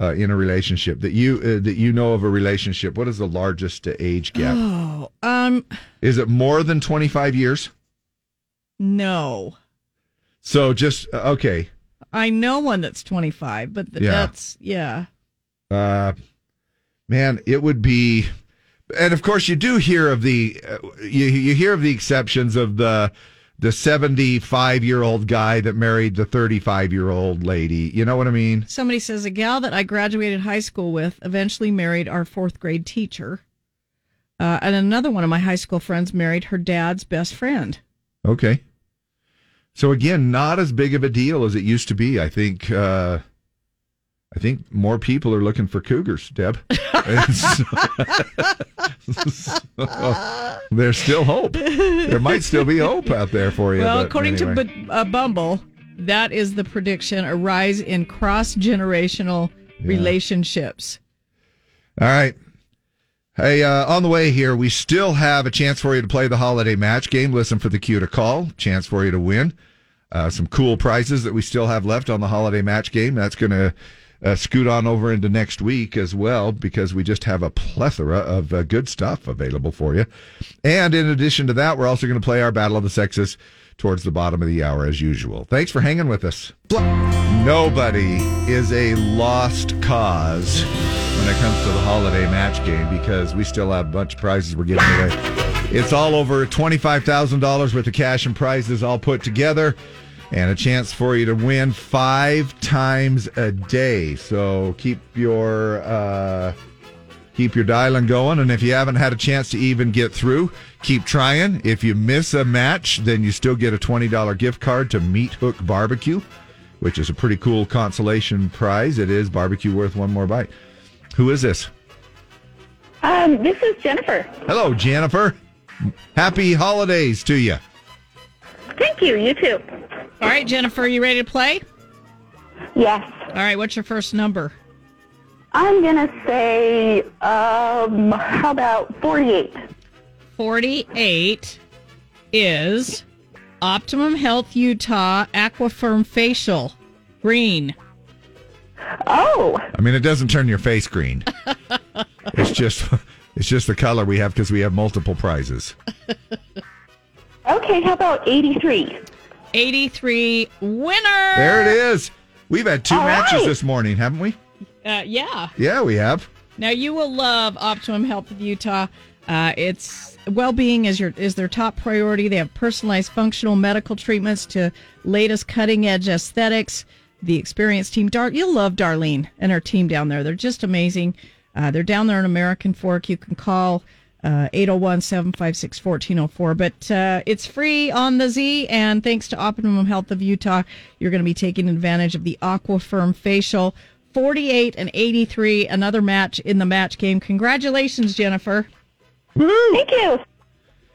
Speaker 1: uh, in a relationship that you uh, that you know of a relationship? What is the largest age gap?
Speaker 3: Oh, um,
Speaker 1: Is it more than twenty five years?
Speaker 3: no.
Speaker 1: So just uh, okay.
Speaker 3: I know one that's 25, but th-
Speaker 1: Yeah.
Speaker 3: that's, yeah.
Speaker 1: Uh, man, it would be, and of course you do hear of the uh, you you hear of the exceptions of the the seventy five year old guy that married the thirty five year old lady. You know what I mean?
Speaker 3: Somebody says a gal that I graduated high school with eventually married our fourth grade teacher. Uh, and another one of my high school friends married her dad's best friend.
Speaker 1: Okay. So again, not as big of a deal as it used to be. I think uh, I think more people are looking for cougars, Deb. And so- so there's still hope. There might still be hope out there for you.
Speaker 3: well,
Speaker 1: but
Speaker 3: according
Speaker 1: anyway.
Speaker 3: to B- uh, Bumble, that is the prediction a rise in cross generational relationships.
Speaker 1: All right. Hey, uh, on the way here, we still have a chance for you to play the holiday match game. Listen for the cue to call. Chance for you to win. Uh, some cool prizes that we still have left on the holiday match game. That's going to uh, scoot on over into next week as well because we just have a plethora of uh, good stuff available for you. And in addition to that, we're also going to play our Battle of the Sexes towards the bottom of the hour as usual. Thanks for hanging with us. Nobody is a lost cause when it comes to the holiday match game because we still have a bunch of prizes we're giving away. It's all over $25,000 worth of cash and prizes all put together and a chance for you to win five times a day. So keep your uh, keep your dialing going. And if you haven't had a chance to even get through, keep trying. If you miss a match, then you still get a $20 gift card to Meat Hook Barbecue, which is a pretty cool consolation prize. It is barbecue worth one more bite. Who is this?
Speaker 21: Um, this is Jennifer.
Speaker 1: Hello, Jennifer. Happy holidays to you.
Speaker 21: Thank you. You too.
Speaker 3: All right, Jennifer, you ready to play?
Speaker 21: Yes.
Speaker 3: All right, what's your first number?
Speaker 21: I'm gonna say, um, how about 48?
Speaker 3: 48 is Optimum Health Utah Aquafirm Facial Green.
Speaker 21: Oh,
Speaker 1: I mean, it doesn't turn your face green. it's just it's just the color we have because we have multiple prizes.
Speaker 21: okay. How about 83?
Speaker 3: 83 winner.
Speaker 1: There it is. We've had two
Speaker 3: All
Speaker 1: matches
Speaker 3: right.
Speaker 1: this morning, haven't we?
Speaker 3: Uh, yeah.
Speaker 1: Yeah, we have.
Speaker 3: Now you will love Optimum Health of Utah. Uh, it's well-being is your is their top priority. They have personalized functional medical treatments to latest cutting-edge aesthetics. The experienced team, Dar- you'll love Darlene and her team down there. They're just amazing. Uh, they're down there in American Fork. You can call uh, 801-756-1404. But uh, it's free on the Z, and thanks to Optimum Health of Utah, you're going to be taking advantage of the Aquafirm facial. 48 and 83, another match in the match game. Congratulations, Jennifer.
Speaker 21: Thank you.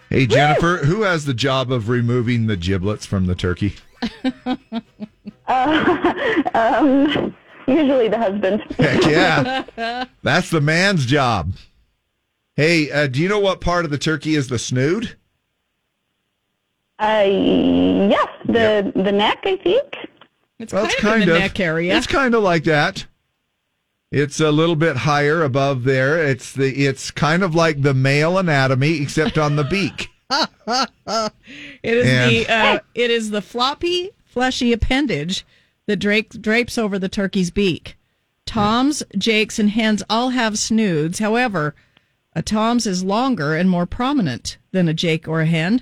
Speaker 1: Hey, Jennifer, who has the job of removing the giblets from the turkey?
Speaker 21: Uh, um, usually the husband.
Speaker 1: Heck yeah. That's the man's job. Hey, uh, do you know what part of the turkey is the snood?
Speaker 21: Uh, yes, the the neck, I think.
Speaker 3: It's
Speaker 1: Well, it's kind of It's kind of like that. It's a little bit higher above there. It's the it's kind of like the male anatomy except on the beak.
Speaker 3: it is the uh, it is the floppy, fleshy appendage that drapes drapes over the turkey's beak. Toms, jakes, and hens all have snoods. However, a tom's is longer and more prominent than a jake or a hen.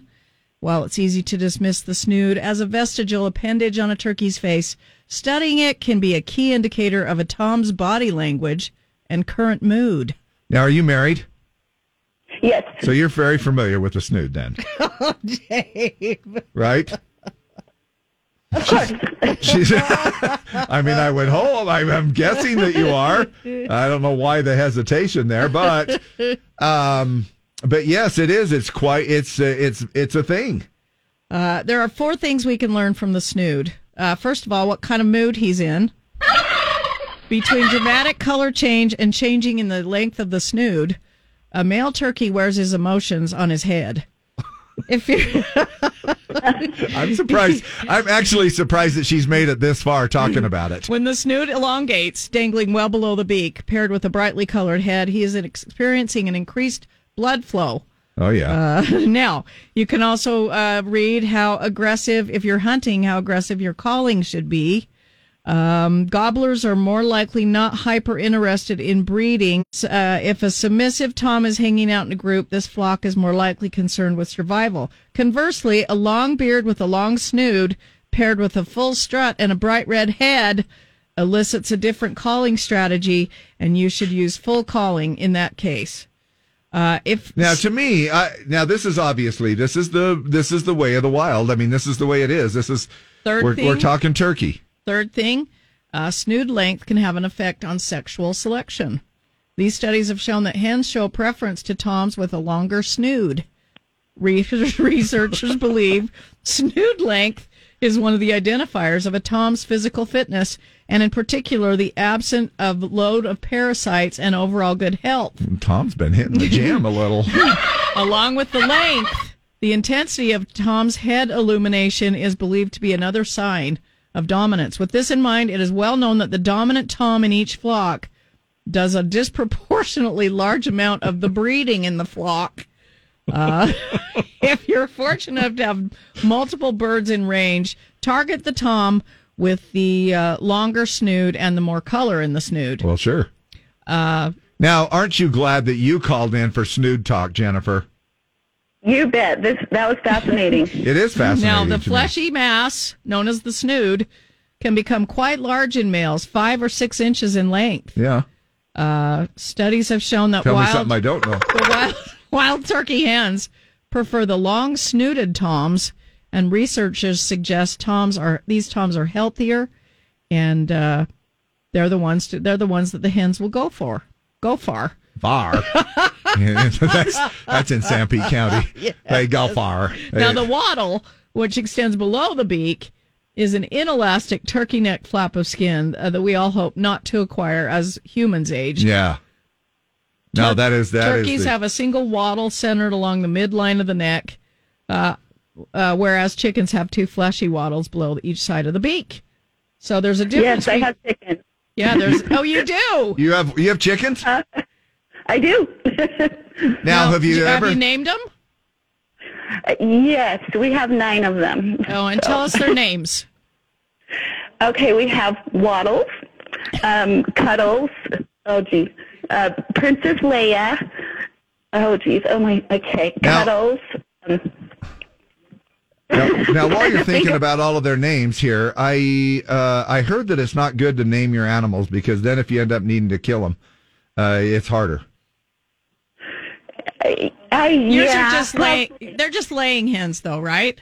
Speaker 3: While it's easy to dismiss the snood as a vestigial appendage on a turkey's face, studying it can be a key indicator of a tom's body language and current mood.
Speaker 1: Now, are you married?
Speaker 21: Yes.
Speaker 1: So you're very familiar with the snood, then,
Speaker 3: Oh, Dave.
Speaker 1: right? She's, I mean, I would hope. I'm, I'm guessing that you are. I don't know why the hesitation there, but um, but yes, it is. It's quite. It's uh, it's it's a thing.
Speaker 3: Uh, there are four things we can learn from the snood. Uh, first of all, what kind of mood he's in. Between dramatic color change and changing in the length of the snood, a male turkey wears his emotions on his head. If you
Speaker 1: I'm surprised. I'm actually surprised that she's made it this far talking about it.
Speaker 3: when the snood elongates, dangling well below the beak, paired with a brightly colored head, he is experiencing an increased blood flow.
Speaker 1: Oh yeah.
Speaker 3: Uh, now, you can also uh, read how aggressive, if you're hunting, how aggressive your calling should be. Um, gobblers are more likely not hyper interested in breeding. Uh, if a submissive tom is hanging out in a group, this flock is more likely concerned with survival. Conversely, a long beard with a long snood paired with a full strut and a bright red head elicits a different calling strategy, and you should use full calling in that case. Uh, if
Speaker 1: Now, to me, I, now this is obviously this is the this is the way of the wild. I mean, this is the way it is. This is
Speaker 3: Third
Speaker 1: we're, we're
Speaker 3: thing.
Speaker 1: talking turkey.
Speaker 3: Third thing, uh, snood length can have an effect on sexual selection. These studies have shown that hens show preference to toms with a longer snood. Re- Researchers believe snood length is one of the identifiers of a tom's physical fitness, and in particular, the absence of load of parasites and overall good health.
Speaker 1: Tom's been hitting the jam a little.
Speaker 3: Along with the length, the intensity of Tom's head illumination is believed to be another sign of dominance. With this in mind, it is well known that the dominant Tom in each flock does a disproportionately large amount of the breeding in the flock. Uh, if you're fortunate enough to have multiple birds in range, target the Tom with the uh, longer snood and the more color in the snood.
Speaker 1: well, sure.
Speaker 3: Uh,
Speaker 1: Now, aren't you glad that you called in for snood talk, Jennifer?
Speaker 21: You bet. This that was fascinating.
Speaker 1: It is fascinating.
Speaker 3: Now, the
Speaker 1: to me.
Speaker 3: fleshy mass, known as the snood, can become quite large in males, five or six inches in length.
Speaker 1: Yeah.
Speaker 3: Uh, studies have shown that
Speaker 1: Tell me
Speaker 3: wild,
Speaker 1: something I don't know.
Speaker 3: the wild, wild turkey hens prefer the long snooted toms, and researchers suggest toms are these toms are healthier, and uh, they're the ones to, they're the ones that the hens will go for, go far.
Speaker 1: Var. Yeah, that's that's in San Pete County. They go far.
Speaker 3: Now,
Speaker 1: They-
Speaker 3: the wattle, which extends below the beak, is an inelastic turkey neck flap of skin uh, that we all hope not to acquire as humans age.
Speaker 1: yeah. No, that is that is
Speaker 3: Turkeys
Speaker 1: the-
Speaker 3: have a single wattle centered along the midline of the neck, uh, uh, whereas chickens have two fleshy wattles below each side of the beak. So there's a difference.
Speaker 21: Yes, I
Speaker 3: be-
Speaker 21: have chickens.
Speaker 3: Yeah, there's. Oh, you do.
Speaker 1: you have you have chickens?
Speaker 21: Uh, I do.
Speaker 1: now, have you
Speaker 21: have
Speaker 1: ever
Speaker 21: you
Speaker 3: named them?
Speaker 21: yes, we have nine of them.
Speaker 3: Oh, and tell us their names.
Speaker 21: Okay, we have Waddles, um, Cuddles. Oh, geez, uh, Princess Leia. Oh, geez. Oh my. Okay, Cuddles.
Speaker 1: Now, now, while you're thinking about all of their names here, I uh, I heard that it's not good to name your animals because then if you end up needing to kill them, uh, it's harder.
Speaker 21: I,
Speaker 3: Yours
Speaker 21: yeah,
Speaker 3: are just laying. They're just laying hens, though, right?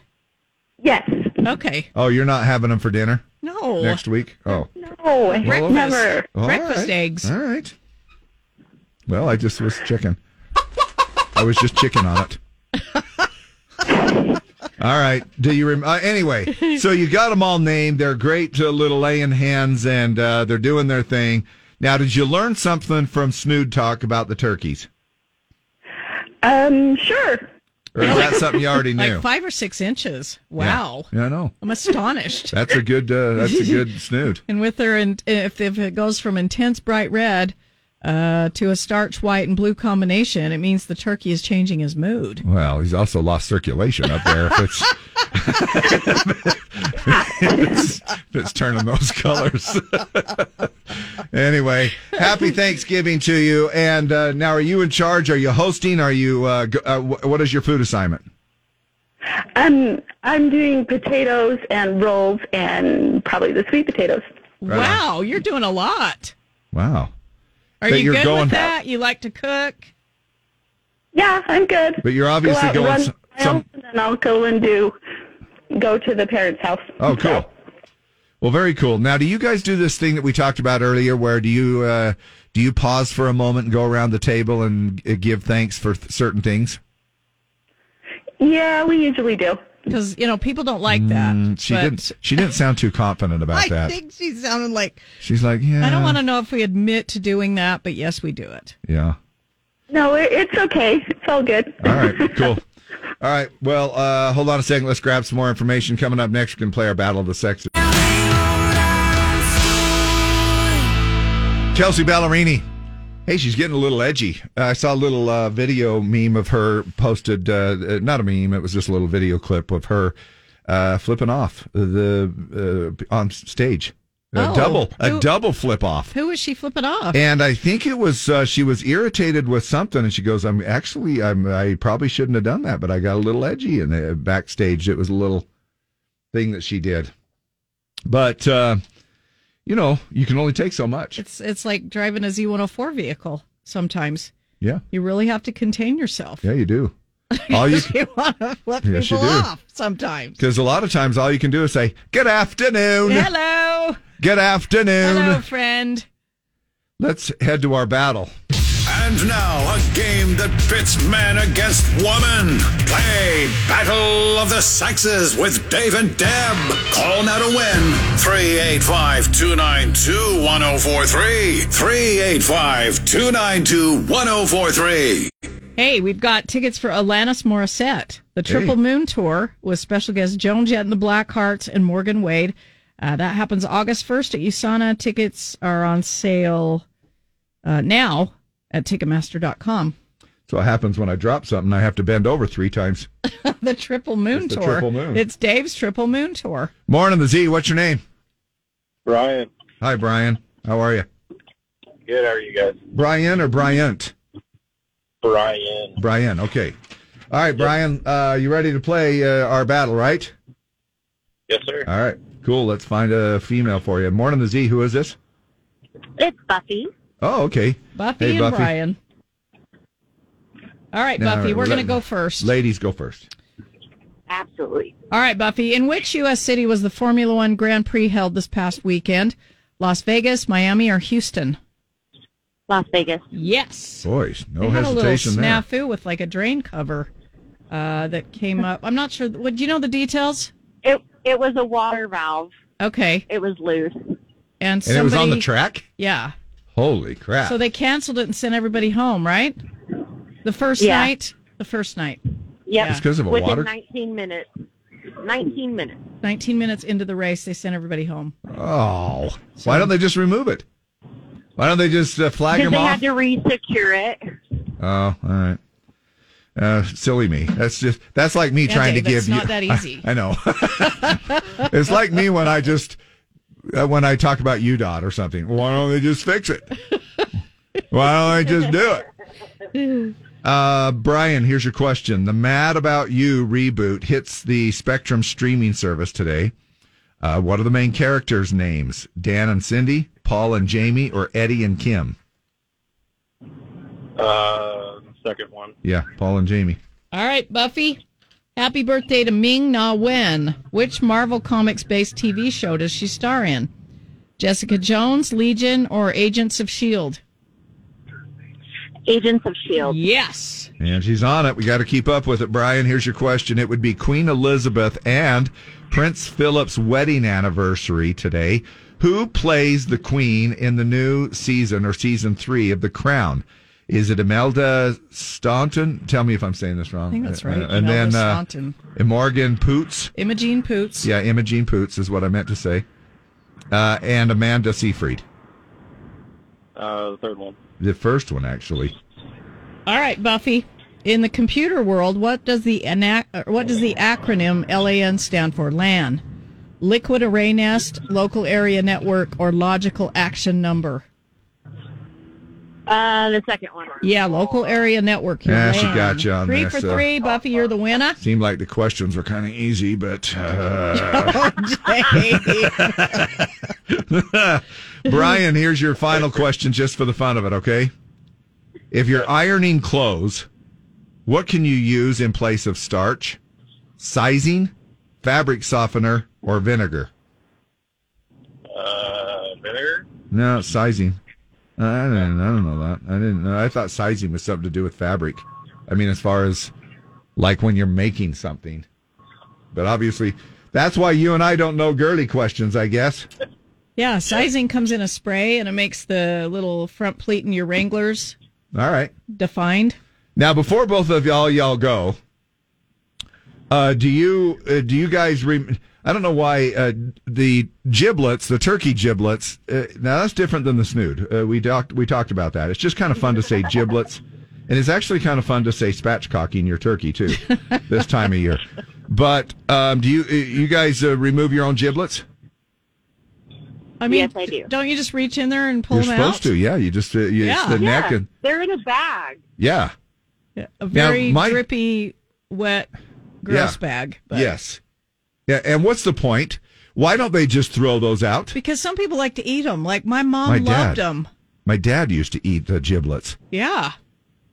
Speaker 21: Yes.
Speaker 3: Okay.
Speaker 1: Oh, you're not having them for dinner
Speaker 3: No.
Speaker 1: next week. Oh,
Speaker 21: Oh,
Speaker 1: Well,
Speaker 3: breakfast.
Speaker 1: never. All
Speaker 3: Breakfast
Speaker 1: right.
Speaker 3: eggs.
Speaker 1: All right. well, I just was chicken. I was just chicken on it. All right. Do you rem- uh, anyway? So you got them all named. They're great uh, little laying hens, and uh, they're doing their thing. Now, did you learn something from Snood Talk about the turkeys?
Speaker 21: Um, sure.
Speaker 1: Or is that something you already knew?
Speaker 3: Like five or six inches. Wow.
Speaker 1: Yeah, I know.
Speaker 3: I'm astonished.
Speaker 1: That's a good. Uh, that's a good snoot.
Speaker 3: And with her, and if, if it goes from intense bright red uh, to a starch white and blue combination, it means the turkey is changing his mood.
Speaker 1: Well, he's also lost circulation up there. If it's, if it's, if it's turning those colors. anyway, happy Thanksgiving to you. And uh, now, are you in charge? Are you hosting? Are you? Uh, go- uh, wh- what is your food assignment?
Speaker 21: Um, I'm doing potatoes and rolls and probably the sweet potatoes.
Speaker 1: Right on.
Speaker 3: Wow, you're doing a lot.
Speaker 1: Wow.
Speaker 3: Are
Speaker 1: That
Speaker 3: you
Speaker 1: you're
Speaker 3: good
Speaker 1: going-
Speaker 3: with that? You like to cook?
Speaker 21: Yeah, I'm good.
Speaker 1: But you're obviously
Speaker 21: go out
Speaker 1: going
Speaker 21: and run
Speaker 1: s-
Speaker 21: miles, and then I'll go and do go to the parents' house.
Speaker 1: Oh, cool. Well, very cool. Now, do you guys do this thing that we talked about earlier, where do you uh, do you pause for a moment and go around the table and uh, give thanks for th- certain things?
Speaker 21: Yeah, we usually do.
Speaker 3: Because you know people don't like that.
Speaker 1: Mm, she
Speaker 3: but-
Speaker 1: didn't. She didn't sound too confident about
Speaker 3: I
Speaker 1: that.
Speaker 3: think she sounded like
Speaker 1: She's like, yeah,
Speaker 3: I don't want to know if we admit to doing that, but yes, we do it.
Speaker 1: Yeah.
Speaker 21: No, it, it's okay. It's all good.
Speaker 1: All right. Cool. All right. Well, uh, hold on a second. Let's grab some more information. Coming up next, we can play our battle of the sexes. Chelsea Ballerini. Hey, she's getting a little edgy. Uh, I saw a little uh, video meme of her posted. Uh, uh, not a meme. It was just a little video clip of her uh, flipping off the uh, on stage. A
Speaker 3: Oh.
Speaker 1: double, a
Speaker 3: Who-
Speaker 1: double flip off.
Speaker 3: Who is she flipping off?
Speaker 1: And I think it was uh, she was irritated with something, and she goes, "I'm actually, I'm, I probably shouldn't have done that, but I got a little edgy." And uh, backstage, it was a little thing that she did. But uh, you know, you can only take so much.
Speaker 3: It's it's like driving a Z104 vehicle. Sometimes
Speaker 1: yeah,
Speaker 3: you really have to contain yourself.
Speaker 1: yeah, you do. All you
Speaker 3: want to flip
Speaker 1: Yes, you
Speaker 3: people
Speaker 1: do.
Speaker 3: off sometimes.
Speaker 1: because a lot of times all you can do is say, "Good afternoon,
Speaker 3: Hello,
Speaker 1: good afternoon."
Speaker 3: hello, friend.
Speaker 1: Let's head to our battle.
Speaker 16: And now, a game that pits man against woman. Play Battle of the Sexes with Dave and Deb. Call now to win 385 292 1043. 385 292 1043.
Speaker 3: Hey, we've got tickets for Alanis Morissette, the Triple Moon Tour with special guests Joan Jett and the Blackhearts and Morgan Wade. Uh, that happens August 1st at USANA. Tickets are on sale uh, now at Ticketmaster.com.
Speaker 1: So it happens when I drop something, I have to bend over three times.
Speaker 3: the Triple Moon
Speaker 1: It's the
Speaker 3: Tour.
Speaker 1: Triple Moon.
Speaker 3: It's Dave's Triple Moon Tour.
Speaker 1: Morning, the Z. What's your name?
Speaker 10: Brian.
Speaker 1: Hi, Brian. How are you?
Speaker 10: Good. How are you guys?
Speaker 1: Brian or Bryant?
Speaker 10: Brian.
Speaker 1: Brian. Okay. All right, Brian. Uh, you ready to play uh, our battle, right?
Speaker 10: Yes, sir.
Speaker 1: All right. Cool. Let's find a female for you. Morning, the Z. Who is this?
Speaker 19: It's Buffy.
Speaker 1: Oh, okay.
Speaker 3: Buffy
Speaker 1: Hey,
Speaker 3: and
Speaker 1: Buffy.
Speaker 3: Brian. All right,
Speaker 1: Now,
Speaker 3: Buffy, we're
Speaker 1: let-
Speaker 3: going to go first.
Speaker 1: Ladies go first.
Speaker 19: Absolutely.
Speaker 3: All right, Buffy. In which U.S. city was the Formula One Grand Prix held this past weekend? Las Vegas, Miami, or Houston?
Speaker 19: Las Vegas.
Speaker 3: Yes.
Speaker 1: Boys, no
Speaker 3: they had
Speaker 1: hesitation
Speaker 3: a little
Speaker 1: there.
Speaker 3: snafu with like a drain cover uh, that came up. I'm not sure. Would you know the details?
Speaker 19: It it was a water valve.
Speaker 3: Okay.
Speaker 19: It was loose.
Speaker 3: And,
Speaker 1: And
Speaker 3: somebody,
Speaker 1: it was on the track?
Speaker 3: Yeah.
Speaker 1: Holy crap.
Speaker 3: So they canceled it and sent everybody home, right? The first
Speaker 19: Yeah.
Speaker 3: night. The first night.
Speaker 19: Yep.
Speaker 1: It's 'cause of a
Speaker 19: Within
Speaker 1: water-
Speaker 19: 19 minutes. 19 minutes.
Speaker 3: 19 minutes into the race, they sent everybody home.
Speaker 1: oh. Why don't they just remove it? Why don't they just uh, flag
Speaker 19: Because
Speaker 1: them
Speaker 19: they
Speaker 1: off?
Speaker 19: had to re-secure it.
Speaker 1: Oh, all right. Uh, silly me. That's just that's like me
Speaker 19: Yeah,
Speaker 1: trying
Speaker 19: Dave,
Speaker 1: to give
Speaker 19: it's
Speaker 1: you.
Speaker 19: not that easy.
Speaker 1: I, I know. it's like me when I just uh, when I talk about UDOT or something. Why don't they just fix it? Why don't they just do it? Uh, Brian, here's your question. The Mad About You reboot hits the Spectrum streaming service today. Uh, what are the main characters' names? Dan and Cindy, Paul and Jamie, or Eddie and Kim?
Speaker 10: Uh, second one.
Speaker 1: Yeah, Paul and Jamie.
Speaker 3: All right, Buffy. Happy birthday to Ming Na Wen. Which Marvel Comics based TV show does she star in? Jessica Jones, Legion, or Agents of S.H.I.E.L.D.?
Speaker 19: Agents of S.H.I.E.L.D.
Speaker 3: Yes.
Speaker 1: And she's on it. We got to keep up with it, Brian. Here's your question. It would be Queen Elizabeth and Prince Philip's wedding anniversary today. Who plays the Queen in the new season or season three of The Crown? Is it Imelda Staunton? Tell me if I'm saying this wrong.
Speaker 3: I think that's right,
Speaker 1: And then
Speaker 3: Imelda
Speaker 1: uh,
Speaker 3: Staunton.
Speaker 1: and Morgan Poots.
Speaker 3: Imogene Poots.
Speaker 1: Yeah, Imogene Poots is what I meant to say. Uh, and Amanda Seyfried.
Speaker 6: Uh, the third one.
Speaker 1: The first one, actually.
Speaker 3: All right, Buffy. In the computer world, what does the ana- uh, what does the acronym LAN stand for? LAN, Liquid Array Nest, Local Area Network, or Logical Action Number?
Speaker 19: Uh, the second one.
Speaker 3: Yeah, Local Area Network. you're
Speaker 1: Yeah, she
Speaker 3: right.
Speaker 1: got you on
Speaker 3: three
Speaker 1: there,
Speaker 3: for
Speaker 1: so-
Speaker 3: three. Buffy, you're the winner.
Speaker 1: Seemed like the questions were kind of easy, but. Uh...
Speaker 3: Oh, Jay.
Speaker 1: Brian, here's your final question just for the fun of it, okay? If you're ironing clothes, what can you use in place of starch, sizing, fabric softener, or vinegar?
Speaker 6: Uh, vinegar.
Speaker 1: No, it's sizing. I don't, I don't know that. I didn't know. I thought sizing was something to do with fabric. I mean, as far as like when you're making something. But obviously, that's why you and I don't know girly questions, I guess.
Speaker 3: yeah, sizing comes in a spray, and it makes the little front pleat in your Wranglers
Speaker 1: All right.
Speaker 3: defined.
Speaker 1: Now, before both of y'all y'all go, uh, do you uh, do you guys? Re- I don't know why uh, the giblets, the turkey giblets. Uh, now that's different than the snood. Uh, we talked we talked about that. It's just kind of fun to say giblets, and it's actually kind of fun to say spatchcocking your turkey too, this time of year. But um, do you uh, you guys uh, remove your own giblets?
Speaker 3: I mean, yes, I do. Don't you just reach in there and pull
Speaker 1: You're
Speaker 3: them
Speaker 1: supposed
Speaker 3: out?
Speaker 1: to, yeah. You just uh, you, it's the neck and
Speaker 3: they're in a bag.
Speaker 1: yeah.
Speaker 3: A
Speaker 1: Now,
Speaker 3: very
Speaker 1: my-
Speaker 3: drippy, wet, gross bag. But
Speaker 1: Yes. Yeah, and what's the point? Why don't they just throw those out?
Speaker 3: Because some people like to eat them. Like my mom
Speaker 1: My
Speaker 3: loved
Speaker 1: dad.
Speaker 3: them.
Speaker 1: My dad used to eat the giblets,
Speaker 3: Yeah.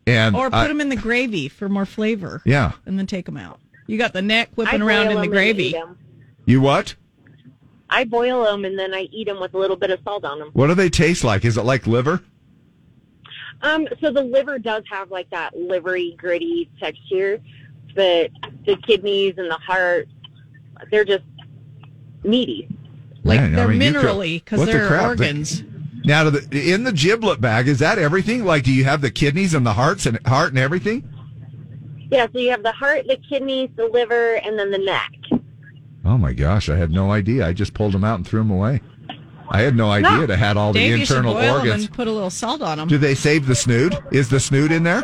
Speaker 1: and
Speaker 3: or put
Speaker 1: I-
Speaker 3: them in the gravy for more flavor.
Speaker 1: Yeah.
Speaker 3: And then take them out. You got the neck whipping
Speaker 19: I
Speaker 3: around in
Speaker 19: boil
Speaker 3: the
Speaker 19: them and
Speaker 3: gravy.
Speaker 19: eat 'em.
Speaker 1: You what?
Speaker 19: I boil them and then I eat them with a little bit of salt on them.
Speaker 1: What do they taste like? Is it like liver?
Speaker 19: Um, so the liver does have like that livery, gritty texture, but the kidneys and the heart, they're just meaty.
Speaker 1: Like
Speaker 3: they're minerally 'cause they're organs.
Speaker 1: now, do the, in the giblet bag, is that everything? Like, do you have the kidneys and the hearts and heart and everything?
Speaker 19: Yeah, so you have the heart, the kidneys, the liver, and then the neck.
Speaker 1: Oh my gosh, I had no idea. I just pulled them out and threw them away. I had no idea it had all the
Speaker 3: Dave,
Speaker 1: internal
Speaker 3: you should boil 'em
Speaker 1: organs.
Speaker 3: and put a little salt on them.
Speaker 1: Do they save the snood? Is the snood in there?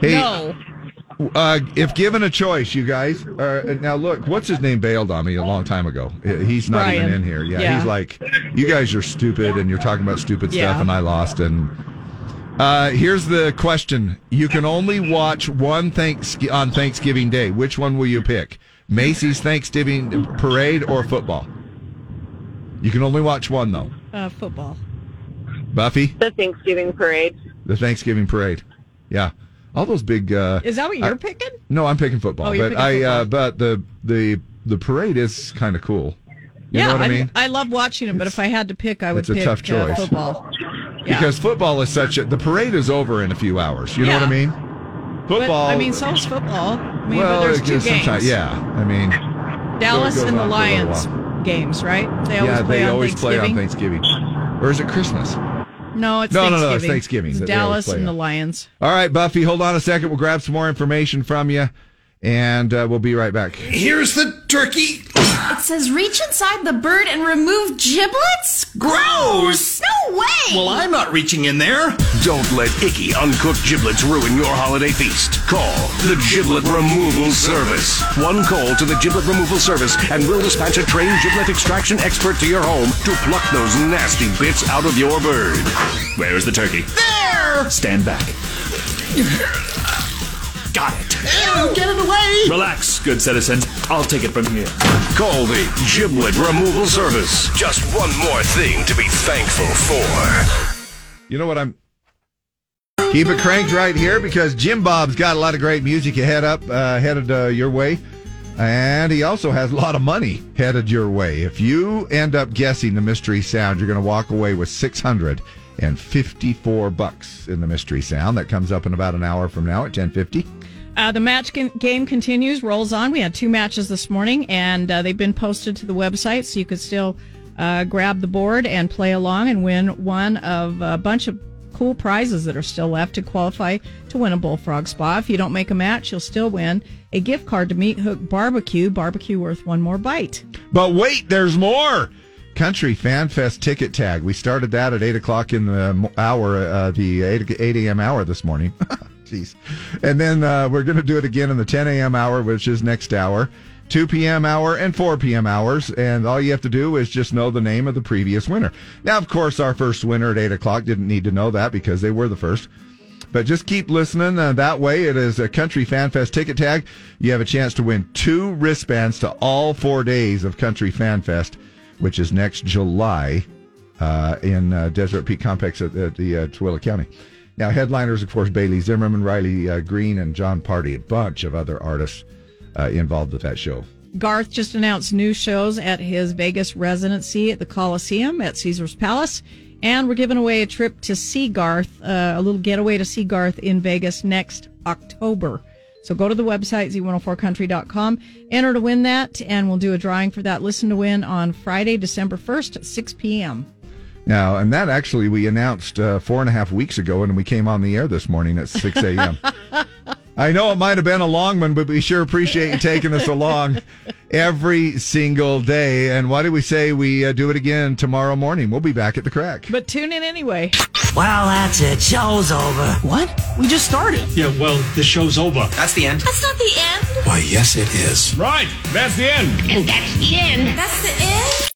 Speaker 1: Hey,
Speaker 3: no.
Speaker 1: Uh, if given a choice, you guys. Uh, now look, what's his name bailed on me a long time ago. He's not even
Speaker 4: Brian.
Speaker 1: in here. Yeah,
Speaker 4: Yeah.
Speaker 1: he's like, you guys are stupid, and you're talking about stupid
Speaker 4: Yeah.
Speaker 1: stuff, and I lost. And uh, here's the question: You can only watch one thanks on Thanksgiving Day. Which one will you pick? Macy's Thanksgiving Parade or football? You can only watch one though.
Speaker 3: Uh, football.
Speaker 1: Buffy,
Speaker 19: The Thanksgiving parade.
Speaker 1: the Thanksgiving Parade. Yeah, all those big. Uh,
Speaker 3: Is that what
Speaker 1: I-
Speaker 3: you're picking?
Speaker 1: no, I'm picking football,
Speaker 3: Oh,
Speaker 1: but
Speaker 3: you're picking
Speaker 1: I uh, but the the the parade is kind of cool. You
Speaker 3: yeah,
Speaker 1: know what I mean?
Speaker 3: I love watching them, but if I had to pick, I would
Speaker 1: it's a
Speaker 3: pick
Speaker 1: tough
Speaker 3: uh,
Speaker 1: choice.
Speaker 3: football.
Speaker 1: Because football is such a the parade is over in a few hours. You know what I mean? Football.
Speaker 3: But, I mean, so is football. I mean,
Speaker 1: well,
Speaker 3: but there's
Speaker 1: it
Speaker 3: two
Speaker 1: gets some
Speaker 3: games.
Speaker 1: time- yeah, I mean,
Speaker 3: Dallas
Speaker 1: so it goes
Speaker 3: and the
Speaker 1: on for a little
Speaker 3: Lions
Speaker 1: while.
Speaker 3: games, right? They always
Speaker 1: yeah,
Speaker 3: play
Speaker 1: they
Speaker 3: on
Speaker 1: always play on
Speaker 3: Thanksgiving.
Speaker 1: Thanksgiving, or is it Christmas?
Speaker 3: No, it's
Speaker 1: No, no,
Speaker 3: Thanksgiving.
Speaker 1: no, it's Thanksgiving
Speaker 3: It's
Speaker 1: that they always
Speaker 3: Dallas
Speaker 1: play
Speaker 3: and the
Speaker 1: on.
Speaker 3: Lions.
Speaker 1: All right, Buffy, hold on a second. We'll grab some more information from you, and uh, we'll be right back.
Speaker 23: Here's the turkey.
Speaker 24: It says reach inside the bird and remove giblets? Gross! No way!
Speaker 23: Well, I'm not reaching in there.
Speaker 16: Don't let icky, uncooked giblets ruin your holiday feast. Call the Giblet Removal Service. One call to the Giblet Removal Service, and we'll dispatch a trained giblet extraction expert to your home to pluck those nasty bits out of your bird. Where's the turkey?
Speaker 23: There!
Speaker 16: Stand back. Got it.
Speaker 23: Ew, get it away!
Speaker 16: Relax, good citizens. I'll take it from here. Call the Giblet Removal Service. Just one more thing to be thankful for.
Speaker 1: You know what I'm. Keep it cranked right here because Jim Bob's got a lot of great music ahead up uh, headed uh, your way, and he also has a lot of money headed your way. If you end up guessing the mystery sound, you're going to walk away with six hundred and fifty-four bucks in the mystery sound. That comes up in about an hour from now at ten fifty.
Speaker 3: Uh, the match con- game continues, rolls on. We had two matches this morning, and uh, they've been posted to the website, so you could still uh, grab the board and play along and win one of a bunch of cool prizes that are still left to qualify to win a bullfrog spa. If you don't make a match, you'll still win a gift card to Meat Hook Barbecue, barbecue worth one more bite.
Speaker 1: But wait, there's more. Country Fan Fest ticket tag. We started that at eight o'clock in the mo- hour, uh, the eight eight a.m. hour this morning. Jeez, and then uh, we're going to do it again in the ten a.m. hour, which is next hour, two p.m. hour, and four p.m. hours. And all you have to do is just know the name of the previous winner. Now, of course, our first winner at eight o'clock didn't need to know that because they were the first. But just keep listening. Uh, that way, it is a Country Fan Fest ticket tag. You have a chance to win two wristbands to all four days of Country Fan Fest, which is next July uh, in uh, Desert Peak Complex at, at the uh, Tooele County. Now, headliners, of course, Bailey Zimmerman, Riley uh, Green, and John Party, a bunch of other artists uh, involved with that show.
Speaker 3: Garth just announced new shows at his Vegas residency at the Coliseum at Caesar's Palace. And we're giving away a trip to see Garth, uh, a little getaway to see Garth in Vegas next October. So go to the website, z104country.com, enter to win that, and we'll do a drawing for that listen to win on Friday, December 1st at 6 p.m.
Speaker 1: Now, and that actually we announced uh, four and a half weeks ago, and we came on the air this morning at 6 a.m. I know it might have been a long one, but we sure appreciate you taking us along every single day. And why do we say we uh, do it again tomorrow morning? We'll be back at the crack.
Speaker 3: But tune in anyway.
Speaker 4: Well, that's it. Show's over. What? We just started.
Speaker 1: Yeah, well, the show's over.
Speaker 4: That's the end.
Speaker 24: That's not the end.
Speaker 4: Why, yes, it is.
Speaker 8: Right, that's the end.
Speaker 24: And that's the end. That's the end.